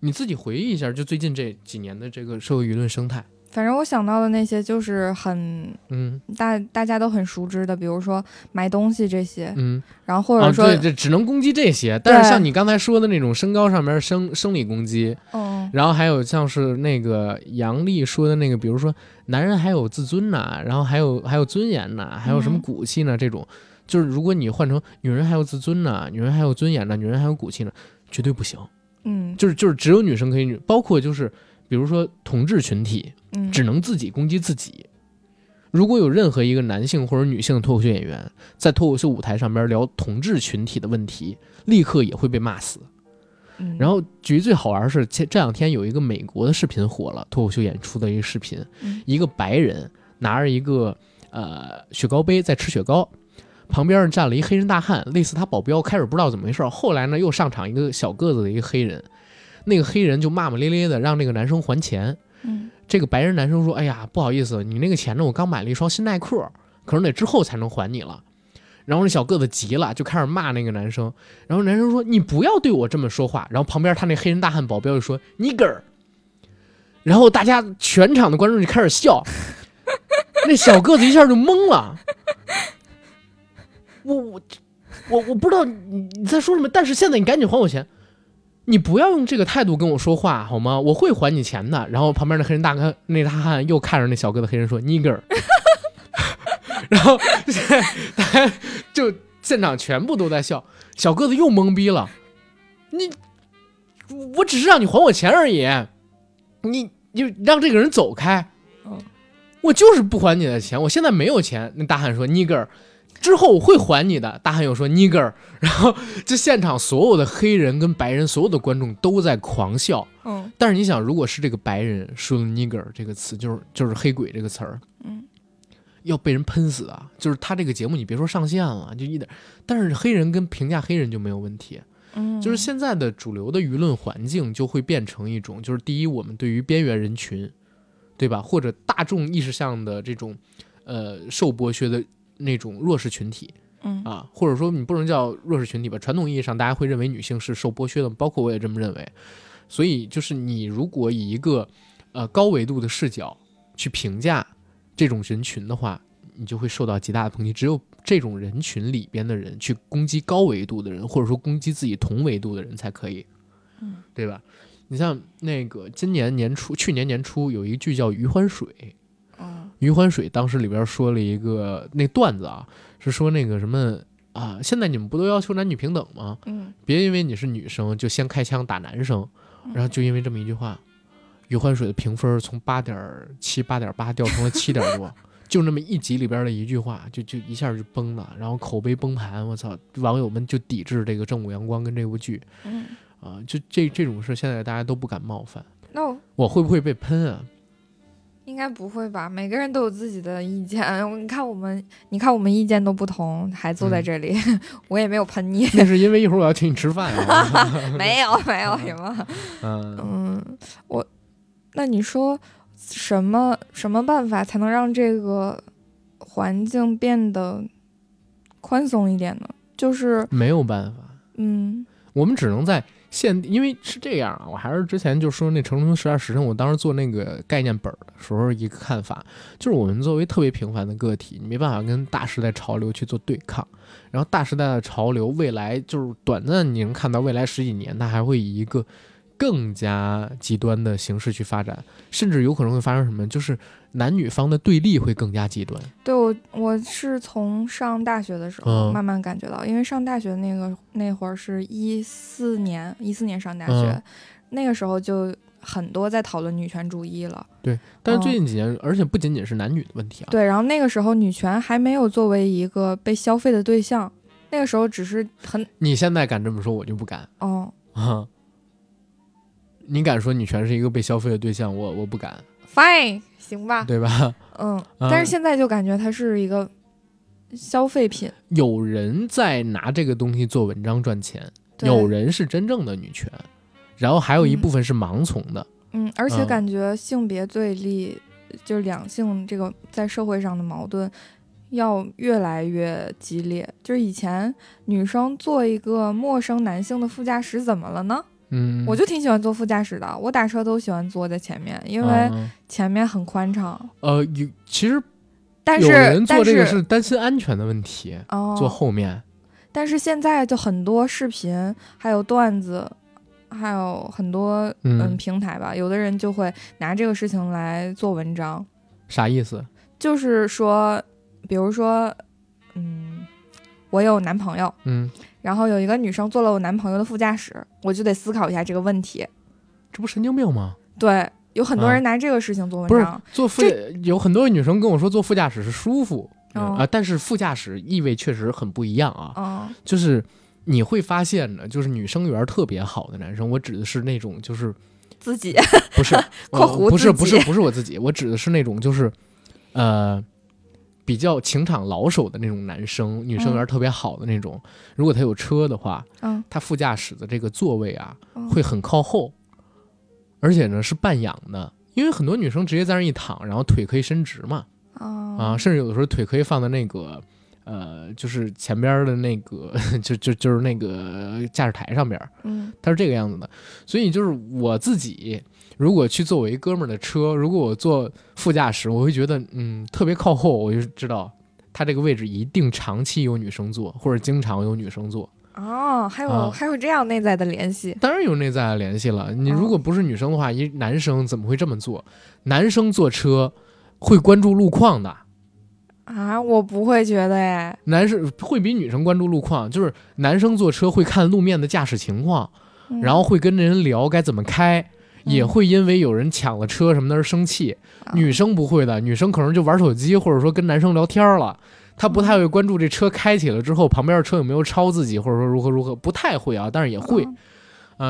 Speaker 1: 你自己回忆一下，就最近这几年的这个社会舆论生态，
Speaker 2: 反正我想到的那些就是很
Speaker 1: 嗯
Speaker 2: 大大家都很熟知的，比如说买东西这些，
Speaker 1: 嗯，
Speaker 2: 然后或
Speaker 1: 啊，
Speaker 2: 者说，
Speaker 1: 对，这只能攻击这些。但是
Speaker 2: 对
Speaker 1: 像你刚才说的那种身高上面生生理攻击，
Speaker 2: 嗯，
Speaker 1: 然后还有像是那个杨丽说的那个，比如说男人还有自尊呐、然后还有还有尊严呐、还有什么
Speaker 2: 嗯
Speaker 1: 骨气呢？这种就是如果你换成女人还有自尊呐、女人还有尊严呐、女人还有骨气呢，绝对不行。
Speaker 2: 嗯
Speaker 1: 就是就是只有女生可以女，包括就是比如说同志群体，
Speaker 2: 嗯，
Speaker 1: 只能自己攻击自己。如果有任何一个男性或者女性的脱口秀演员在脱口秀舞台上边聊同志群体的问题，立刻也会被骂死。
Speaker 2: 嗯
Speaker 1: 然后，局最好玩的是前这两天有一个美国的视频火了，脱口秀演出的一个视频，
Speaker 2: 嗯
Speaker 1: 一个白人拿着一个呃雪糕杯在吃雪糕，旁边站了一黑人大汉，类似他保镖，开始不知道怎么回事儿，后来呢又上场一个小个子的一个黑人，那个黑人就骂骂咧咧的让那个男生还钱，
Speaker 2: 嗯
Speaker 1: 这个白人男生说：“哎呀，不好意思，你那个钱呢？我刚买了一双新耐克，可能得之后才能还你了。”然后那小个子急了，就开始骂那个男生。然后男生说：“你不要对我这么说话。”然后旁边他那黑人大汉保镖就说：“nigger。”然后大家全场的观众就开始笑，那小个子一下就懵了。我我我我不知道你你在说什么，但是现在你赶紧还我钱。你不要用这个态度跟我说话好吗？我会还你钱的。然后旁边的黑人大哥那大汉又看着那小哥的黑人说 nigger，然后 (laughs) 就现场全部都在笑，小个子又懵逼了。你，我只是让你还我钱而已，你就让这个人走开
Speaker 2: 嗯。
Speaker 1: 我就是不还你的钱，我现在没有钱。那大汉说 nigger，之后我会还你的。大汉又说 nigger，然后这现场所有的黑人跟白人，所有的观众都在狂笑。
Speaker 2: 嗯
Speaker 1: 但是你想，如果是这个白人说了 “nigger” 这个词，就是就是黑鬼这个词儿，
Speaker 2: 嗯
Speaker 1: 要被人喷死啊！就是他这个节目，你别说上线了，就一点。但是黑人跟评价黑人就没有问题。
Speaker 2: 嗯，
Speaker 1: 就是现在的主流的舆论环境就会变成一种，就是第一，我们对于边缘人群，对吧，或者大众意识上的这种，呃，受剥削的那种弱势群体，
Speaker 2: 嗯
Speaker 1: 啊，或者说你不能叫弱势群体吧，传统意义上大家会认为女性是受剥削的，包括我也这么认为。所以就是你如果以一个呃高维度的视角去评价这种人群的话，你就会受到极大的抨击。只有这种人群里边的人去攻击高维度的人，或者说攻击自己同维度的人才可以，
Speaker 2: 嗯，
Speaker 1: 对吧？你像那个今年年初，去年年初有一个剧叫《余欢水》，
Speaker 2: 嗯
Speaker 1: 余欢水当时里边说了一个那段子啊，是说那个什么啊，现在你们不都要求男女平等吗？
Speaker 2: 嗯
Speaker 1: 别因为你是女生就先开枪打男生，然后就因为这么一句话，余欢水的评分从八点七、八点八掉成了七点多，就那么一集里边的一句话，就就一下就崩了，然后口碑崩盘，我操，网友们就抵制这个《正午阳光》跟这部剧
Speaker 2: 嗯，
Speaker 1: 啊，就这这种事现在大家都不敢冒犯，
Speaker 2: 那我
Speaker 1: 我会不会被喷啊？
Speaker 2: 应该不会吧？每个人都有自己的意见，你看我们，你看我们意见都不同，还坐在
Speaker 1: 嗯
Speaker 2: 这里， (laughs) 我也没有喷
Speaker 1: (laughs)
Speaker 2: 你，
Speaker 1: 那是因为一会儿我要请你吃饭啊，
Speaker 2: 没有没有什么。
Speaker 1: 嗯。
Speaker 2: 嗯，我，那你说什么什么办法才能让这个环境变得宽松一点呢？就是，
Speaker 1: 没有办法，
Speaker 2: 嗯
Speaker 1: 我们只能在限，因为是这样啊。我还是之前就说那《城中十二时辰》，我当时做那个概念本儿的时候一个看法，就是我们作为特别平凡的个体，你没办法跟大时代潮流去做对抗。然后大时代的潮流，未来就是短暂，你能看到未来十几年，它还会以一个更加极端的形式去发展，甚至有可能会发生什么，就是男女方的对立会更加极端。
Speaker 2: 对我我是从上大学的时候
Speaker 1: 嗯
Speaker 2: 慢慢感觉到，因为上大学那个那会儿是一四年，一四年上大学，
Speaker 1: 嗯
Speaker 2: 那个时候就很多在讨论女权主义了。
Speaker 1: 啊但是最近几年，而且不仅仅是男女的问题啊，
Speaker 2: 对，然后那个时候女权还没有作为一个被消费的对象，那个时候只是很
Speaker 1: 你现在敢这么说，我就不敢。
Speaker 2: 哦，
Speaker 1: 啊， (laughs) 你敢说女权是一个被消费的对象？我我不敢，
Speaker 2: fine 行吧，
Speaker 1: 对吧？ (laughs)
Speaker 2: 嗯，
Speaker 1: 嗯
Speaker 2: 但是现在就感觉它是一个消费品，
Speaker 1: 有人在拿这个东西做文章赚钱，
Speaker 2: 对
Speaker 1: 有人是真正的女权，然后还有一
Speaker 2: 嗯
Speaker 1: 部分是盲从的。
Speaker 2: 嗯，而且
Speaker 1: 嗯
Speaker 2: 感觉性别对立，就是两性这个在社会上的矛盾要越来越激烈。就是以前女生做一个陌生男性的副驾驶怎么了呢？
Speaker 1: 嗯，
Speaker 2: 我就挺喜欢坐副驾驶的，我打车都喜欢坐在前面，因为
Speaker 1: 嗯
Speaker 2: 前面很宽敞。
Speaker 1: 呃，有其实
Speaker 2: 但
Speaker 1: 有
Speaker 2: 是
Speaker 1: 人
Speaker 2: 但
Speaker 1: 做这个
Speaker 2: 是
Speaker 1: 是担心安全的问题，坐
Speaker 2: 哦，
Speaker 1: 后面。
Speaker 2: 但是现在就很多视频，还有段子，还有很多
Speaker 1: 嗯
Speaker 2: 嗯平台吧，有的人就会拿这个事情来做文章，
Speaker 1: 啥意思？
Speaker 2: 就是说，比如说，嗯，我有男朋友，
Speaker 1: 嗯，
Speaker 2: 然后有一个女生坐了我男朋友的副驾驶，我就得思考一下这个问题。
Speaker 1: 这不神经病吗？
Speaker 2: 对，有很多
Speaker 1: 啊
Speaker 2: 人拿这个事情做文
Speaker 1: 不是
Speaker 2: 章。
Speaker 1: 坐副有很多女生跟我说坐副驾驶是舒服啊、
Speaker 2: 哦
Speaker 1: 但是副驾驶意味确实很不一样啊。
Speaker 2: 嗯，
Speaker 1: 就是你会发现呢，就是女生缘特别好的男生，我指的是那种就是 (laughs)
Speaker 2: 自己
Speaker 1: 不
Speaker 2: (laughs)
Speaker 1: 是呃
Speaker 2: 括弧
Speaker 1: 不是
Speaker 2: 自己
Speaker 1: 不是不是我自己，我指的是那种就是呃比较情场老手的那种男生，女生缘特别好的那种。如果他有车的话，
Speaker 2: 嗯
Speaker 1: 他副驾驶的这个座位啊
Speaker 2: 嗯
Speaker 1: 会很靠后，而且呢是半仰的。因为很多女生直接在那儿一躺，然后腿可以伸直嘛，
Speaker 2: 啊
Speaker 1: 啊，甚至有的时候腿可以放在那个，呃，就是前边儿的那个， (laughs) 就就就是那个驾驶台上边儿，
Speaker 2: 嗯
Speaker 1: 它是这个样子的。所以就是我自己，如果去坐我一哥们儿的车，如果我坐副驾驶，我会觉得嗯特别靠后，我就知道他这个位置一定长期有女生坐，或者经常有女生坐。
Speaker 2: 哦，还有、
Speaker 1: 啊
Speaker 2: 还有这样内在的联系，
Speaker 1: 当然有内在的联系了。你
Speaker 2: 哦
Speaker 1: 如果不是女生的话，一男生怎么会这么做？男生坐车会关注路况的。
Speaker 2: 啊，我不会觉得哎，
Speaker 1: 男生会比女生关注路况，就是男生坐车会看路面的驾驶情况，
Speaker 2: 嗯
Speaker 1: 然后会跟人聊该怎么开，也
Speaker 2: 嗯
Speaker 1: 会因为有人抢了车什么的而生气。
Speaker 2: 啊
Speaker 1: 女生不会的，女生可能就玩手机，或者说跟男生聊天了。她不太会关注这车开起了之后，旁边的车有没有超自己，或者说如何如何，不太会啊，但是也会，
Speaker 2: 嗯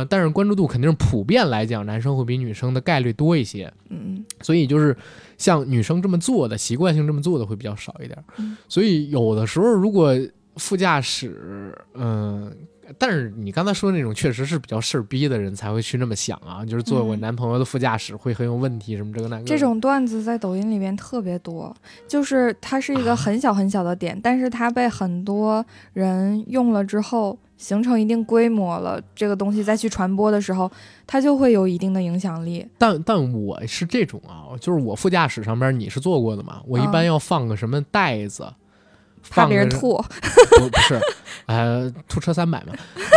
Speaker 1: 嗯、但是关注度肯定是普遍来讲，男生会比女生的概率多一些。
Speaker 2: 嗯
Speaker 1: 所以就是像女生这么做的，习惯性这么做的会比较少一点。
Speaker 2: 嗯
Speaker 1: 所以有的时候如果副驾驶，嗯、但是你刚才说的那种确实是比较事儿逼的人才会去那么想啊，就是做我
Speaker 2: 嗯
Speaker 1: 男朋友的副驾驶会很有问题什么这个那个的。
Speaker 2: 这种段子在抖音里面特别多，就是它是一
Speaker 1: (laughs)
Speaker 2: 个很小很小的点，但是它被很多人用了之后，形成一定规模了，这个东西再去传播的时候，它就会有一定的影响力。
Speaker 1: 但但我是这种啊，就是我副驾驶上边你是坐过的嘛，我一般
Speaker 2: 嗯
Speaker 1: 要放个什么袋子，
Speaker 2: 怕
Speaker 1: 放
Speaker 2: 别人
Speaker 1: 个什 (laughs)
Speaker 2: 吐，
Speaker 1: 不不是，呃，吐车三百嘛。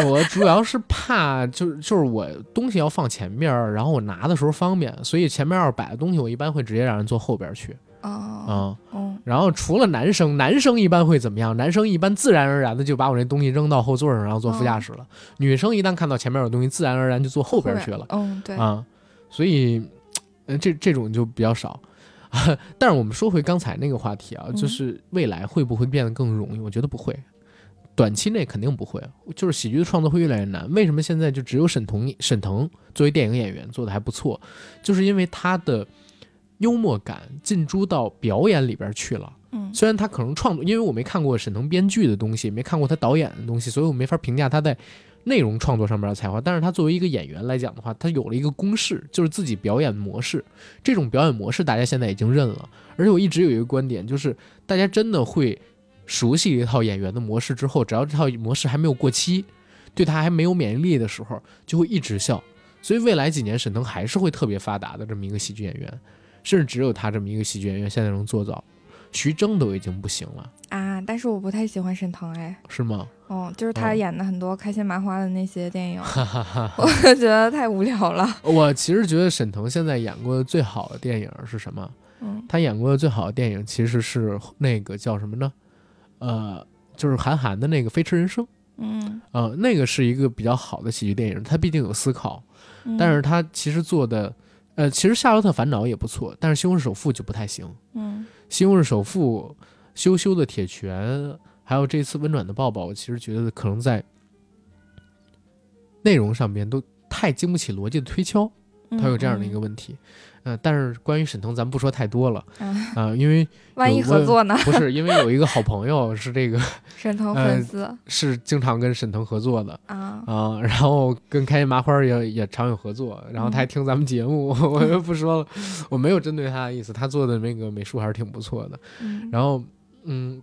Speaker 1: 我主要是怕，就是就是我东西要放前面儿，然后我拿的时候方便，所以前面要是摆的东西，我一般会直接让人坐后边儿去啊、
Speaker 2: 啊，嗯，
Speaker 1: 然后除了男生，男生一般会怎么样？男生一般自然而然的就把我这东西扔到后座上，然后坐副驾驶了。女生一旦看到前面有东西，自然而然就坐后边儿去了。
Speaker 2: 嗯，对，
Speaker 1: 啊、所以，呃，这这种就比较少。 (laughs) 但是我们说回刚才那个话题啊，就
Speaker 2: 嗯
Speaker 1: 是未来会不会变得更容易？我觉得不会，短期内肯定不会。就是喜剧的创作会越来越难。为什么现在就只有沈腾？沈腾作为电影演员做的还不错，就是因为他的幽默感进驻到表演里边去了。
Speaker 2: 嗯
Speaker 1: 虽然他可能创作，因为我没看过沈腾编剧的东西，没看过他导演的东西，所以我没法评价他在内容创作上面的才华。但是他作为一个演员来讲的话，他有了一个公式，就是自己表演模式。这种表演模式大家现在已经认了。而且我一直有一个观点，就是大家真的会熟悉一套演员的模式之后，只要这套模式还没有过期，对他还没有免疫力的时候，就会一直笑。所以未来几年，沈腾还是会特别发达的这么一个喜剧演员，甚至只有他这么一个喜剧演员现在能做到。徐峥都已经不行了，
Speaker 2: 啊，但是我不太喜欢沈腾，哎，
Speaker 1: 是吗？
Speaker 2: 哦，就是他
Speaker 1: 嗯
Speaker 2: 演的很多开心麻花的那些
Speaker 1: (laughs)
Speaker 2: 电影，我就觉得太无聊了，
Speaker 1: 我其实觉得沈腾现在演过的最好的电影是什么？
Speaker 2: 嗯，
Speaker 1: 他演过的最好的电影其实是那个叫什么呢？呃，就是韩寒的那个《飞驰人生》。
Speaker 2: 嗯，
Speaker 1: 呃，那个是一个比较好的喜剧电影，它毕竟有思考，
Speaker 2: 嗯
Speaker 1: 但是，它其实做的，呃，其实《夏洛特烦恼》也不错，但是《西红柿首富》就不太行。
Speaker 2: 嗯
Speaker 1: 西红柿首富、羞羞的铁拳，还有这次温暖的抱抱，我其实觉得可能在内容上面都太经不起逻辑的推敲，
Speaker 2: 嗯，
Speaker 1: 它有这样的一个问题。呃，但是关于沈腾，咱们不说太多了
Speaker 2: 嗯，啊，
Speaker 1: 啊、因为
Speaker 2: 万一
Speaker 1: 有
Speaker 2: 合
Speaker 1: 问
Speaker 2: 作呢？
Speaker 1: 不是因为有一个好朋友是这个
Speaker 2: 沈腾
Speaker 1: 呃
Speaker 2: 粉丝、
Speaker 1: 是经常跟沈腾合作的，
Speaker 2: 啊，
Speaker 1: 啊、然后跟开心麻花儿也也常有合作，然后他还听咱们节目，我就不说了，我没有针对他的意思，他做的那个美术还是挺不错的。
Speaker 2: 嗯
Speaker 1: 然后，嗯，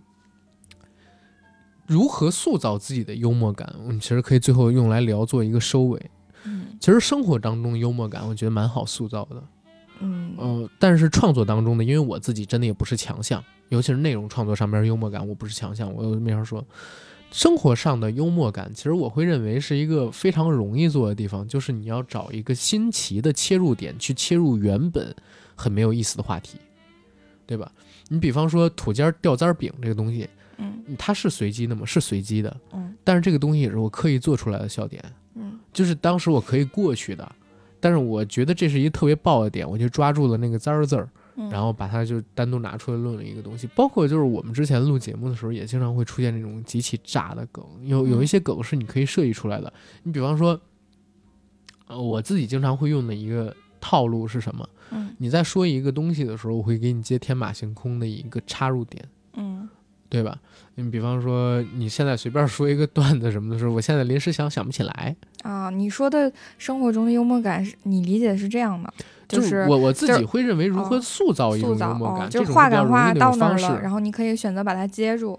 Speaker 1: 如何塑造自己的幽默感，我们其实可以最后用来聊做一个收尾。
Speaker 2: 嗯
Speaker 1: 其实生活当中的幽默感，我觉得蛮好塑造的。
Speaker 2: 嗯
Speaker 1: 嗯、但是创作当中的，因为我自己真的也不是强项，尤其是内容创作上面幽默感，我不是强项，我又没法说。生活上的幽默感，其实我会认为是一个非常容易做的地方，就是你要找一个新奇的切入点去切入原本很没有意思的话题，对吧？你比方说土尖掉渣饼这个东西，
Speaker 2: 嗯
Speaker 1: 它是随机的吗？是随机的，
Speaker 2: 嗯
Speaker 1: 但是这个东西也是我刻意做出来的笑点，
Speaker 2: 嗯
Speaker 1: 就是当时我可以过去的，但是我觉得这是一个特别爆的点，我就抓住了那个渣儿字儿，
Speaker 2: 嗯，
Speaker 1: 然后把它就单独拿出来论了一个东西。包括就是我们之前录节目的时候，也经常会出现这种极其炸的梗，有有一些梗是你可以设计出来的。你比方说，呃，我自己经常会用的一个套路是什么？
Speaker 2: 嗯
Speaker 1: 你在说一个东西的时候，我会给你接天马行空的一个插入点。
Speaker 2: 嗯
Speaker 1: 对吧？你比方说，你现在随便说一个段子什么的时候，我现在临时想想不起来，
Speaker 2: 啊，你说的生活中的幽默感是你理解是这样的，
Speaker 1: 就是
Speaker 2: 是
Speaker 1: 我我自
Speaker 2: 就
Speaker 1: 己会认为如何
Speaker 2: 哦
Speaker 1: 塑造一种
Speaker 2: 塑
Speaker 1: 幽
Speaker 2: 造
Speaker 1: 默感，
Speaker 2: 哦，
Speaker 1: 这
Speaker 2: 就
Speaker 1: 种是
Speaker 2: 是话
Speaker 1: 比较
Speaker 2: 赶
Speaker 1: 容易
Speaker 2: 话
Speaker 1: 的一
Speaker 2: 到
Speaker 1: 种
Speaker 2: 那
Speaker 1: 方
Speaker 2: 儿
Speaker 1: 式。
Speaker 2: 了，然后你可以选择把它接住。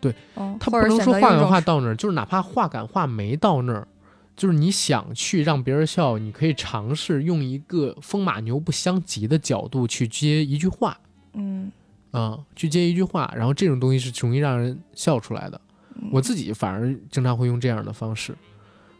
Speaker 1: 对
Speaker 2: 嗯，
Speaker 1: 他不
Speaker 2: 或者
Speaker 1: 能
Speaker 2: 选
Speaker 1: 说
Speaker 2: 择
Speaker 1: 话
Speaker 2: 用一
Speaker 1: 赶
Speaker 2: 种
Speaker 1: 话到那儿，就是哪怕话赶话没到那儿，就是你想去让别人笑，你可以尝试用一个风马牛不相及的角度去接一句话
Speaker 2: 嗯
Speaker 1: 啊、去接一句话，然后这种东西是容易让人笑出来的。
Speaker 2: 嗯
Speaker 1: 我自己反而经常会用这样的方式。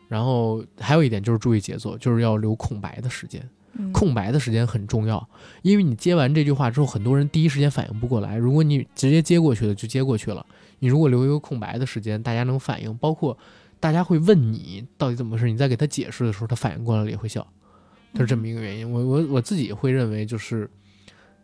Speaker 1: 然后还有一点就是注意节奏，就是要留空白的时间。
Speaker 2: 嗯
Speaker 1: 空白的时间很重要，因为你接完这句话之后，很多人第一时间反应不过来。如果你直接接过去了，就接过去了。你如果留一个空白的时间，大家能反应，包括大家会问你到底怎么回事，你再给他解释的时候，他反应过来了也会笑。它是这么一个原因。我我我自己会认为，就是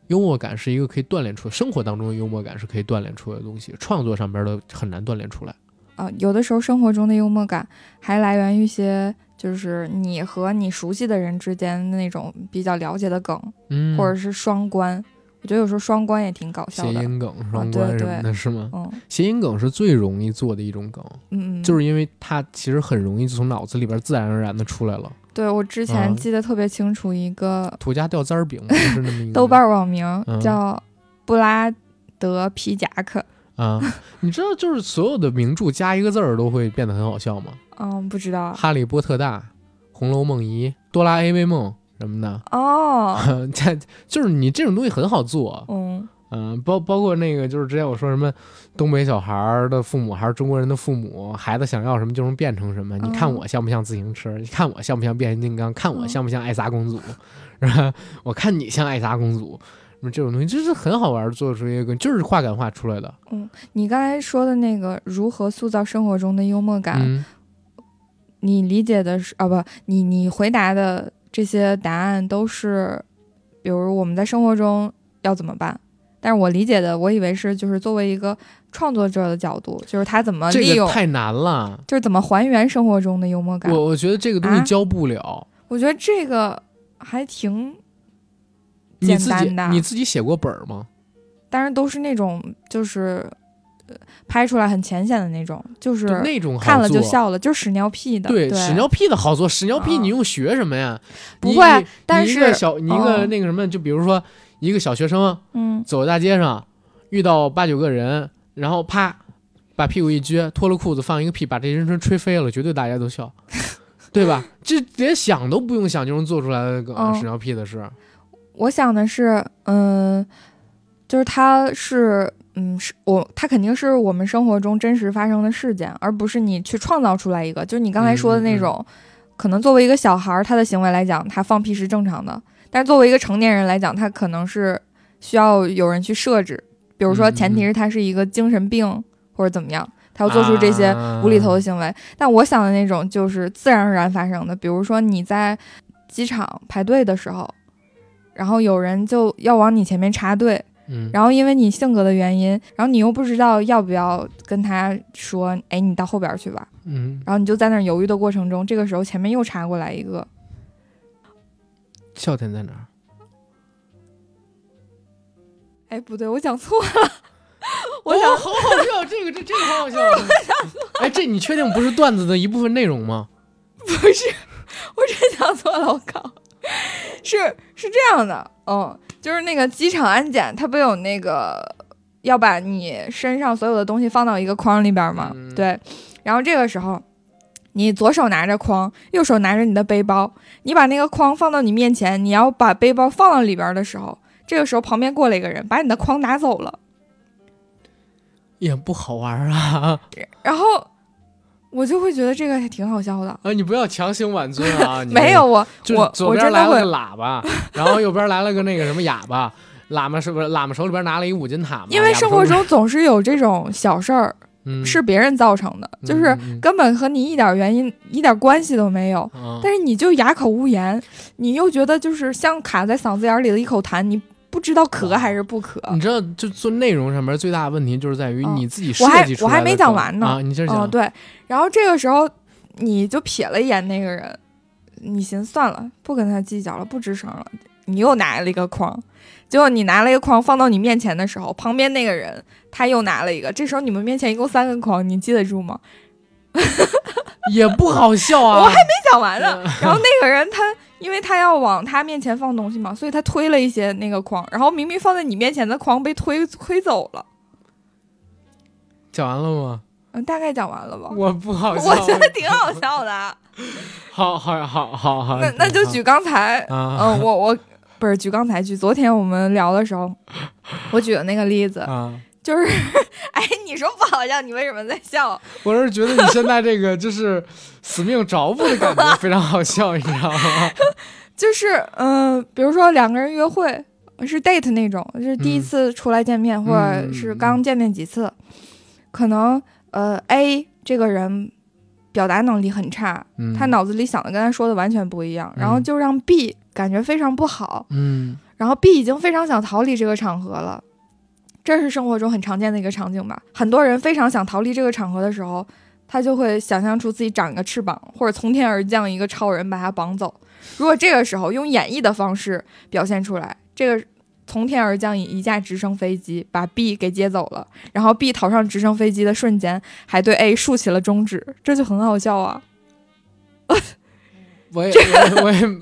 Speaker 1: 幽默感是一个可以锻炼出生活当中的幽默感是可以锻炼出来的东西，创作上边的很难锻炼出来。
Speaker 2: 啊、有的时候生活中的幽默感还来源于一些，就是你和你熟悉的人之间的那种比较了解的梗，
Speaker 1: 嗯
Speaker 2: 或者是双关。我觉得有时候双关也挺搞笑
Speaker 1: 谐
Speaker 2: 的。啊
Speaker 1: 音梗、双关
Speaker 2: 对
Speaker 1: 什么的，是吗？
Speaker 2: 嗯
Speaker 1: 谐音梗是最容易做的一种梗，
Speaker 2: 嗯嗯，
Speaker 1: 就是因为它其实很容易就从脑子里边自然而然的出来了。
Speaker 2: 对我之前
Speaker 1: 嗯
Speaker 2: 记得特别清楚，一个
Speaker 1: 土家掉渣儿饼不是那么一个
Speaker 2: (laughs) 豆瓣网名
Speaker 1: 嗯
Speaker 2: 叫布拉德皮夹克。
Speaker 1: 啊，你知道就是所有的名著加一个字儿都会变得很好笑吗？
Speaker 2: 嗯，不知
Speaker 1: (laughs)
Speaker 2: 道啊
Speaker 1: 哈利波特大、红楼梦一、哆啦 A 梦梦什么的，
Speaker 2: 哦，
Speaker 1: (laughs) 这就是你这种东西很好做，
Speaker 2: 嗯
Speaker 1: 嗯、包包括那个就是之前我说什么东北小孩儿的父母还是中国人的父母，孩子想要什么就能变成什么。你看
Speaker 2: 嗯
Speaker 1: 我像不像自行车？你看我像不像变形金刚？看我
Speaker 2: 嗯
Speaker 1: 像不像艾莎公主？然后我看你像艾莎公主。那么这种东西就是很好玩儿，做出一个就是话赶话出来的。
Speaker 2: 嗯，你刚才说的那个如何塑造生活中的幽默感，
Speaker 1: 嗯
Speaker 2: 你理解的是啊不，你你回答的这些答案都是，比如我们在生活中要怎么办？但是我理解的，我以为是就是作为一个创作者的角度，就是他怎么啊利
Speaker 1: 这个
Speaker 2: 用，
Speaker 1: 太难了，
Speaker 2: 就是怎么还原生活中的幽默感。
Speaker 1: 我我觉得这个东西
Speaker 2: 啊
Speaker 1: 教不了。
Speaker 2: 我觉得这个还挺，
Speaker 1: 你自己
Speaker 2: 简单的
Speaker 1: 你自己写过本儿吗？
Speaker 2: 当然都是那种就是，呃拍出来很浅显的那种，就是
Speaker 1: 就那种好
Speaker 2: 看了就
Speaker 1: 做
Speaker 2: 笑了，就是屎尿屁的，对，
Speaker 1: 对，屎尿屁的好做，屎尿屁
Speaker 2: 啊
Speaker 1: 你用学什么呀？
Speaker 2: 不
Speaker 1: 你
Speaker 2: 会
Speaker 1: 你
Speaker 2: 但
Speaker 1: 你一个
Speaker 2: 是
Speaker 1: 小你一个
Speaker 2: 哦
Speaker 1: 那个什么，就比如说一个小学生
Speaker 2: 嗯
Speaker 1: 走大街上遇到八九个人，然后啪把屁股一撅，脱了裤子放一个屁，把这些人吹飞了，绝对大家都笑，对吧？这连想都不用想就能做出来的梗，
Speaker 2: 嗯
Speaker 1: 屎尿屁的事。
Speaker 2: 我想的是，嗯，就是他是，嗯，是我，他肯定是我们生活中真实发生的事件，而不是你去创造出来一个。就是你刚才说的
Speaker 1: 嗯嗯
Speaker 2: 那
Speaker 1: 嗯
Speaker 2: 种，可能作为一个小孩儿，他的行为来讲，他放屁是正常的，但是作为一个成年人来讲，他可能是需要有人去设置，比如说，
Speaker 1: 嗯嗯
Speaker 2: 前提
Speaker 1: 嗯
Speaker 2: 是他是一个精神病或者怎么样，他要做出这些。无厘头的
Speaker 1: 啊，
Speaker 2: 行为。但我想的那种就是自然而然发生的，比如说你在机场排队的时候，然后有人就要往你前面插队，
Speaker 1: 嗯，
Speaker 2: 然后因为你性格的原因，然后你又不知道要不要跟他说，哎，你到后边去吧。
Speaker 1: 嗯，
Speaker 2: 然后你就在那儿犹豫的过程中，这个时候前面又插过来一个，
Speaker 1: 笑点在哪儿？
Speaker 2: 哎，不对，我讲错了，我
Speaker 1: 哦
Speaker 2: 想
Speaker 1: 好好笑，这个这这个好好笑。 (laughs) 哎，这你确定不是段子的一部分内容吗？
Speaker 2: 不是，我 (laughs) 真讲错了，我靠，是是这样的，嗯，就是那个机场安检，它不有那个要把你身上所有的东西放到一个框里边儿吗？
Speaker 1: 嗯
Speaker 2: 对，然后这个时候你左手拿着筐，右手拿着你的背包，你把那个筐放到你面前，你要把背包放到里边的时候，这个时候旁边过来一个人，把你的筐拿走了，
Speaker 1: 也不好玩啊！
Speaker 2: 然后我就会觉得这个还挺好笑的。
Speaker 1: 啊，你不要强行挽尊
Speaker 2: (laughs)
Speaker 1: 啊！你
Speaker 2: 没有我，
Speaker 1: 就是
Speaker 2: 我
Speaker 1: 左
Speaker 2: 我
Speaker 1: 边
Speaker 2: 真
Speaker 1: 来
Speaker 2: 的
Speaker 1: 了
Speaker 2: 会
Speaker 1: 个，喇
Speaker 2: (laughs)
Speaker 1: 叭，然后右边来了个那个什么哑巴，喇嘛是不是喇嘛手里边拿了一五金塔嘛？
Speaker 2: 因为
Speaker 1: 哑巴
Speaker 2: 生活
Speaker 1: 手里
Speaker 2: 中总是有这种小事儿
Speaker 1: 嗯
Speaker 2: 是别人造成的，就是
Speaker 1: 嗯嗯嗯
Speaker 2: 根本和你一点原因、一点关系都没有。
Speaker 1: 嗯
Speaker 2: 但是你就哑口无言，你又觉得就是像卡在嗓子眼里的一口痰，你不知道咳还是不咳。
Speaker 1: 你知道，就做内容上面最大的问题就是在于
Speaker 2: 嗯
Speaker 1: 你自己设
Speaker 2: 我还
Speaker 1: 计出
Speaker 2: 我还
Speaker 1: 来的
Speaker 2: 没讲
Speaker 1: 梗
Speaker 2: 完呢
Speaker 1: 啊！你接着
Speaker 2: 哦，
Speaker 1: 讲，
Speaker 2: 对。然后这个时候你就瞥了一眼那个人，你寻思算了，不跟他计较了，不吱声了。你又拿了一个筐，结果你拿了一个筐放到你面前的时候，旁边那个人他又拿了一个。这时候你们面前一共三个筐，你记得住吗？
Speaker 1: 也不好笑啊！
Speaker 2: 我还没讲完呢。然后那个人他，因为他要往他面前放东西嘛，所以他推了一些那个筐，然后明明放在你面前的筐被推推走了。
Speaker 1: 讲完了吗？
Speaker 2: 嗯，大概讲完了吧。 (laughs)
Speaker 1: 我不好笑，啊
Speaker 2: 我觉得挺好笑的。
Speaker 1: (laughs)
Speaker 2: 啊
Speaker 1: 好好好好好，
Speaker 2: 那那就举刚才
Speaker 1: 啊
Speaker 2: 嗯，我我不是举刚才举昨天我们聊的时候，我举的那个例
Speaker 1: (laughs)
Speaker 2: 子
Speaker 1: 啊！
Speaker 2: 就是，哎，你说不好笑，你为什么在笑？啊
Speaker 1: 我是觉得你现在这个就是死命着不的感觉非常好笑，你知道吗？
Speaker 2: (laughs) 就是嗯、呃比如说两个人约会是 date 那种，就是第一
Speaker 1: 嗯
Speaker 2: 次出来见面、或者是刚见面几次，可能呃 A 这个人表达能力很差，
Speaker 1: 嗯
Speaker 2: 他脑子里想的跟他说的完全不一样，然后
Speaker 1: 嗯
Speaker 2: 就让 B 感觉非常不好，
Speaker 1: 嗯
Speaker 2: 然后 B 已经非常想逃离这个场合了，这是生活中很常见的一个场景吧。很多人非常想逃离这个场合的时候，他就会想象出自己长一个翅膀，或者从天而降一个超人把他绑走。如果这个时候用演绎的方式表现出来，这个从天而降以一架直升飞机把 B 给接走了，然后 B 逃上直升飞机的瞬间，还对 A 竖起了中指，这就很好笑啊。
Speaker 1: 我也 (laughs) 我也我也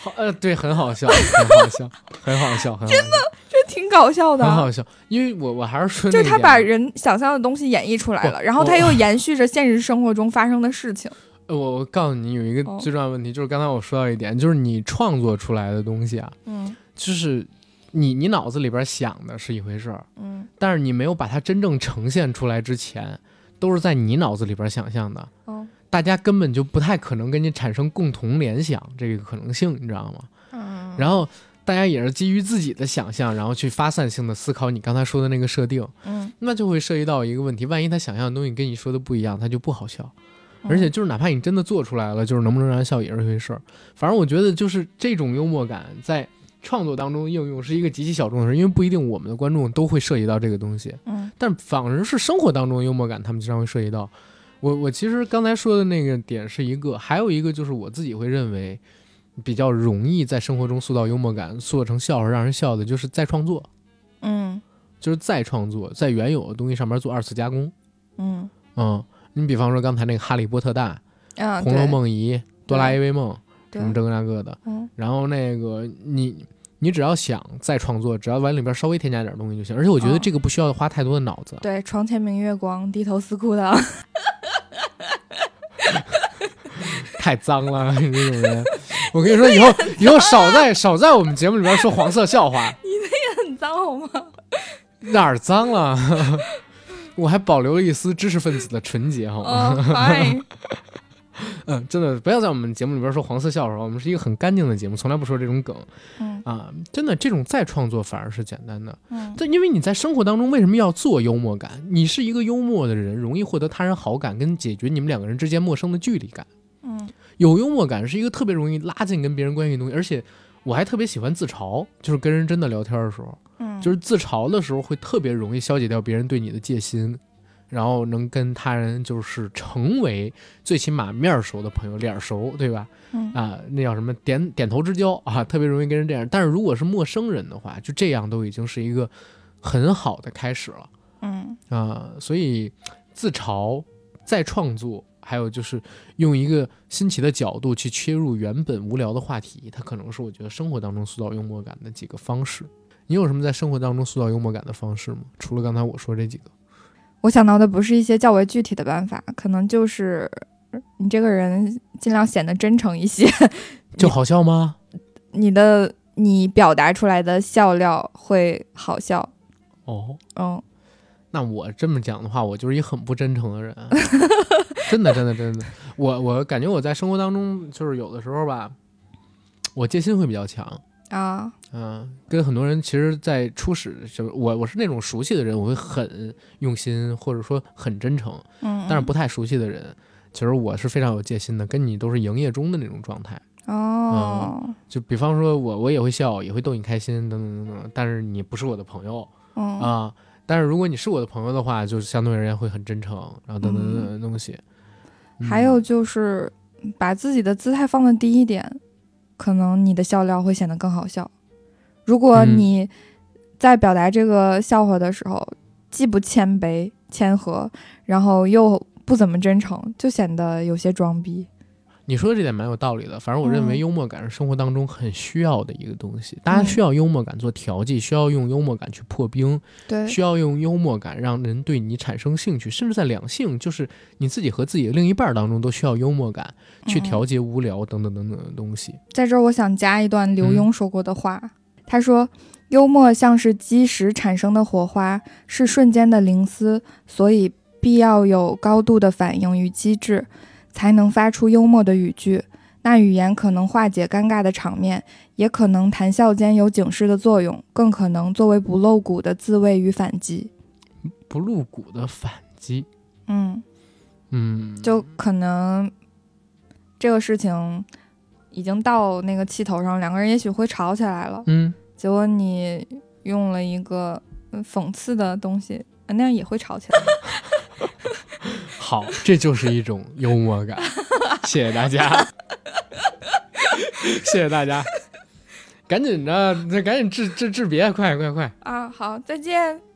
Speaker 1: 好呃，对，很好笑，很好笑，很好笑，真的
Speaker 2: 这挺搞笑的
Speaker 1: 很
Speaker 2: 啊，
Speaker 1: 好笑，因为我我还是说
Speaker 2: 就
Speaker 1: 那一点，
Speaker 2: 是他把人想象的东西演绎出来
Speaker 1: 不
Speaker 2: 了，然后他
Speaker 1: 我
Speaker 2: 又延续着现实生活中发生的事情。
Speaker 1: 呃我我告诉你有一个
Speaker 2: 哦
Speaker 1: 最重要的问题，就是刚才我说到一点，就是你创作出来的东西啊，
Speaker 2: 嗯
Speaker 1: 就是你你脑子里边想的是一回事儿，
Speaker 2: 嗯
Speaker 1: 但是你没有把它真正呈现出来之前，都是在你脑子里边想象的，
Speaker 2: 哦
Speaker 1: 大家根本就不太可能跟你产生共同联想这个可能性，你知道吗？
Speaker 2: 嗯
Speaker 1: 然后大家也是基于自己的想象，然后去发散性的思考你刚才说的那个设定，
Speaker 2: 嗯，
Speaker 1: 那就会涉及到一个问题，万一他想象的东西跟你说的不一样，他就不好笑。
Speaker 2: 嗯
Speaker 1: 而且就是哪怕你真的做出来了，就是能不能让人笑也是一回事儿。反正我觉得就是这种幽默感在创作当中应用是一个极其小众的事，因为不一定我们的观众都会涉及到这个东西，
Speaker 2: 嗯
Speaker 1: 但反而是生活当中的幽默感，他们经常会涉及到。我我其实刚才说的那个点是一个，还有一个就是我自己会认为比较容易在生活中塑造幽默感，塑造成笑话让人笑的，就是再创作，
Speaker 2: 嗯
Speaker 1: 就是再创作，在原有的东西上面做二次加工。
Speaker 2: 嗯
Speaker 1: 嗯，你比方说刚才那个《哈利波特》大，
Speaker 2: 嗯，
Speaker 1: 《红楼
Speaker 2: 对嗯
Speaker 1: 梦》一，哆啦 A 梦，
Speaker 2: 对
Speaker 1: 什么这个那个的。
Speaker 2: 嗯
Speaker 1: 然后那个你你只要想再创作，只要往里边稍微添加点东西就行。而且我觉得
Speaker 2: 哦
Speaker 1: 这个不需要花太多的脑子。
Speaker 2: 对，床前明月光，低头思故乡。
Speaker 1: 太脏了， (laughs) 你这种人。我跟你说，以
Speaker 2: (laughs)
Speaker 1: 后以后少在少在我们节目里边说黄色笑话，
Speaker 2: 很脏好吗？
Speaker 1: 哪儿脏了？ (laughs) 我还保留了一丝知识分子的纯洁，好吗？ (laughs)
Speaker 2: 嗯，fine，
Speaker 1: 嗯，真的不要在我们节目里边说黄色笑话，我们是一个很干净的节目，从来不说这种梗
Speaker 2: 嗯
Speaker 1: 啊。真的，这种再创作反而是简单的。
Speaker 2: 嗯
Speaker 1: 但因为你在生活当中为什么要做幽默感？你是一个幽默的人，容易获得他人好感，跟解决你们两个人之间陌生的距离感。
Speaker 2: 嗯
Speaker 1: 有幽默感是一个特别容易拉近跟别人关系的东西，而且我还特别喜欢自嘲，就是跟人真的聊天的时候，
Speaker 2: 嗯，
Speaker 1: 就是自嘲的时候会特别容易消解掉别人对你的戒心，然后能跟他人就是成为最起码面儿熟的朋友，脸儿熟，对吧？
Speaker 2: 嗯
Speaker 1: 啊，那叫什么点点头之交啊，特别容易跟人这样。但是如果是陌生人的话，就这样都已经是一个很好的开始了。
Speaker 2: 嗯
Speaker 1: 啊、所以自嘲、再创作，还有就是用一个新奇的角度去切入原本无聊的话题，它可能是我觉得生活当中塑造幽默感的几个方式。你有什么在生活当中塑造幽默感的方式吗？除了刚才我说这几个，
Speaker 2: 我想到的不是一些较为具体的办法，可能就是你这个人尽量显得真诚一些，
Speaker 1: 就好笑吗？
Speaker 2: 你的你表达出来的笑料会好笑。
Speaker 1: 哦，
Speaker 2: 嗯，
Speaker 1: 那我这么讲的话，我就是一很不真诚的人，啊真的，真的，真的。我我感觉我在生活当中，就是有的时候吧，我戒心会比较强，
Speaker 2: 啊，
Speaker 1: 嗯、跟很多人其实，在初始就是我我是那种熟悉的人，我会很用心，或者说很真诚，
Speaker 2: 嗯，
Speaker 1: 但是不太熟悉的人，其实我是非常有戒心的，跟你都是营业中的那种状态。
Speaker 2: 哦，
Speaker 1: 就比方说我我也会笑，也会逗你开心，等等等等，但是你不是我的朋友，
Speaker 2: 嗯
Speaker 1: 啊。但是如果你是我的朋友的话，就是相对而言会很真诚，然后等等等等东西。嗯
Speaker 2: 还有就是把自己的姿态放的低一点，可能你的笑料会显得更好笑。如果
Speaker 1: 嗯
Speaker 2: 你在表达这个笑话的时候，既不谦卑谦和，然后又不怎么真诚，就显得有些装逼。
Speaker 1: 你说的这点蛮有道理的。反正我认为
Speaker 2: 嗯
Speaker 1: 幽默感是生活当中很需要的一个东西，大家需要幽默感做调剂，需要用幽默感去破冰，
Speaker 2: 对
Speaker 1: 需要用幽默感让人对你产生兴趣，甚至在两性，就是你自己和自己的另一半当中都需要幽默感
Speaker 2: 嗯
Speaker 1: 去调节无聊等等等等的东西。
Speaker 2: 在这儿，我想加一段刘
Speaker 1: 嗯
Speaker 2: 墉说过的话，他说：“幽默像是基石产生的火花，是瞬间的灵思，所以必要有高度的反应与机智，才能发出幽默的语句。那语言可能化解尴尬的场面，也可能谈笑间有警示的作用，更可能作为不露骨的自卫与反击。
Speaker 1: 不露骨的反击，
Speaker 2: 嗯，
Speaker 1: 嗯，
Speaker 2: 就可能这个事情已经到那个气头上，两个人也许会吵起来了。”
Speaker 1: 嗯。
Speaker 2: 结果你用了一个嗯讽刺的东西，呃那样也会吵起来。
Speaker 1: 好，这就是一种幽默感。谢谢大家，谢谢大家，赶紧的，那赶紧治治治别，快快快！
Speaker 2: (laughs) 啊，好，再见。